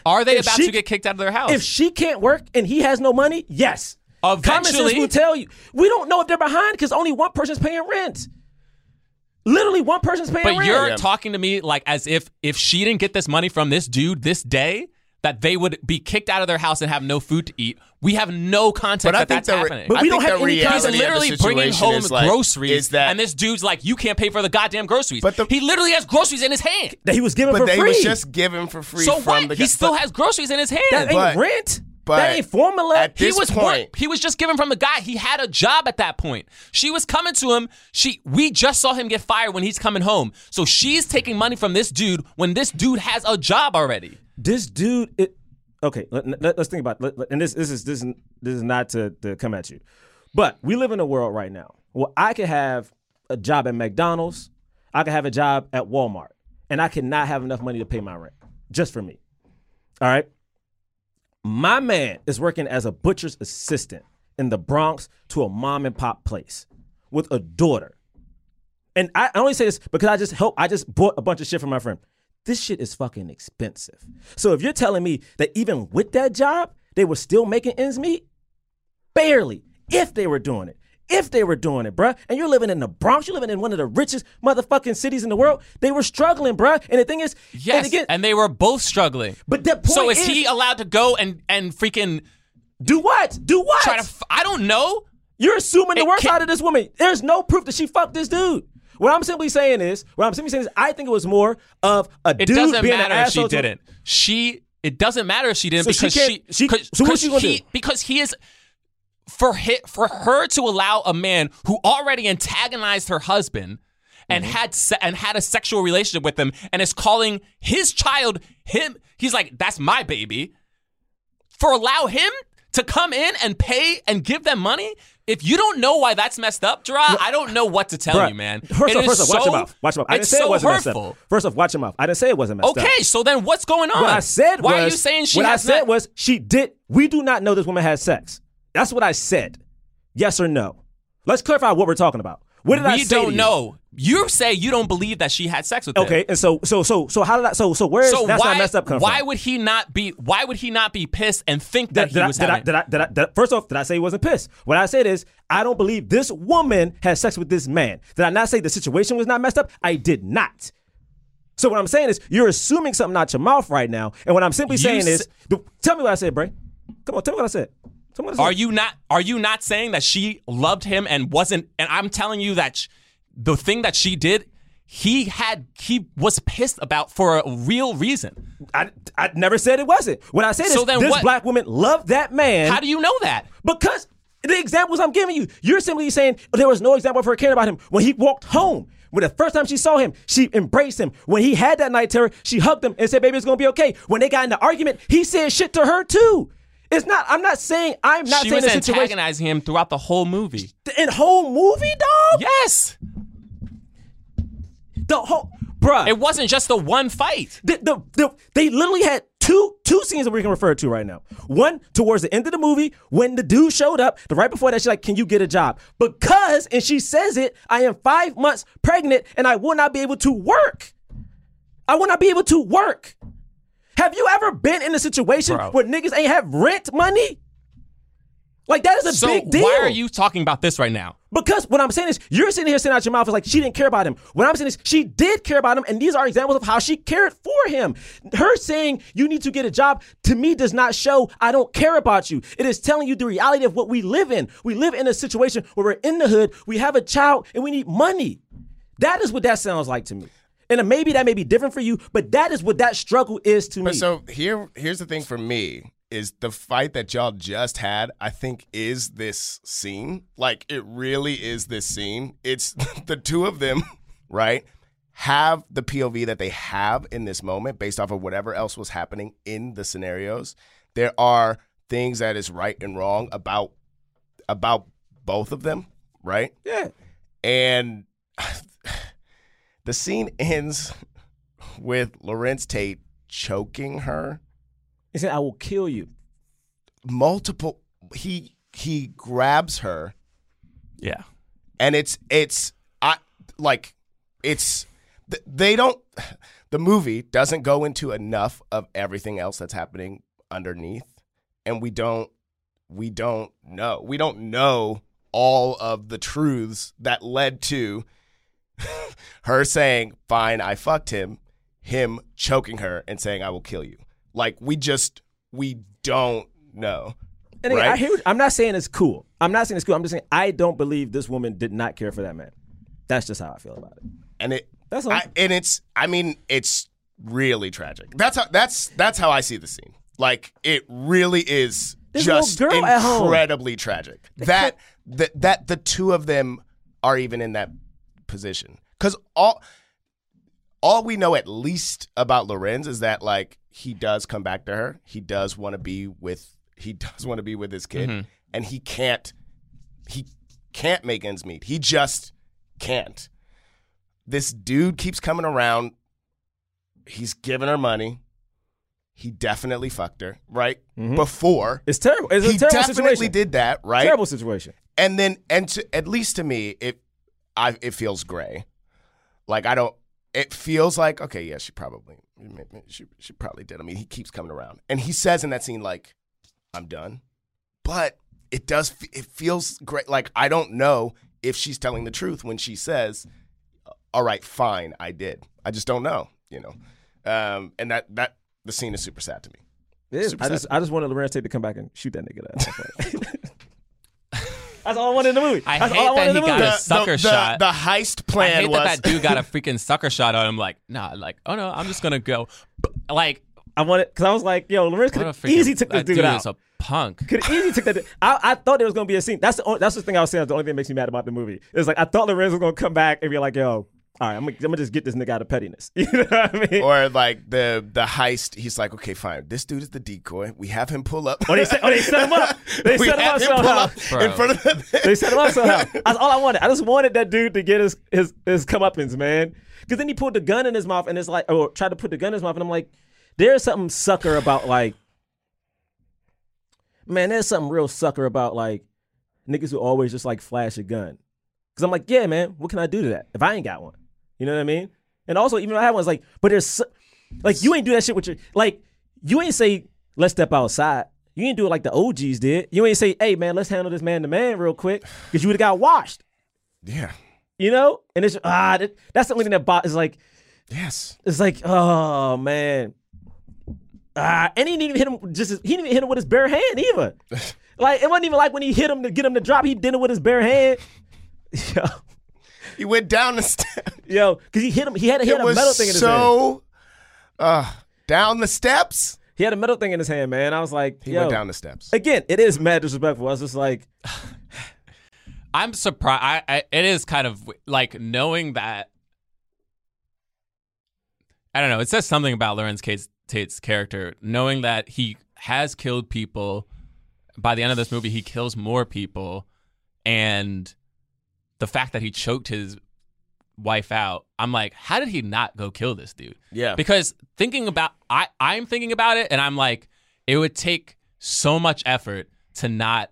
S3: are they
S4: if
S3: about
S4: she-
S3: to get kicked out of their house?
S4: if she can't work and he has no money, yes. Common sense
S3: Eventually-
S4: will tell you. We don't know if they're behind because only one person's paying rent. Literally one person's paying
S3: but
S4: rent.
S3: you're talking to me like as if if she didn't get this money from this dude this day. That they would be kicked out of their house and have no food to eat. We have no context
S2: But I
S3: that
S2: think
S3: that's
S2: the re-
S3: happening.
S4: But
S2: I
S4: we
S2: think
S4: don't have
S2: the
S4: any
S2: reality
S3: He's
S2: of the
S3: literally bringing
S2: situation
S3: home
S2: is like-
S3: groceries,
S2: Is that
S3: and this dude's like, "You can't pay for the goddamn groceries."
S2: But the-
S3: he literally has groceries in his hand.
S4: that he was giving
S2: But
S4: for
S2: they
S4: free.
S2: was just given for free
S3: so
S2: from
S3: what?
S2: the.
S3: he
S2: guy-
S3: still
S2: but
S3: has groceries in his hand.
S4: that ain't
S2: but-
S4: rent.
S2: but
S4: that ain't formula.
S2: at
S3: he
S2: this
S3: was
S2: point-
S3: work- he was just given from the guy. He had a job at that point. She was coming to him. She we just saw him get fired when he's coming home. So she's taking money from this dude when this dude has a job already.
S4: this dude it okay let, let, us think about let- let- and this this is this is this is not to, to come at you but we live in a world right now where i could have a job at mcdonald's i could have a job at walmart and i could not have enough money to pay my rent just for me all right my man is working as a butcher's assistant in the bronx to a mom and pop place with a daughter and I, I only say this because I just help. I just bought a bunch of shit from my friend. This shit is fucking expensive. So if you're telling me that even with that job, they were still making ends meet, barely, if they were doing it. if they were doing it, bruh. And you're living in the Bronx. You're living in one of the richest motherfucking cities in the world. They were struggling, bruh. And the thing is,
S3: yes, and, again, and they were both struggling.
S4: But the point
S3: so is,
S4: is-
S3: he allowed to go and and freaking
S4: do what? Do what?
S3: Try to. F- I don't know.
S4: You're assuming the worst out of this woman. There's no proof that she fucked this dude. What I'm simply saying is, what I'm simply saying is, I think it was more of a
S3: It
S4: dude
S3: doesn't
S4: being
S3: matter
S4: an
S3: if she
S4: asshole to-
S3: didn't. She. It doesn't matter if she didn't
S4: So she
S3: because she.
S4: can't- she-
S3: cause,
S4: so what's
S3: cause
S4: she gonna
S3: he,
S4: do?
S3: Because he is. For hi, for her to allow a man who already antagonized her husband and
S4: Mm-hmm.
S3: had se- and had a sexual relationship with him and is calling his child him. He's like, that's my baby. For allow him to come in and pay and give them money. If you don't know why that's messed up, Gerard, I don't know what to tell
S4: Bruh,
S3: you, man.
S4: First
S3: It
S4: off,
S3: is
S4: first off, watch
S3: so-
S4: your mouth. Watch your mouth. I didn't
S3: it's
S4: say
S3: so
S4: it wasn't
S3: hurtful.
S4: messed up. First off, watch your mouth. I didn't say it wasn't messed up.
S3: Okay, so then what's going on?
S4: What I said
S3: Why are
S4: was-
S3: you saying she
S4: What
S3: has
S4: I said
S3: not-
S4: was she did. We do not know this woman had sex. That's what I said. Yes or no? Let's clarify what we're talking about. What did
S3: we
S4: I say?
S3: don't
S4: to you?
S3: know. You say you don't believe that she had sex with him.
S4: Okay, and so so so so how did I? So so where is
S3: So
S4: that's
S3: why
S4: not messed up? Come
S3: why
S4: from?
S3: would he not be why would he not be pissed and think that,
S4: did,
S3: he
S4: I,
S3: was
S4: did, I,
S3: having
S4: did, I, did, I, did I- first off, did I say he wasn't pissed? What I said is, I don't believe this woman had sex with this man. Did I not say the situation was not messed up? I did not. So what I'm saying is, you're assuming something out your mouth right now, and what I'm simply
S3: You
S4: saying
S3: s-
S4: is, the- tell me what I said, Bray. Come on, tell me what I said. Tell me what I said.
S3: Are you not are you not saying that she loved him and wasn't and I'm telling you that sh- the thing that she did he had he was pissed about for a real reason.
S4: I, I never said it wasn't. What I said
S3: So
S4: is,
S3: then
S4: this
S3: what-
S4: black woman loved that man.
S3: How do you know that?
S4: Because the examples I'm giving you, you're simply saying there was no example of her caring about him. When he walked home, when the first time she saw him, she embraced him. When he had that night terror, she hugged him and said, "Baby, it's gonna be okay." When they got in the argument, he said shit to her too. It's not. I'm not saying. I'm not
S3: she
S4: saying
S3: was
S4: the situation.
S3: antagonizing him throughout the whole movie.
S4: In whole movie, dog.
S3: Yes.
S4: The whole, bruh.
S3: It wasn't just the one fight.
S4: the, the, the, they literally had two two scenes that we can refer to right now. One towards the end of the movie when the dude showed up. The right before that, she's like, "Can you get a job?" Because, and she says it, "I am five months pregnant and I will not be able to work. I will not be able to work." Have you ever been in a situation
S3: Bro.
S4: where niggas ain't have rent money? Like that is a
S3: so
S4: big deal.
S3: why are you talking about this right now?
S4: Because what I'm saying is, you're sitting here sitting out your mouth is like she didn't care about him. What I'm saying is, she did care about him, and these are examples of how she cared for him. Her saying you need to get a job to me does not show I don't care about you. It is telling you the reality of what we live in. We live in a situation where we're in the hood, we have a child, and we need money. That is what that sounds like to me. And maybe that may be different for you, but that is what that struggle is to
S2: But
S4: me.
S2: so here, here's the thing for me is the fight that y'all just had. I think is this scene. Like it really is this scene. It's <laughs> the two of them, <laughs> right? Have the POV that they have in this moment based off of whatever else was happening in the scenarios. There are things that is right and wrong about about both of them, right?
S4: Yeah.
S2: And <sighs> the scene ends with Lorenz Tate choking her.
S4: He said, "I will kill you."
S2: Multiple. He he grabs her,
S3: Yeah.
S2: and it's it's I like it's th- they don't. The movie doesn't go into enough of everything else that's happening underneath, and we don't we don't know we don't know all of the truths that led to <laughs> her saying, "Fine, I fucked him," him choking her and saying, "I will kill you." Like we just we don't know.
S4: And again,
S2: right?
S4: I hear. I'm not saying it's cool. I'm not saying it's cool. I'm just saying I don't believe this woman did not care for that man. That's just how I feel about it.
S2: and it
S4: That's all.
S2: I, and it's I mean it's really tragic. That's how that's that's how I see the scene. Like it really is
S4: This little
S2: just
S4: girl at home.
S2: incredibly tragic. That that that the two of them are even in that position because all all we know at least about Lorenz is that like he does come back to her. He does want to be with he does want to be with his kid,
S3: Mhm.
S2: and he can't he can't make ends meet. He just can't. This dude keeps coming around. He's giving her money. He definitely fucked her, right? Before.
S4: Mm-hmm. It's terrible. It's a
S2: he
S4: terrible
S2: definitely
S4: situation.
S2: did that, right?
S4: Terrible situation.
S2: And then, and to, at least to me, it I, it feels gray. Like I don't. It feels like okay, yeah, she probably she she probably did. I mean, he keeps coming around, and he says in that scene like, "I'm done," but it does f- it feels great like i don't know if she's telling the truth when she says all right fine i did i just don't know you know um, and that that the scene is super sad to me
S4: It is.
S2: Super
S4: I
S2: sad.
S4: just I just wanted Lorenz Tate to come back and shoot that nigga.
S2: <laughs>
S4: That's all I wanted in the movie.
S3: I
S4: That's all I
S3: hate
S4: wanted
S3: that
S4: in
S3: he
S4: the
S3: got
S4: movie.
S3: a
S4: The-
S3: sucker
S4: the-
S3: shot.
S4: the heist plan
S3: I hate
S4: was-
S3: that, that dude got a freaking sucker shot on him. Like, nah, like, oh no, I'm just gonna go. B- Like,
S4: I wanted because I was like, yo, Lorenz
S3: what a
S4: could
S3: freaking
S4: easy took this
S3: that
S4: dude,
S3: dude
S4: out.
S3: is a punk.
S4: Could easily took that. I, I thought there was gonna be a scene. That's the only, that's the thing I was saying. That's the only thing that makes me mad about the movie. It's like I thought Lorenz was gonna come back and be like, "Yo, all right, I'm gonna, I'm gonna just get this nigga out of pettiness." <laughs> You know what I mean?
S2: or like the the heist he's like okay fine this dude is the decoy we have him pull up
S4: Or they set, or they set him
S2: <laughs>
S4: up. They
S2: We
S4: set him
S2: have
S4: up
S2: him pull
S4: somehow.
S2: up in front of the
S4: they set him up somehow. That's all I wanted. I just wanted that dude to get his his his comeuppance, man. Because then he pulled the gun in his mouth and it's like, or tried to put the gun in his mouth, and I'm like, there's something sucker about like, man, there's something real sucker about like niggas who always just like flash a gun. Because I'm like, yeah, man, what can I do to that if I ain't got one? You know what I mean? And also, even if I had one, it's like, but there's so- like you ain't do that shit with your like you ain't say let's step outside. You ain't do it like the OGs did. You ain't say, hey man, let's handle this man to man real quick because you would have got washed.
S2: <laughs> Yeah.
S4: You know, and it's ah, that, that's the only thing that bot is like.
S2: Yes.
S4: It's like oh man, ah, and he didn't even hit him. Just he didn't even hit him with his bare hand
S2: <laughs>
S4: either. like it wasn't even like when he hit him to get him to drop. He did it with his bare hand. <laughs> Yo,
S2: he went down the step.
S4: Yo, because he hit him. He had, he
S2: It
S4: had a
S2: was
S4: metal thing in his hand.
S2: so, uh, down the steps.
S4: He had a metal thing in his hand, man. I was like,
S2: He
S4: yo.
S2: went down the steps.
S4: Again, it is mad disrespectful. I was just like,
S3: I'm surprised. I, I it is kind of w- like knowing that. I don't know. It says something about Lorenz Tate's, Tate's character, knowing that he has killed people. By the end of this movie, he kills more people, and the fact that he choked his wife out, I'm like, how did he not go kill this dude?
S2: Yeah.
S3: Because thinking about, I I'm thinking about it, and I'm like, it would take so much effort to not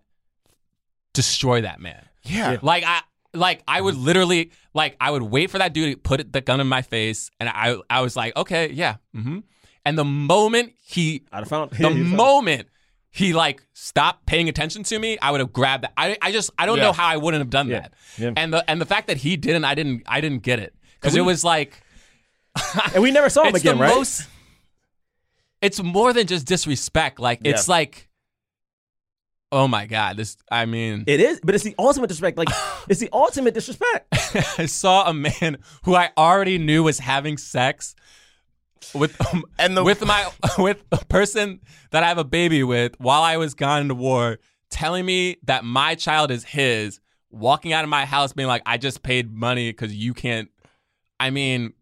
S3: destroy that man.
S2: Yeah.
S3: Like I like I
S4: Mm-hmm.
S3: would literally like I would wait for that dude to put the gun in my face and I I was like, "Okay, yeah." Mhm. And the moment
S4: <laughs>
S3: he
S4: I found
S3: the moment he like stopped paying attention to me, I would have grabbed that. I I just I don't
S7: Yeah.
S3: know how I wouldn't have done
S7: Yeah.
S3: that.
S7: Yeah.
S3: And the and the fact that he didn't I didn't I didn't get it cuz
S4: And
S3: it
S4: we-
S3: was like
S4: and we never saw him
S3: it's
S4: again,
S3: the
S4: right?
S3: most- it's more than just disrespect. Like it's
S4: Yeah.
S3: like oh my god, this I mean
S4: it is, but it's the ultimate disrespect. Like, it's the ultimate disrespect.
S3: I saw a man <laughs> who I already knew was having sex with um,
S2: and the,
S3: with my <laughs> with a person that I have a baby with while I was gone to war, telling me that my child is his, walking out of my house being like, "I just paid money because you can't." I mean,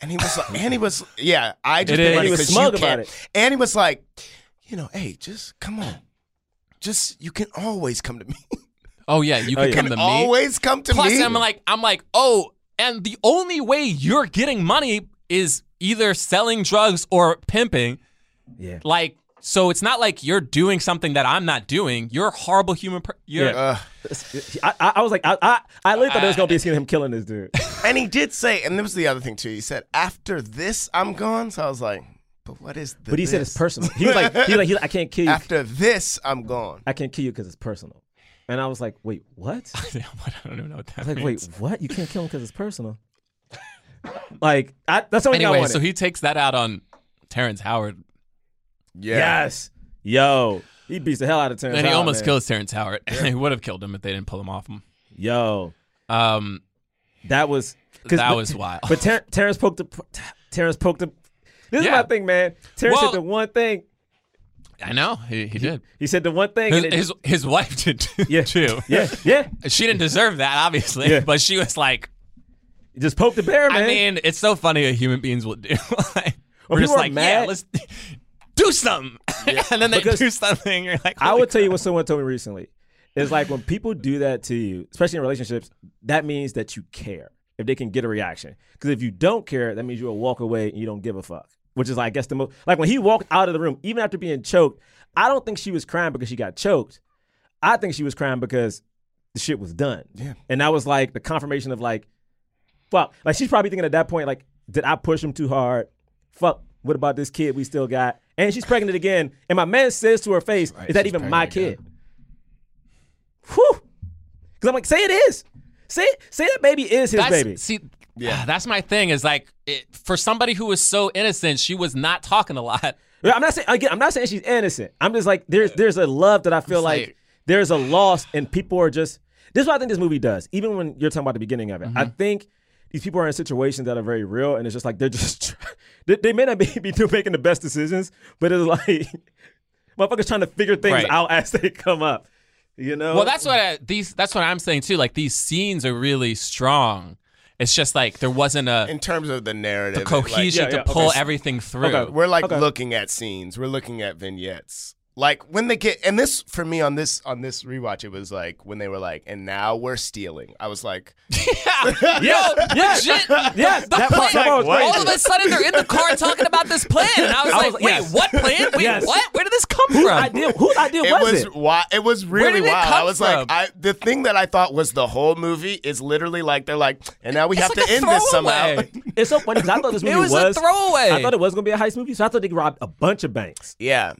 S2: and he was like, and he was, yeah. I just
S3: It
S2: been
S3: is.
S2: running
S3: He was
S2: 'cause
S3: smug
S2: you can't-
S3: about it.
S2: And he was like, you know, hey, just come on, just you can always come to me.
S3: oh yeah, you
S2: Oh,
S3: can
S2: yeah.
S3: come
S2: Can
S3: to me.
S2: always come to
S3: Plus,
S2: me.
S3: I'm like, I'm like, oh, and the only way you're getting money is either selling drugs or pimping.
S4: Yeah.
S3: Like, so it's not like you're doing something that I'm not doing. You're a horrible human. Per- you're, uh,
S4: I, I, I was like, I, I, I literally thought there was gonna be a scene of him killing this dude.
S2: and he did say, and this was the other thing too. He said, after this, I'm gone. So I was like, but what is? The
S4: But he said it's
S2: this?
S4: personal. He was like, he was like, he was like, I can't kill you.
S2: After this, I'm gone.
S4: I can't kill you because it's personal. And I was like, wait, what?
S3: I don't even know what that
S4: I was like,
S3: means.
S4: wait, what? You can't kill him because it's personal. like, I, that's the only thing I
S3: anyway,
S4: wanted.
S3: so he takes that out on Terrence Howard,
S4: Yes. Yo, he beats the hell out of Terrence.
S3: and he
S4: Howard,
S3: almost
S4: man.
S3: kills Terrence Howard. <laughs> they would have killed him if they didn't pull him off him.
S4: Yo,
S3: um,
S4: that was 'cause-
S3: that
S4: but-
S3: was wild.
S4: But Ter- Terrence poked the. Terrence poked the. This
S3: Yeah.
S4: is my thing, man. Terrence
S3: Well-
S4: said the one thing.
S3: I know he, he did.
S4: He said the one thing.
S3: His,
S4: and it-
S3: his his wife did <laughs> too. Yeah, too.
S4: yeah, yeah.
S3: She didn't deserve that, obviously,
S4: Yeah.
S3: but she was like,
S4: just poke the bear,
S3: <laughs> I
S4: man.
S3: mean, it's so funny what human beings will do. <laughs> like,
S4: When
S3: we're just
S4: people are
S3: like, yeah,
S4: mad-
S3: let's do something, <laughs> and then they
S4: Because-
S3: do something. You're like,
S4: I would tell you what someone told me recently. It's like when people do that to you, especially in relationships, that means that you care. If they can get a reaction, because if you don't care, that means you'll walk away and you don't give a fuck. Which is, I guess, the most like when he walked out of the room, even after being choked. I don't think she was crying because she got choked. I think she was crying because the shit was done. Yeah, and that was like the confirmation of like, fuck. Like she's probably thinking at that point, like, did I push him too hard? Fuck. What about this kid we still got? And she's pregnant again. And my man says to her face, "Is that even my kid?" Whew. Because I'm like, say it is. Say say that baby is his
S3: That's-
S4: baby.
S3: See, yeah, that's my thing. Is like it, for somebody who was so innocent, she was not talking a lot.
S4: Yeah, I'm not saying again. I'm not saying she's innocent. I'm just like there's there's a love that I feel
S3: It's
S4: like,
S3: like-
S4: there's a loss, and people are just. This is what I think this movie does. Even when you're talking about the beginning of it, I
S3: Mm-hmm.
S4: think these people are in situations that are very real, and it's just like they're just. <laughs> They, they may not be, <laughs> be doing- making the best decisions, but it's like <laughs> motherfuckers trying to figure things
S3: Right.
S4: out as they come up. You know.
S3: Well, that's what I, these. That's what I'm saying too. Like these scenes are really strong. It's just like there wasn't a
S2: in terms of the narrative,
S3: the
S2: it, like-
S3: cohesion to pull everything through.
S2: We're like looking at scenes. We're looking at vignettes. Like when they get and this for me on this on this rewatch, it was like when they were like, and now we're stealing. I was like,
S3: yeah,
S4: <laughs>
S3: yeah, shit.
S4: Yeah,
S3: the
S2: that
S3: plan.
S2: part- that part was
S3: all
S2: crazy.
S3: of a sudden they're in the car talking about this plan, and I was
S2: I
S3: like,
S2: was-
S3: wait,
S2: yes.
S3: what plan? Wait,
S2: Yes.
S3: what? Where did this come from?
S4: whose idea
S2: it was wi- it was
S3: Where
S2: really
S3: did it
S2: wild. I
S3: come
S2: was
S3: from?
S2: like, I, the thing that I thought was the whole movie is literally like they're like, and now we
S4: It's
S2: have
S4: like
S2: to
S4: a
S2: end this somehow.
S4: throwaway. it's so funny because I thought
S3: <laughs>
S4: this
S2: It
S4: movie
S2: was a throwaway.
S4: I thought it was gonna be a heist movie, so I thought they robbed a bunch of banks.
S2: <laughs> yeah.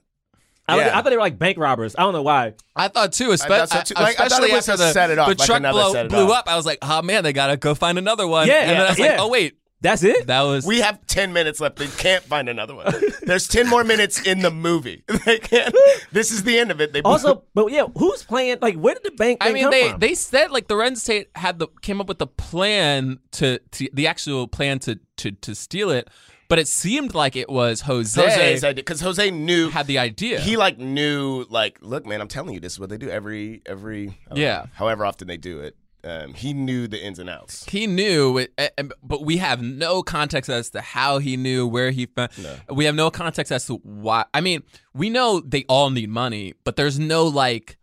S4: I,
S2: Yeah.
S4: I thought they were like bank robbers. I don't know why.
S3: I thought too,
S4: I
S3: espe-
S4: thought so, too.
S3: I-
S4: Like, I thought
S3: especially
S4: it was
S3: after
S4: a
S3: the,
S4: set it off,
S3: the
S4: like
S3: truck
S4: another
S3: blow-
S4: set it
S3: blew
S4: off.
S3: up. I was like, oh man, they gotta go find another one.
S2: Yeah,
S3: and then I was like,
S2: yeah.
S3: oh wait,
S4: that's it.
S3: That was
S2: We have ten minutes left. They can't find another one. There's ten more minutes in the movie. <laughs> They can't. This is the end of it. They
S4: Also, but yeah, who's playing? Like, where did the bank?
S3: I
S4: thing
S3: mean,
S4: come
S3: they,
S4: from?
S3: they said like the Ren State had the came up with the plan to, to the actual plan to, to to steal it, but it seemed like it was Jose.
S2: Jose's idea because Jose knew
S3: had the idea.
S2: He like knew like, look, man, I'm telling you, this is what they do every every I don't
S3: Yeah.
S2: know, however often they do it. Um, he knew the ins and outs.
S3: He knew, it, a- and- but we have no context as to how he knew, where he found. We have no context as to why. I mean, we know they all need money, but there's no like.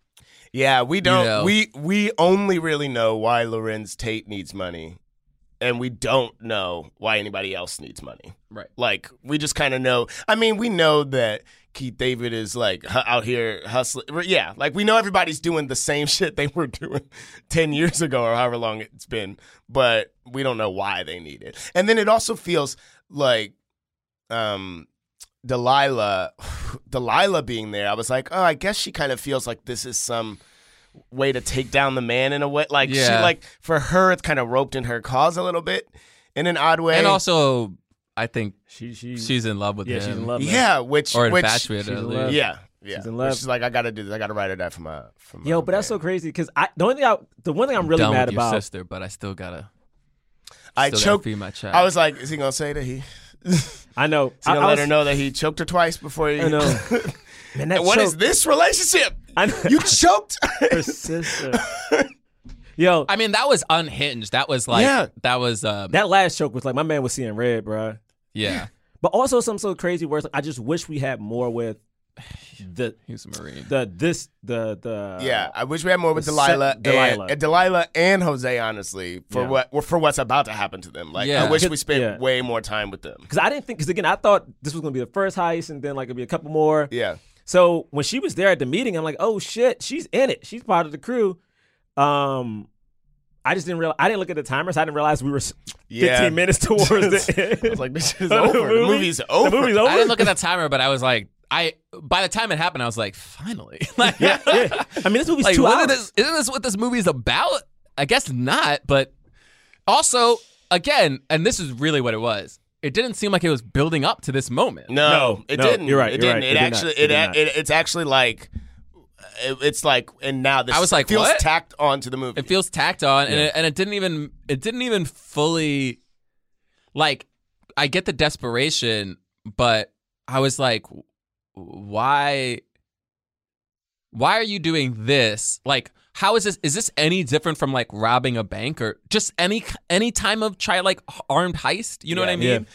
S2: Yeah, we don't.
S3: You know.
S2: We we only really know why Lorenz Tate needs money, and we don't know why anybody else needs money.
S3: Right.
S2: Like we just kind of know. I mean, we know that Keith David is like hu- out here hustling. Yeah, like we know everybody's doing the same <laughs> shit they were doing <laughs> ten years ago or however long it's been, but we don't know why they need it. And then it also feels like um Delilah <sighs> Delilah being there, I was like, oh, I guess she kind of feels like this is some way to take down the man in a way. Like
S3: Yeah.
S2: she like for her, it's kind of roped in her cause a little bit in an odd way.
S3: And also, I think
S4: she,
S3: she's in love with
S2: yeah,
S3: him.
S2: she's in love. Yeah, which
S3: or
S2: which,
S3: infatuated. at least.
S2: Yeah, yeah.
S4: She's in love.
S2: Which is like, I gotta do this. I gotta write it out for my. For my
S4: Yo, but that's so crazy because I the only thing I, the one thing I'm really
S3: Done
S4: mad
S3: with your
S4: about.
S3: sister, but I still gotta.
S2: I
S3: still gotta
S2: choked.
S3: feed my child.
S2: I was like, is he gonna say that he?
S4: I know. Is
S2: he gonna
S4: I- I
S2: let
S4: was-
S2: her know that he choked her twice before he?
S4: I
S2: <laughs>
S4: know. Man, that
S2: And what is
S4: choke-
S2: this relationship?
S4: I know. <laughs>
S2: You choked
S4: her sister. Yo,
S3: I mean, that was unhinged. That was like
S4: Yeah.
S3: that was um,
S4: that last joke was like my man was seeing red, bruh.
S3: yeah.
S4: But also some so crazy words. I just wish we had more with the
S3: he's a marine.
S4: The this the the
S2: Yeah, I wish we had more with
S4: the
S2: Delilah,
S4: set- Delilah.
S2: And, and Delilah and Jose. Honestly, for
S4: Yeah.
S2: what for what's about to happen to them, like
S4: Yeah.
S2: I wish
S4: Cause-
S2: we spent
S4: yeah.
S2: way more time with them.
S4: Because I didn't think, because again, I thought this was going to be the first heist and then like it'd be a couple more.
S2: Yeah.
S4: So when she was there at the meeting, I'm like, oh shit, she's in it. She's part of the crew. Um, I just didn't realize, I didn't look at the timer, so I didn't realize we were s- 15
S2: Yeah.
S3: <laughs>
S4: minutes towards the end. I was
S2: like, this
S4: <laughs> is
S2: over. The movie's
S4: The movie's over.
S3: I didn't look
S2: <laughs>
S3: at that timer, but I was like, I. By the time it happened, I was like, finally. <laughs> like,
S4: <laughs> I mean, this movie's
S3: like,
S4: two
S3: what
S4: hours.
S3: is this- isn't this what this movie's about? I guess not, but also, again, and this is really what it was. It didn't seem like it was building up to this moment.
S2: No, it didn't.
S4: you're right,
S2: It
S4: you're
S2: didn't.
S4: right. It
S2: It,
S4: did
S2: actually,
S4: not. It
S2: It,
S4: did
S2: a-
S4: not.
S2: it- it's actually like, it- it's like, and now this.
S3: I was like,
S2: feels
S3: what?
S2: tacked onto the movie.
S3: It feels tacked on, and
S2: Yeah.
S3: it, and it didn't even it didn't even fully, like, I get the desperation, but I was like, w- why, why are you doing this? Like, how is this? Is this any different from like robbing a bank or just any any time of try like armed heist? You know what I
S2: Yeah.
S3: mean?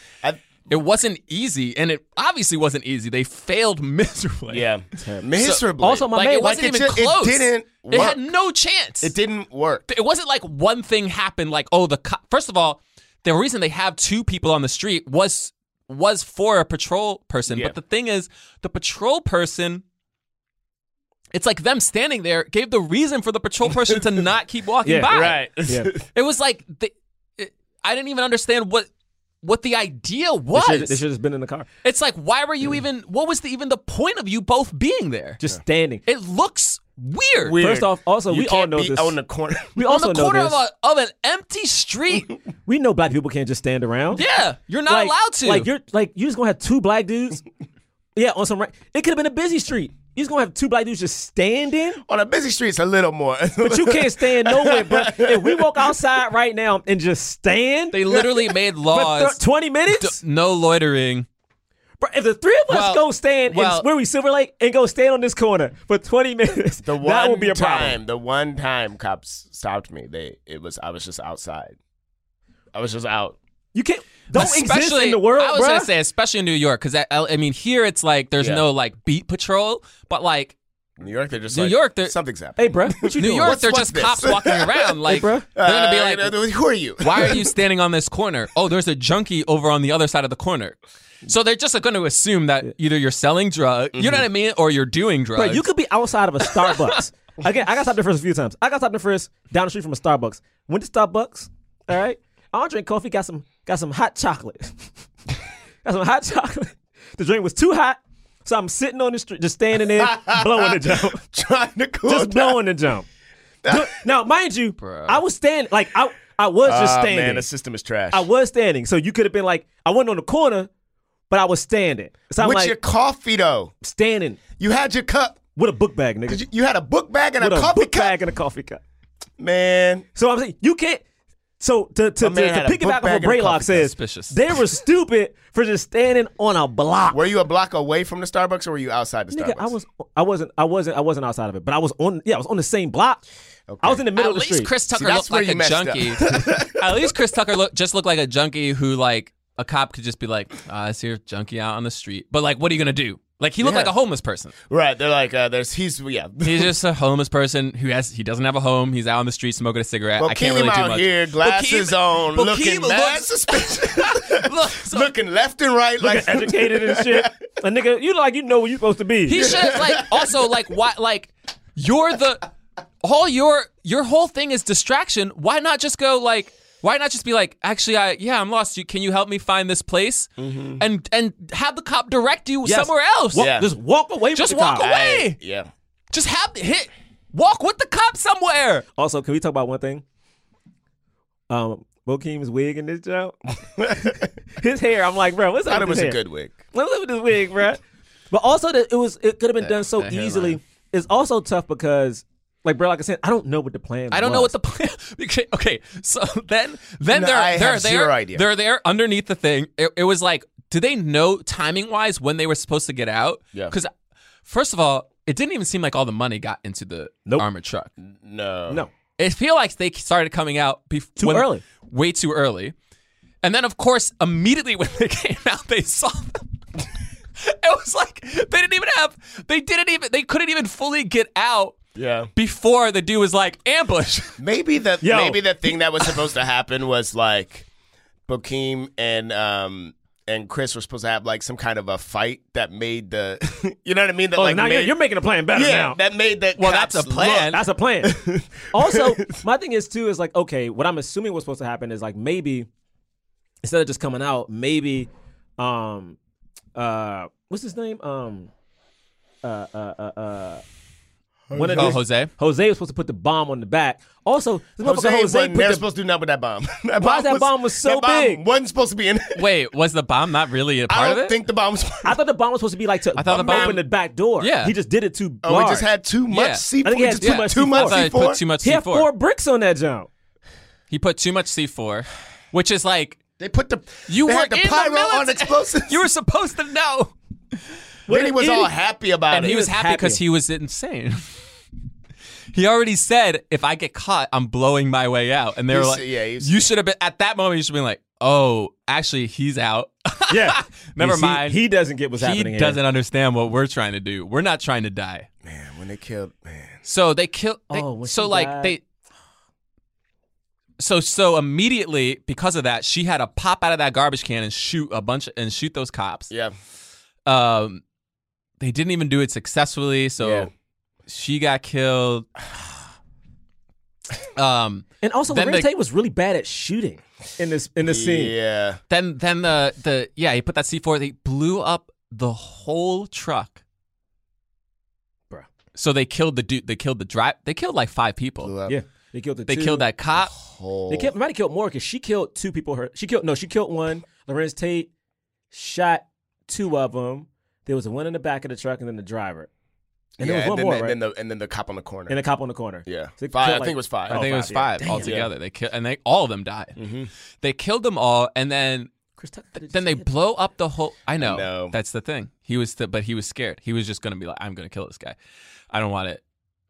S3: it wasn't easy, and it obviously wasn't easy. They failed <laughs> miserably.
S2: Yeah, miserably.
S4: also, my
S3: like,
S4: man-
S3: it
S2: like,
S3: wasn't
S2: it
S3: even
S2: ju- it
S3: close.
S2: didn't
S3: It had
S2: work.
S3: no chance.
S2: It didn't work.
S3: It wasn't like one thing happened. Like oh, the co- first of all, the reason they have two people on the street was was for a patrol person.
S2: Yeah.
S3: But the thing is, the patrol person. It's like them standing there gave the reason for the patrol person
S4: <laughs>
S3: to not keep walking
S2: <laughs>
S4: Yeah,
S3: by. <laughs>
S4: right. Yeah.
S3: It was like they, it, I didn't even understand what what the idea
S4: They
S3: was.
S4: should, they should have been in the car.
S3: It's like, why were you even? What was the, even the point of you both being there?
S4: Just standing.
S3: It looks weird.
S4: First off, also we all know this. <laughs> We
S3: On
S4: also
S3: the
S4: know
S3: corner
S4: this.
S3: of, a, of an empty street.
S4: we know black people can't just stand around.
S3: yeah, you're not
S4: Like-
S3: allowed to.
S4: Like you're like you're just gonna have two black
S3: <laughs>
S4: dudes. yeah, on some. ra- It could have been a busy street. You're just gonna have two black dudes just standing.
S2: On a busy street, it's a little more.
S4: but
S2: <laughs>
S4: you can't stand nowhere, bro.
S3: <laughs>
S4: If we walk outside right now and just stand,
S3: they
S4: <laughs>
S3: literally made laws.
S4: For thir- twenty minutes,
S3: no loitering.
S4: bro. If the three of us
S3: Well,
S4: go stand,
S3: well-
S4: and, where we Silver Lake, and go stand on this corner for twenty <laughs> minutes,
S2: The one
S4: that would be a
S2: time,
S4: problem.
S2: the one time cops stopped me, they it was I was just outside. I was just out.
S4: You can't don't exist in the world,
S3: I was
S4: bro.
S3: gonna say, especially in New York, because I, I I mean, here it's like there's
S2: Yeah.
S3: no like beat patrol, but like
S2: New York, they're just
S3: New
S2: like,
S3: York, they're
S2: something's happening.
S4: Hey, bro, what you
S3: New
S4: doing?
S3: York,
S4: What's-
S3: they're
S2: what's
S3: just
S2: this?
S3: cops
S4: <laughs>
S3: walking around. Like
S4: bruh.
S3: they're gonna be like,
S2: Uh, who are you?
S3: <laughs> why are you standing on this corner? Oh, there's a junkie over on the other side of the corner. So they're just going to assume that either you're selling drugs, you know what I mean, or you're doing drugs.
S4: bro, Mm-hmm. you could be outside of a
S3: <laughs>
S4: Starbucks. Again, I got stopped there first a few times. I got stopped there first down the street from a Starbucks. Went to Starbucks. All right, I don't drink coffee. Got some got some hot chocolate. <laughs> got some hot chocolate. The drink was too hot, so I'm sitting on the street, just standing there, blowing
S3: <laughs>
S4: the jump,
S2: <laughs> trying to cool <laughs>
S4: just
S2: down?
S4: blowing the jump. Good- Now, mind you, I was standing like I I was just
S2: Ah,
S4: standing.
S2: man, the system is trash.
S4: I was standing, so you could have been like I wasn't on the corner, but I was standing. So I'm
S2: With
S4: like
S2: your coffee though,
S4: standing
S2: you had your cup.
S4: with a book bag, nigga.
S2: 'Cause You, you had a book bag and
S4: with
S2: a,
S4: a,
S2: coffee
S4: book
S2: cup,
S4: bag and a coffee cup.
S2: man.
S4: So I'm saying you can't. So to to, to,
S2: My man
S4: to
S2: had a book
S4: piggyback off
S2: bag
S4: what
S2: and a
S4: Braylock
S2: coffee
S4: says,
S3: Suspicious.
S4: they
S2: <laughs>
S4: were stupid for just standing on a block.
S2: Were you a block away from the Starbucks or were you outside the Starbucks?
S4: Nigga, I was I wasn't I wasn't I wasn't outside of it, but I was on yeah I was on the same block. I was in the middle of
S3: At
S4: the
S3: least
S4: street.
S3: Chris Tucker
S2: that's
S3: looked
S2: where
S3: like
S2: you
S3: a
S2: messed
S3: junkie. <laughs>
S2: <laughs>
S3: At least Chris Tucker look, just looked like a junkie who, like, a cop could just be like, ah, I see a junkie out on the street. But, like, what are you going to do? Like, he looked
S2: Yeah.
S3: like a homeless person.
S2: right. They're like, uh, there's he's <laughs> yeah.
S3: He's just a homeless person who has he doesn't have a home. He's out on the street smoking a cigarette.
S2: Well,
S3: I can't really do
S2: out
S3: much.
S2: here, glasses on,
S3: Bokeem
S2: looking mad
S4: <laughs>
S3: looks-
S2: suspicious, <laughs>
S3: Look, so
S2: looking left and right, like
S4: educated and shit. A nigga, you <laughs> like you know where you supposed to be.
S3: He should have like also like why like you're the all your your whole thing is distraction. Why not just go like why not just be like actually I yeah I'm lost. You can you help me find this place and and have the cop direct you
S4: Yes.
S3: somewhere else.
S4: Walk-
S2: Yeah.
S4: Just walk away.
S3: Just
S4: from the
S3: walk
S4: cop.
S2: <laughs> Hey,
S3: away.
S2: yeah.
S3: Just have hit walk with the cop somewhere.
S4: Also, can we talk about one thing? Um, Bokeem's wig in this joke. <laughs> his hair, I'm like, bro, what's up
S2: Thought it
S4: with
S2: was
S4: his
S2: a
S4: hair?
S2: good wig.
S4: Let's look at this wig, bro. But also, that it was it could have been done so
S3: that hairline.
S4: easily. It's also tough because, like, bro, like I said, I don't know what the plan.
S3: I don't
S4: was.
S3: know what the plan. <laughs> Okay, okay. So <laughs> then, then
S2: No,
S3: they're
S2: I
S3: they're
S2: have
S3: there.
S2: zero idea.
S3: They're there underneath the thing. It, it was like, do they know timing wise when they were supposed to get out?
S2: Yeah.
S3: Because first of all, it didn't even seem like all the money got into the
S4: Nope.
S3: armored truck.
S2: No,
S4: No,
S3: It feel like they started coming out bef-
S4: Too early.
S3: way too early. And then, of course, immediately <laughs> when they came out, they saw them. <laughs> it was like they didn't even have. They didn't even. They couldn't even fully get out
S2: Yeah,
S3: before the dude was like ambush.
S2: maybe the
S4: Yo.
S2: maybe the thing that was supposed to happen was like Bokeem and um and Chris were supposed to have like some kind of a fight that made the <laughs> you know what I mean that
S4: Oh,
S2: like
S4: now you're,
S2: made-
S4: you're making a plan better
S2: yeah
S4: now.
S2: that made that
S3: Well, that's
S2: cops
S3: a plan.
S4: That's a <laughs> plan. also, my thing is too is like okay, what I'm assuming was supposed to happen is like maybe instead of just coming out, maybe um uh what's his name um uh uh uh. uh one of
S3: Oh,
S4: these-
S3: Jose.
S4: Jose was supposed to put the bomb on the back. Also, this
S2: look.
S4: motherfucker
S2: Jose,
S4: Jose
S2: wasn't
S4: put
S2: never
S4: the
S2: supposed to do nothing with that
S4: <laughs>
S2: bomb. that
S4: Why is that bomb was so
S2: that bomb
S4: big?
S2: Wasn't supposed to be in.
S3: <laughs>
S2: it.
S3: Wait, was the bomb not really a part
S2: I
S3: of
S2: don't
S3: it?
S2: think the bomb was.
S4: I thought the bomb was supposed to be like to
S3: I thought the bomb-
S4: open the back door.
S3: Yeah.
S4: he just did it too
S2: Oh,
S4: large.
S2: we just had too much
S3: Yeah.
S2: C4.
S4: I think he had
S2: just
S4: too much
S2: too
S4: C4.
S2: much
S3: I thought he
S2: C4.
S3: put too much
S4: he
S3: C4.
S4: had four bricks on that jump.
S3: He put too much C4, which is like
S2: They put the
S3: you
S2: they
S3: were
S2: had the
S3: in
S2: pyro
S3: milita-
S2: on explosives.
S3: you were supposed to know.
S2: then he was
S4: an
S2: all
S4: idiot.
S2: happy about
S3: And
S2: it.
S3: he was
S4: was
S3: happy
S4: happy.
S3: because he was insane. <laughs> he already said, "If I get caught, I'm blowing my way out." And they
S2: You
S3: were
S2: s-
S3: like,
S2: yeah, you s-
S3: "You should have been at that moment. You should have been like, oh, actually, he's out.
S4: <laughs> Yeah,
S3: Never
S4: You see,
S3: mind.
S4: He doesn't get what's
S3: <laughs> he
S4: happening. here.
S3: doesn't understand what we're trying to do. We're not trying to die."
S2: man, when they killed man,
S3: So they kill. They,
S4: Oh, when
S3: so
S4: she
S3: like
S4: died.
S3: they. So so immediately because of that, she had to pop out of that garbage can and shoot a bunch and shoot those cops.
S2: yeah,
S3: Um, they didn't even do it successfully. So
S2: Yeah.
S3: she got killed. Um,
S4: and also,
S3: then
S4: Lorraine
S3: the-
S4: Tate was really bad at shooting in this in this scene.
S2: Yeah.
S3: Then then the the yeah, he put that C four. They blew up the whole truck,
S4: Bruh.
S3: So they killed the dude. They killed the drive. They killed like five people.
S4: Yeah, they killed the.
S3: They
S4: two.
S3: killed that cop.
S4: They killed. Might have killed more because she killed two people. Her she killed no. She killed one. Lorenz Tate shot two of them. There was one in the back of the truck and then the driver. And
S2: yeah,
S4: there was one
S2: and then,
S4: more,
S2: the,
S4: right?
S2: then the and then the cop on the corner.
S4: and the cop on the corner.
S2: Yeah.
S4: So they
S2: Five-
S4: killed,
S2: I
S4: like- Oh,
S2: think it was five.
S3: I think it was
S4: yeah.
S3: five
S4: Damn.
S3: altogether. They killed and they all of them died.
S2: Mm-hmm.
S3: They killed them all, and then th- then they blow up the whole. I know,
S2: know.
S3: that's the thing. He was the, but he was scared. He was just gonna be like, I'm gonna kill this guy. I don't want it.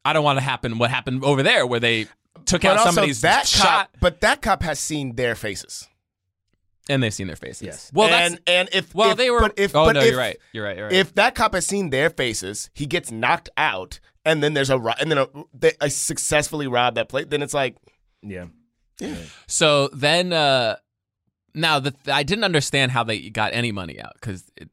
S3: I don't want to happen. What happened over there where they took
S2: But
S3: out
S2: also
S3: somebody's
S2: that
S3: shot,
S2: cop, but that cop has seen their faces.
S3: and they've seen their faces. Yes.
S2: Well,
S3: Well, that's
S2: and, and if
S3: well
S2: if-
S3: they were.
S2: but if,
S3: oh
S2: but
S3: no,
S2: if-
S3: you're right. You're right. You're right.
S2: If that cop has seen their faces, he gets knocked out, and then there's a ro- and then a, they, I successfully rob that place. Then it's like
S4: Yeah.
S3: So then, uh, now the, I didn't understand how they got any money out because it,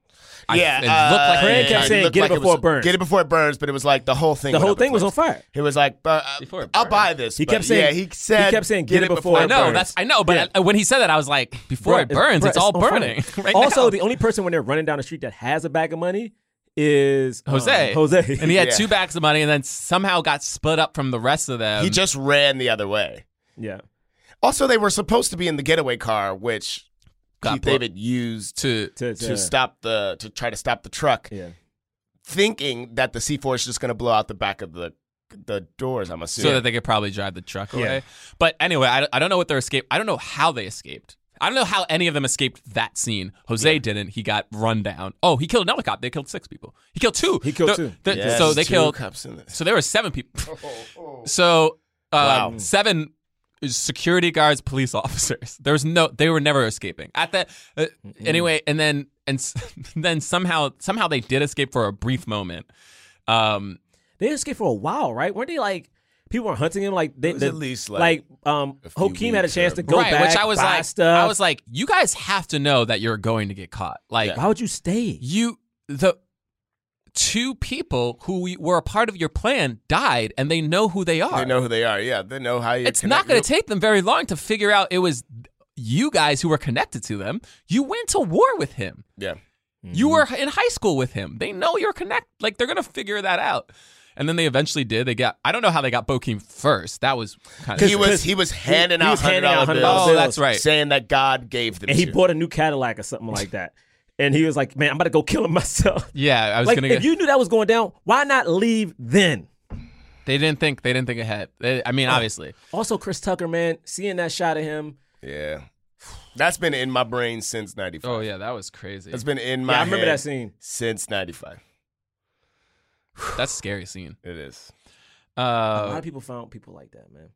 S3: I-
S2: yeah,
S3: it looked like
S2: uh,
S4: Fran kept saying,
S2: looked
S4: "Get it
S2: was-
S4: before it burns."
S2: Get it before it burns, but it was like the whole thing.
S4: The
S2: went
S4: whole
S2: up in
S4: thing was on
S2: flames.
S4: fire.
S2: He was like, uh,
S3: Before it
S2: "I'll
S3: burns.
S2: buy this."
S4: He
S2: but-
S4: kept saying-
S2: yeah, he said,
S4: he kept saying, "Get it before
S3: I
S4: it
S3: know
S4: burns.
S3: that's I know, but I- when he said that, I was like, before
S4: Bruh,
S3: it burns,
S4: bruh,
S3: it's, all
S4: on fire.
S3: burning. <laughs> right
S4: also,
S3: now.
S4: the only person when they're running down the street that has a bag of money is um,
S3: Jose,
S4: Jose,
S3: and he had
S2: Yeah.
S3: two bags of money, and then somehow got split up from the rest of them.
S2: he just ran the other way.
S4: <laughs> yeah.
S2: Also, they were supposed to be in the getaway car, which
S3: Got
S2: Keith
S3: blown-
S2: David used
S3: to
S4: To,
S2: to stop the to try to stop the truck,
S4: Yeah.
S2: thinking that the C four is just going to blow out the back of the the doors. I'm
S3: so
S2: assuming.
S3: that they could probably drive the truck away.
S4: Yeah.
S3: But anyway, I, I don't know what their escape. I don't know how they escaped. I don't know how any of them escaped that scene. Jose didn't. He got run down. Oh, he killed another cop. They killed six people. He killed two.
S4: He killed
S3: The-
S4: two.
S3: the-
S2: Yes,
S3: so they
S2: two
S3: killed.
S2: cops in this.
S3: So there were seven people. So um,
S2: Wow.
S3: seven security guards, police <laughs> officers. There was no. They were never escaping at that. Uh, anyway, and then and s- <laughs> then somehow somehow they did escape for a brief moment. Um,
S4: They escaped for a while, right? Weren't they like people were hunting him? Like they
S2: was
S4: the-
S2: at least, like,
S4: like, um
S2: a few
S4: Hokeem had a
S2: weeks
S4: chance
S2: or-
S4: to go
S3: right,
S4: back,
S3: which I was
S4: buy
S3: like,
S4: stuff.
S3: I was like, you guys have to know that you're going to get caught. Like
S4: why would you stay?
S3: you, the two people who were a part of your plan died, and they know who they are.
S2: they know who they are. Yeah, they know how you.
S3: it's not going to take them very long to figure out it was you guys who were connected to them. You went to war with him.
S2: Yeah.
S3: You were in high school with him. They know you're connected. Like they're going to figure that out. And then they eventually did. They got. I don't know how they got Bokeem first. That was kind of
S2: He was he was handing
S4: he
S2: out
S4: was
S2: hundred
S4: handing out
S2: dollar
S4: $100
S2: bills.
S3: Oh, that's right.
S2: Saying that God gave them.
S4: and he
S2: to.
S4: bought a new Cadillac or something like that. <laughs> And he was like, "Man, I'm about to go kill him <laughs> myself."
S3: Yeah, I was
S4: like,
S3: gonna.
S4: if
S3: get-
S4: you knew that was going down, why not leave then?
S3: They didn't think. They didn't think ahead. They, I mean, obviously.
S4: Also, Chris Tucker, man, seeing that shot of him,
S2: Yeah, that's been in my brain since '95.
S3: Oh yeah, that was crazy.
S2: That's <laughs>
S3: That's,
S2: been in my.
S4: yeah, I remember
S2: head
S4: that scene.
S2: since '95.
S3: a scary scene.
S2: It is.
S4: a lot
S3: Uh,
S4: of people found people like that, man.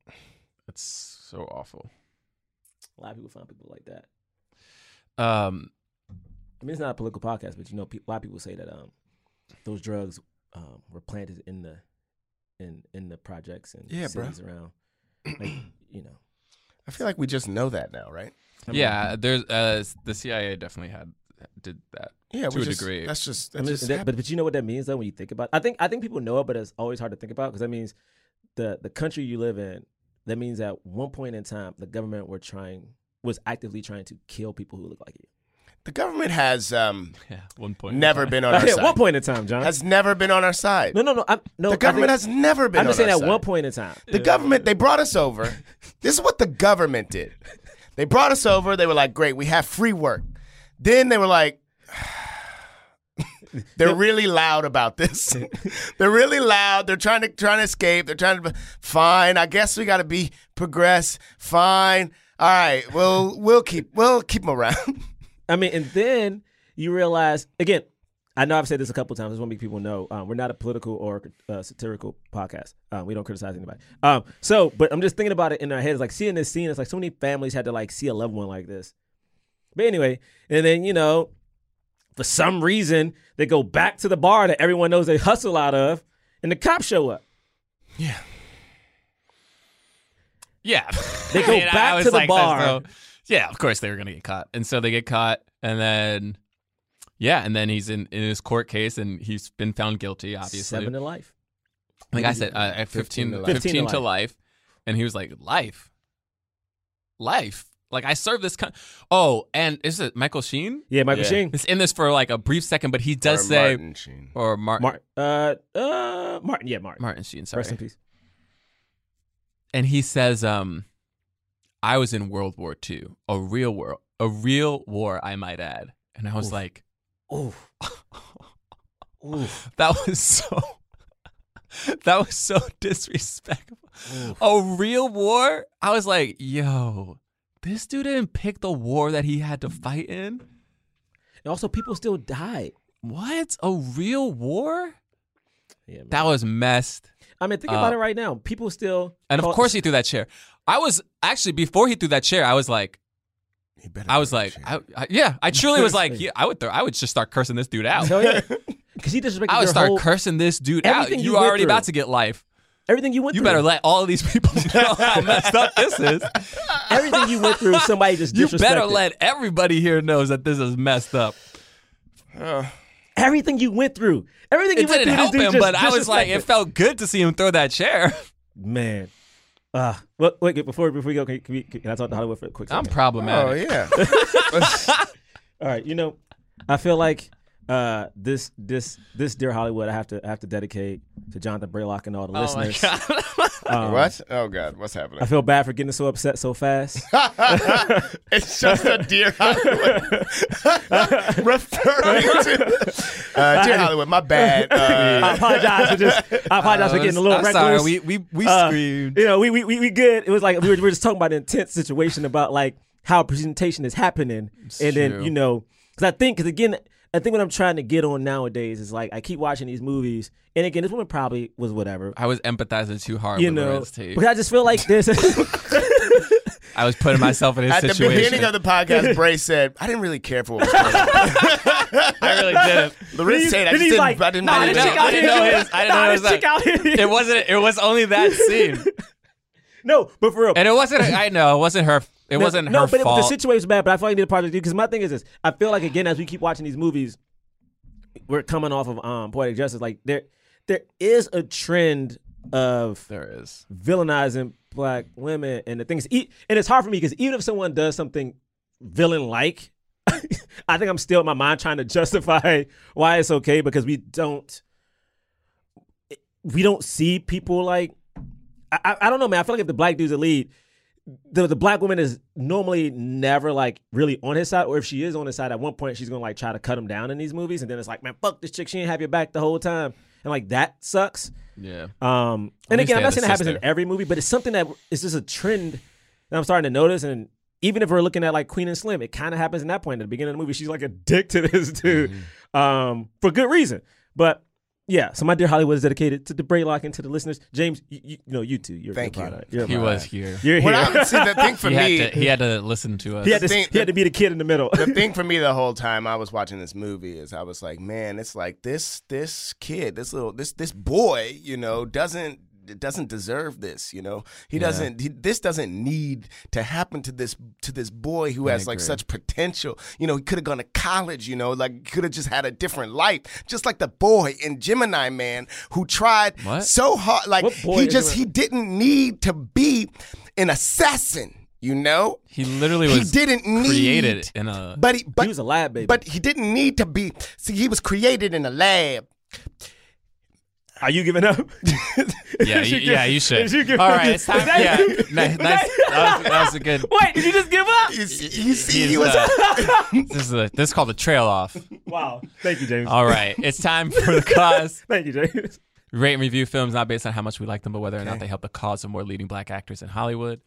S3: that's so awful.
S4: A lot of people found people like that.
S3: Um,
S4: I mean, it's not a political podcast, but you know, pe- a lot of people say that um, those drugs um, were planted in the in in the projects and
S2: Yeah, bruh.
S4: cities around. Like, <clears throat>
S2: <clears throat>
S4: you know,
S2: I feel like we just know that now, right?
S3: yeah, there's uh, the CIA definitely had did that.
S2: Yeah,
S3: To
S2: we
S3: a
S2: just,
S3: degree.
S2: That's just.
S4: I
S2: That's
S4: mean,
S2: just
S4: that- but but you know what that means though when you think about. I think I think people know it, but it's always hard to think about because that means the the country you live in. That means at one point in time, the government were trying was actively trying to kill people who look like you.
S2: the government has um,
S3: Yeah, one point.
S2: never
S3: <laughs>
S2: been on our
S4: <laughs> at
S2: side.
S4: one point in time, John.
S2: has never been on our side.
S4: no, no, no. I'm, no
S2: the government
S4: I
S2: has never been.
S4: I'm just
S2: on
S4: saying
S2: our
S4: at
S2: side.
S4: one point in time.
S2: The government, they brought us over.
S4: <laughs>
S2: This is what the government did. They brought us over. They were like, great, we have free work. Then they were like, <sighs>
S4: <laughs>
S2: they're really loud about this. <laughs> they're really loud. They're trying to trying to escape. They're trying to fine. I guess we got to be progress. Fine. All right. We'll we'll keep we'll keep them around. <laughs>
S4: I mean, and then you realize again. I know I've said this a couple times. I just want to make people know um, we're not a political or uh, satirical podcast. Um, we don't criticize anybody. Um, so, but I'm just thinking about it in our heads, like seeing this scene. It's like so many families had to like see a loved one like this. But anyway, and then you know, for some reason they go back to the bar that everyone knows they hustle out of, and the cops show up. <laughs>
S3: Yeah,
S4: They go
S3: I
S4: back
S3: was
S4: to the
S3: there's
S4: bar.
S3: yeah, of course they were gonna get caught, and so they get caught, and then yeah, and then he's in in his court case, and he's been found guilty. Obviously,
S4: Seven to life.
S3: like I said, uh, at
S2: 15 to
S3: 15, to
S2: life.
S3: 15 to life. And he was like, life. Life. Like I serve this kind. Oh, and is it Michael Sheen?
S4: Yeah, Michael Yeah. Sheen.
S3: It's in this for like a brief second, but he does
S4: Or
S3: say
S4: Martin Sheen.
S3: or Martin.
S4: Mar- uh, uh, Martin. Yeah, Martin.
S3: Martin Sheen. Sorry.
S4: Rest in peace.
S3: and he says, um, I was in World War II, a real war, a real war, I might add. And I was
S4: Oof.
S3: like,
S4: Oof. Oof.
S3: that was so, <laughs> that was so disrespectful.
S4: Oof.
S3: A real war? I was like, yo, this dude didn't pick the war that he had to fight in.
S4: And also, people still died.
S3: What? A real war?
S4: Yeah,
S3: that was messed.
S4: I mean, think
S3: up.
S4: about it right now. People still.
S3: Uh, And of
S4: call-
S3: course he threw that chair. I was actually before he threw that chair, I was like, I was like, I, I- yeah, I
S4: <laughs>
S3: truly was like, yeah, I would throw, I would just start cursing this dude out.
S4: Hell Oh,
S3: <laughs>
S4: yeah. Because he disrespected
S3: I would
S4: your
S3: start
S4: whole-
S3: cursing this dude out.
S4: Everything
S3: You,
S4: you
S3: are
S4: went
S3: already about
S4: through.
S3: to get life.
S4: Everything you went
S3: You
S4: through.
S3: better let all of these people <laughs> know how messed up this is.
S4: Everything you went through, somebody just
S3: <laughs> You
S4: disrespected.
S3: better let everybody here knows that this is messed up.
S4: Everything you went through. Everything you
S3: It
S4: went through.
S3: didn't help
S4: this dude
S3: him,
S4: just
S3: but I was like,
S4: disrespected.
S3: it felt good to see him throw that chair. <laughs>
S4: Man. Uh, well, wait, wait, before, before we go, can, you- can, we, can I talk to Hollywood for a quick
S3: I'm
S4: second?
S3: problematic.
S2: Oh,
S4: yeah. All right, you know, I feel like uh, this this this Dear Hollywood I have to I have to dedicate to Jonathan Braylock and all the
S2: Oh, my
S4: listeners.
S2: God. What? Oh, God, what's happening?
S4: I feel bad for getting so upset so
S3: <laughs>
S4: fast.
S2: <laughs> it's just a dear Hollywood. <laughs> Referring to <laughs> uh, dear Hollywood, my bad. Uh, <laughs>
S4: I apologize for just. I apologize for
S2: Uh,
S4: getting a little
S2: I'm sorry,
S4: reckless.
S2: we- we- we
S4: screamed. You know, we, we we we good. It was like we were, we were just talking about an intense situation about like how presentation is happening, and
S2: true.
S4: then you know, because I think because again. I think what I'm trying to get on nowadays is like I keep watching these movies, and again, this woman probably was whatever,
S3: I was empathizing too hard
S4: you
S3: with
S4: know.
S3: Lorenz Tate.
S4: But I just feel
S2: <laughs>
S4: like this. <laughs>
S3: I was putting myself in his
S2: At
S3: situation.
S2: the beginning of the podcast, Bray said, "I didn't really care for what was going <laughs> on.
S3: I
S4: <laughs>
S3: really didn't.
S2: Lorenz said, "I just
S3: Then he's
S2: didn't.
S3: like,
S2: I didn't,
S3: "Nah,
S2: I didn't
S3: this
S2: <laughs>
S3: chick out here-
S2: know his-
S3: I didn't know
S2: nah,
S3: it was
S2: this chick
S3: that-
S2: out here-
S3: It wasn't. It was only that scene.
S4: <laughs> no, but for real,
S3: And it wasn't. I know it wasn't her. It
S4: No,
S3: wasn't
S4: no,
S3: her
S4: but it-
S3: fault.
S4: the situation was bad. But I feel like they did a project because my thing is this: I feel like again, as we keep watching these movies, we're coming off of um poetic justice. Like there, there is a trend of
S3: there is
S4: villainizing black women, and the things. E- and it's hard for me because even if someone does something villain-like, <laughs> I think I'm still in my mind trying to justify <laughs> why it's okay because we don't we don't see people like I, I, I don't know, man. I feel like if the black dude's the lead, the the black woman is normally never like really on his side, or if she is on his side, at one point she's gonna like try to cut him down in these movies, and then it's like, man, fuck this chick, she ain't have your back the whole time, and like that sucks.
S3: Yeah.
S4: Um.
S3: At
S4: And
S3: least
S4: again,
S3: they
S4: I'm not
S3: had a
S4: saying it happens in
S3: sister.
S4: every movie, but it's something that is just a trend that I'm starting to notice. And even if we're looking at like Queen and Slim, it kind of happens in that point at the beginning of the movie. She's like a dick to this <laughs> dude,
S3: Mm-hmm.
S4: um, for good reason. But yeah, so my dear Hollywood is dedicated to the Braylock and to the listeners. James, you, you, you know you too. You're
S2: Thank
S4: you're
S2: you.
S4: product. You're
S3: He
S4: my-
S3: was here.
S4: You're
S2: When
S4: here.
S2: I- see, the thing for
S3: he
S2: me,
S3: had to, he had to listen to
S4: <laughs>
S3: us.
S4: He had to- he had to be the kid in the middle.
S2: the thing for me the whole time I was watching this movie is I was like, man, it's like this this kid, this little this this boy, you know, doesn't doesn't deserve this, you know. He
S3: Yeah.
S2: doesn't. He, this doesn't need to happen to this to this boy who
S3: I
S2: has like
S3: agree.
S2: such potential. You know, he could have gone to college. You know, like could have just had a different life, just like the boy in Gemini Man who tried
S3: What?
S2: so hard. Like
S3: What boy
S2: he
S3: in
S2: just
S3: Gemini-
S2: he didn't need to be an assassin. You know,
S3: He literally
S2: He
S3: was
S2: didn't need-
S3: created in a.
S2: but he, but
S4: <laughs> he was a lab baby.
S2: But he didn't need to be. See, he was created in a lab.
S4: Are you
S2: <laughs>
S4: giving up? <laughs>
S3: yeah, you, yeah, you should. All right, it's time.
S4: Is
S3: Yeah,
S4: that-
S3: nice, nice. That, was, that was a good.
S4: Wait, did you just give up?
S2: You see,
S3: He's,
S2: he was.
S3: uh, this is a, this is called a trail off.
S4: Wow. Thank you, James.
S3: All right, it's time for the cause.
S4: Thank you, James.
S3: Rate and review films not based on how much we like them, but whether or not they help the cause of more leading black actors in Hollywood.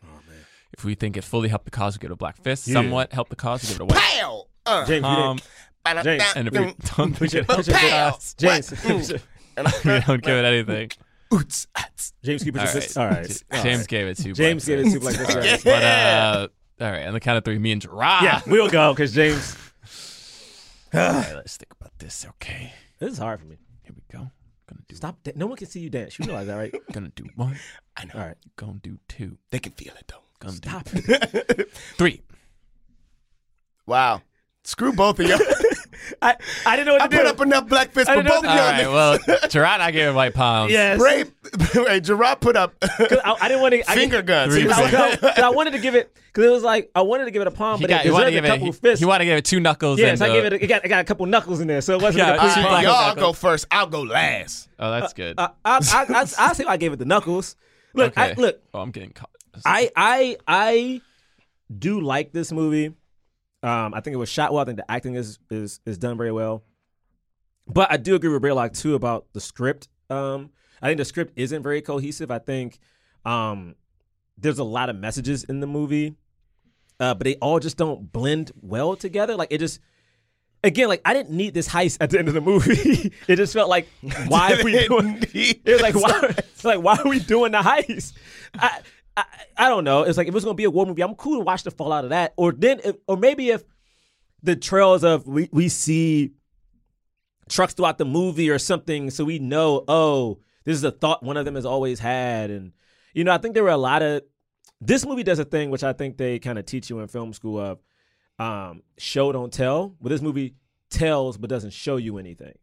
S3: If we think it fully helped the cause, we give it a black fist.
S4: Oh, Yeah.
S3: Somewhat helped the cause, we give it a
S4: <laughs>
S3: white.
S2: Pow! Uh,
S4: James, you
S3: um,
S4: didn't- James.
S3: And if we <laughs>
S2: <laughs>
S3: don't think it helped
S4: Put <laughs>
S3: the
S4: your-
S3: cause,
S4: James.
S3: we don't give it anything.
S4: James, keep it
S3: All
S4: consistent.
S3: right.
S4: All right.
S3: J- James gave it two
S4: James
S3: black
S4: gave it two black
S3: fists.
S4: fists.
S3: All <laughs>
S4: Yeah.
S3: right. But, uh, all right, on the count of three, me and Gerard.
S4: Yeah, we'll go because James.
S3: All right, let's think about this, okay?
S4: This is hard for me.
S3: Here we go. Gonna do,
S4: Stop. Da- no one can see you dance. You realize that, right?
S3: gonna do one.
S2: I know.
S4: All right.
S3: Gonna do two.
S2: They can feel it though.
S3: Gonna
S4: Stop.
S3: do three.
S2: Wow. Screw both of you.
S4: <laughs> I, I didn't know
S2: <laughs>
S4: what
S2: I
S4: to
S2: put
S4: do.
S2: up enough black fists for both of
S3: All right,
S2: y'all.
S4: <laughs>
S3: well, Gerard, I gave him white palms.
S4: Yes.
S2: Brave, <laughs> wait, Gerard put up
S4: <laughs> I, I didn't want to
S2: finger guns. He
S4: I,
S2: was like,
S4: I- 'cause I wanted to give it because it was like I wanted to give it a palm,
S3: He,
S4: but
S3: got,
S4: it
S3: he, wanted to
S4: deserved a
S3: give it,
S4: couple
S3: he,
S4: fists.
S3: he wanted to give it two knuckles.
S4: yes,
S3: and
S4: I gave
S3: uh,
S4: it. A, it got it got a couple knuckles in there, so it wasn't.
S3: Yeah,
S4: a complete
S3: two
S4: palm.
S3: black-
S2: y'all go first. I'll go last.
S3: oh, that's good.
S4: I, I, I, I, I say I gave it the knuckles. Look, I,
S3: Okay.
S4: look,
S3: oh, I'm getting caught.
S4: I I I do like this movie. Um, I think it was shot well. I think the acting is is is done very well. But I do agree with Braylock too about the script. Um, I think the script isn't very cohesive. I think um, there's a lot of messages in the movie, uh, but they all just don't blend well together. Like it just. Again, like I didn't need this heist at the end of the movie. <laughs> it just felt like why
S2: <laughs>
S4: are we doing?
S2: need
S4: It was like why? It's like why are we doing the heist? I, I I don't know. It's like if it's gonna be a war movie, I'm cool to watch the fallout of that. Or then, if, or maybe if the trails of we, we see trucks throughout the movie or something, so we know oh this is a thought one of them has always had, and you know I think there were a lot of this movie does a thing which I think they kind of teach you in film school of um, show don't tell, but this movie tells but doesn't show you anything.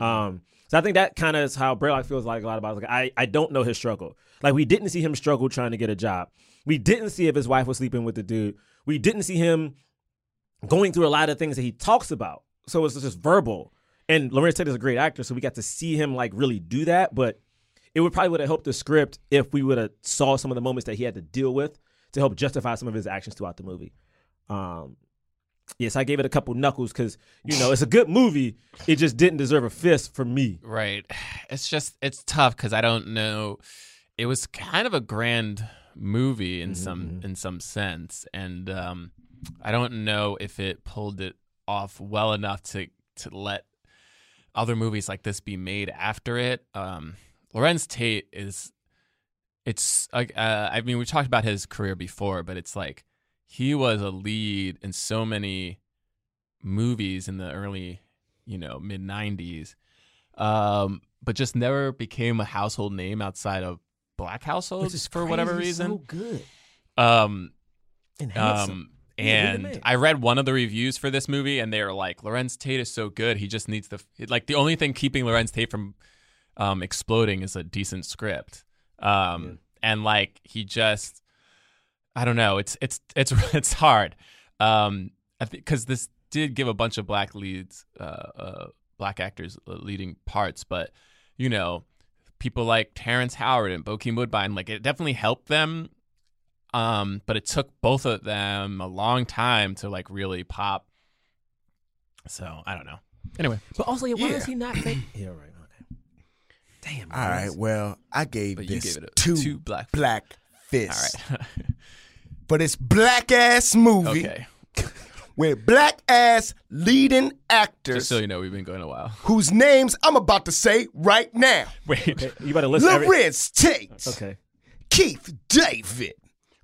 S4: Um, so I think that kind of is how Braylock feels like a lot about. it. Like I, I don't know his struggle. Like we didn't see him struggle trying to get a job. We didn't see if his wife was sleeping with the dude. We didn't see him going through a lot of things that he talks about. So it's just verbal. And Lawrence Taylor's a great actor, so we got to see him like really do that. But it would probably would have helped the script if we would have saw some of the moments that he had to deal with to help justify some of his actions throughout the movie. Um, yes, I gave it a couple knuckles because you know it's a good movie. It just didn't deserve a fist for me.
S3: Right. <sighs> It's just it's tough because I don't know. It was kind of a grand movie in some in some sense, and um, I don't know if it pulled it off well enough to to let other movies like this be made after it. Um, Lorenz Tate is. It's like uh, I mean we talked about his career before, but it's like he was a lead in so many movies in the early, you know, mid '90s um, but just never became a household name outside of black households for whatever
S4: so
S3: reason.
S4: good
S3: Um,
S4: and handsome.
S3: um,
S4: He's a really
S3: and
S4: man.
S3: I read one of the reviews for this movie, and they were like, "Lorenz Tate is so good. He just needs the like the only thing keeping Lorenz Tate from um, exploding is a decent script." Um, and like he just, I don't know. It's it's it's <laughs> it's hard. Um, because this did give a bunch of black leads, uh, uh, black actors uh, leading parts, but you know, people like Terrence Howard and Bokeem Woodbine, like it definitely helped them. Um, but it took both of them a long time to like really pop. So I don't know. Anyway,
S4: but also, yeah, why is
S2: Yeah.
S4: he not fake? yeah, right. Okay. Damn.
S2: All right, well, I gave
S3: But you
S2: this
S3: gave it a
S2: two,
S3: two black-
S2: black, fists.
S3: all <laughs> right,
S2: For this black ass movie
S3: okay.
S2: <laughs> with black ass leading actors
S3: Just so you know, we've been going a while.
S2: whose names I'm about to say right now.
S3: Wait,
S4: You better listen. every-
S2: Lorenz Tate,
S4: Okay.
S2: Keith David,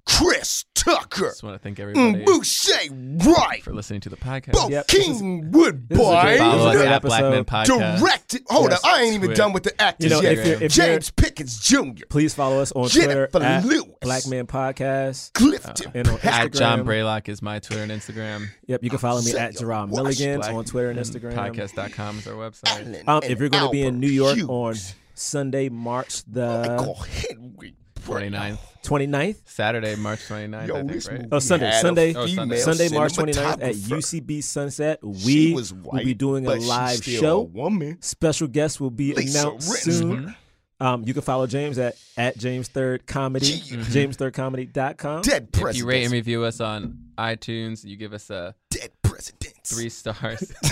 S2: Chris Tucker,
S3: just want to thank everybody
S2: Mbouche Wright,
S3: for listening to the podcast.
S4: Yep, this is-
S2: King
S4: this is a great- this is a
S3: Follow us
S4: great
S2: Woodbine,
S3: at Black Men
S4: episode.
S3: Podcast.
S2: directed. Hold
S4: Yes.
S2: up, I ain't even
S3: Twitter.
S2: done with the actors
S4: You know,
S2: yet.
S4: if you're- if
S2: James Pickens Jr.
S4: Please follow us on
S2: Jennifer
S4: Twitter at
S2: Lewis.
S4: Black Man Podcast.
S2: Clifton
S4: and Uh, on
S2: Pat-
S3: At John
S4: Instagram.
S3: Braylock is my Twitter and Instagram.
S4: Yep, you can follow me
S2: Say
S4: at
S2: your
S4: Gerard
S2: watch,
S4: Milligan
S3: Black
S4: on Twitter and
S3: Men
S4: Instagram.
S3: Podcast.com is our website.
S2: Allen
S4: Um, if
S2: and
S4: you're going to be in
S2: Albert
S4: New York
S2: Hughes.
S4: on uh, Sunday, March the
S2: Michael Henry
S3: 29th.
S4: 29th,
S3: Saturday, March 29th,
S2: Yo,
S3: I
S2: this
S3: think, right?
S2: movie
S4: Oh, Sunday,
S2: had a
S4: Sunday.
S3: Oh,
S2: female
S3: Sunday.
S4: Sunday, March 29th at
S2: cinematographer.
S4: UCB Sunset, we
S2: She was white,
S4: will be doing a
S2: but she's
S4: live
S2: still
S4: show.
S2: A woman.
S4: Special guests will be
S2: Lisa
S4: announced
S2: Rinna.
S4: soon. Um, you can follow James at, at James Third Comedy,
S2: Yeah.
S4: james3rdcomedy.com. <laughs>
S2: Dead
S3: If you rate and
S2: president.
S3: review us on iTunes, you give us a
S2: Dead presidents. <laughs>
S3: three stars. <laughs>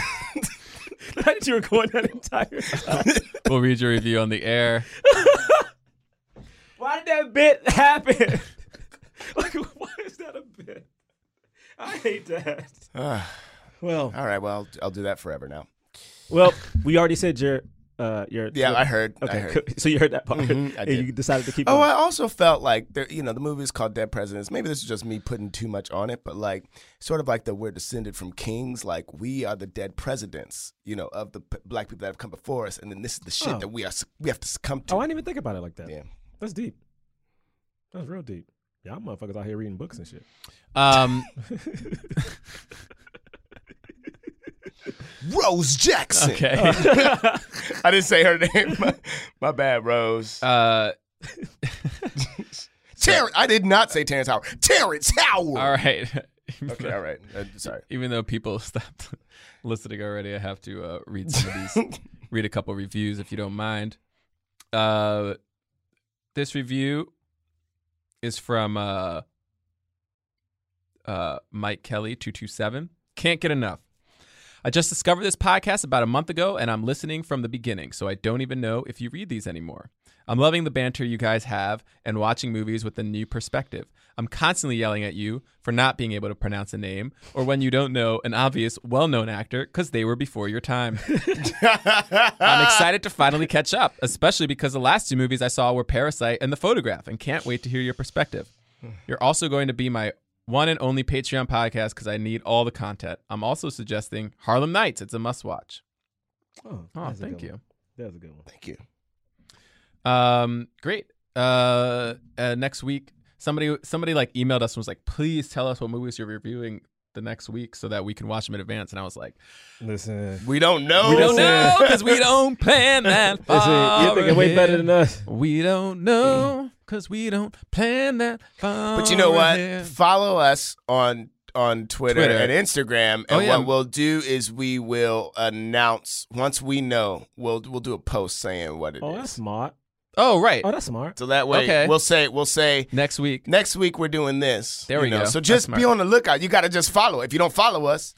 S4: How did you record that entire uh, time?
S3: we'll read your review on the air.
S4: Why did that bit happen? <laughs> like, why is that a bit? I hate that.
S2: <sighs> Ah,
S4: Well,
S2: all right, well, I'll do that forever now.
S4: well, we already said your, uh, your.
S2: Yeah, I heard. I
S4: Okay,
S2: heard.
S4: cool. <laughs> so you heard that part,
S2: Mhm, I
S4: and
S2: did.
S4: you decided to keep.
S2: Oh,
S4: going.
S2: I also felt like there, you know the movie is called Dead Presidents. Maybe this is just me putting too much on it, but like sort of like the we're descended from kings. Like we are the dead presidents, you know, of the p- black people that have come before us, and then this is the shit
S4: Oh.
S2: that we are s- we have to succumb to.
S4: Oh, I didn't even think about it like that.
S2: yeah.
S4: That's deep. That's real deep. Y'all motherfuckers out here reading books <laughs> and shit.
S3: Um,
S2: Rose Jackson.
S3: Okay.
S2: <laughs> I didn't say her name. My, my bad, Rose.
S3: Uh,
S2: Terrence. I did not say Terrence Howard. Terrence Howard.
S3: All right. <laughs>
S2: Okay, all right. Uh, sorry.
S3: Even though people <laughs> stopped listening already, I have to uh, read some of
S2: <laughs>
S3: these. read a couple reviews if you don't mind. Uh, this review is from uh, uh, Mike Kelly two two seven. Can't get enough. I just discovered this podcast about a month ago, and I'm listening from the beginning, so I don't even know if you read these anymore. I'm loving the banter you guys have and watching movies with a new perspective. I'm constantly yelling at you for not being able to pronounce a name or when you don't know an obvious, well known actor because they were before your time. I'm excited to finally catch up, especially because the last two movies I saw were Parasite and The Photograph, and can't wait to hear your perspective. You're also going to be my one and only Patreon podcast because I need all the content. I'm also suggesting Harlem Nights. It's a must watch.
S4: Oh,
S3: Oh,
S4: that's a
S3: thank
S4: good
S3: you.
S4: one. That's a good one.
S2: Thank you.
S3: Um, great. Uh, uh, next week, somebody somebody like emailed us and was like, "Please tell us what movies you're reviewing the next week so that we can watch them in advance." And I was like,
S4: Listen.
S2: We don't know.
S3: "We don't know because we don't
S2: <laughs>
S3: plan that
S4: Listen,
S3: far
S4: you're thinking way
S3: ahead.
S4: better than us.
S3: We don't know because we don't plan that far."
S2: Mm. But you know what?
S3: ahead.
S2: Follow us on on Twitter,
S3: Twitter.
S2: and Instagram. And
S3: Oh, yeah.
S2: what we'll do is we will announce once we know. We'll we'll do a post saying what it is.
S4: Oh, that's smart.
S3: Oh, right.
S4: Oh, that's smart.
S2: So that way
S3: Okay.
S2: we'll say we'll say
S3: next week.
S2: next week we're doing this.
S3: There
S2: you
S3: we
S2: know?
S3: go.
S2: So
S3: That's
S2: just be
S3: smart.
S2: on the lookout. You got to just follow. If you don't follow us,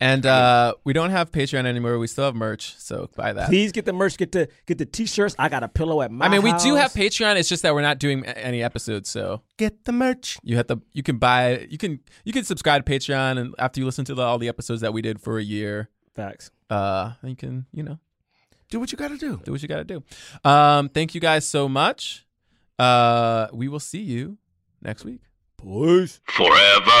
S3: And uh, we don't have Patreon anymore. We still have merch, so buy that.
S4: Please get the merch. Get the get the t-shirts. I got a pillow at my.
S3: I mean, we do have
S4: house.
S3: Patreon. It's just that we're not doing a- any episodes, so
S2: get the merch.
S3: you have to. You can buy. You can. You can subscribe to Patreon, and after you listen to the, all the episodes that we did for a year,
S4: facts.
S3: uh, you can. You know,
S2: Do what you got to do.
S3: do what you got to do. Um, thank you guys so much. Uh, we will see you next week.
S4: Peace.
S1: Forever.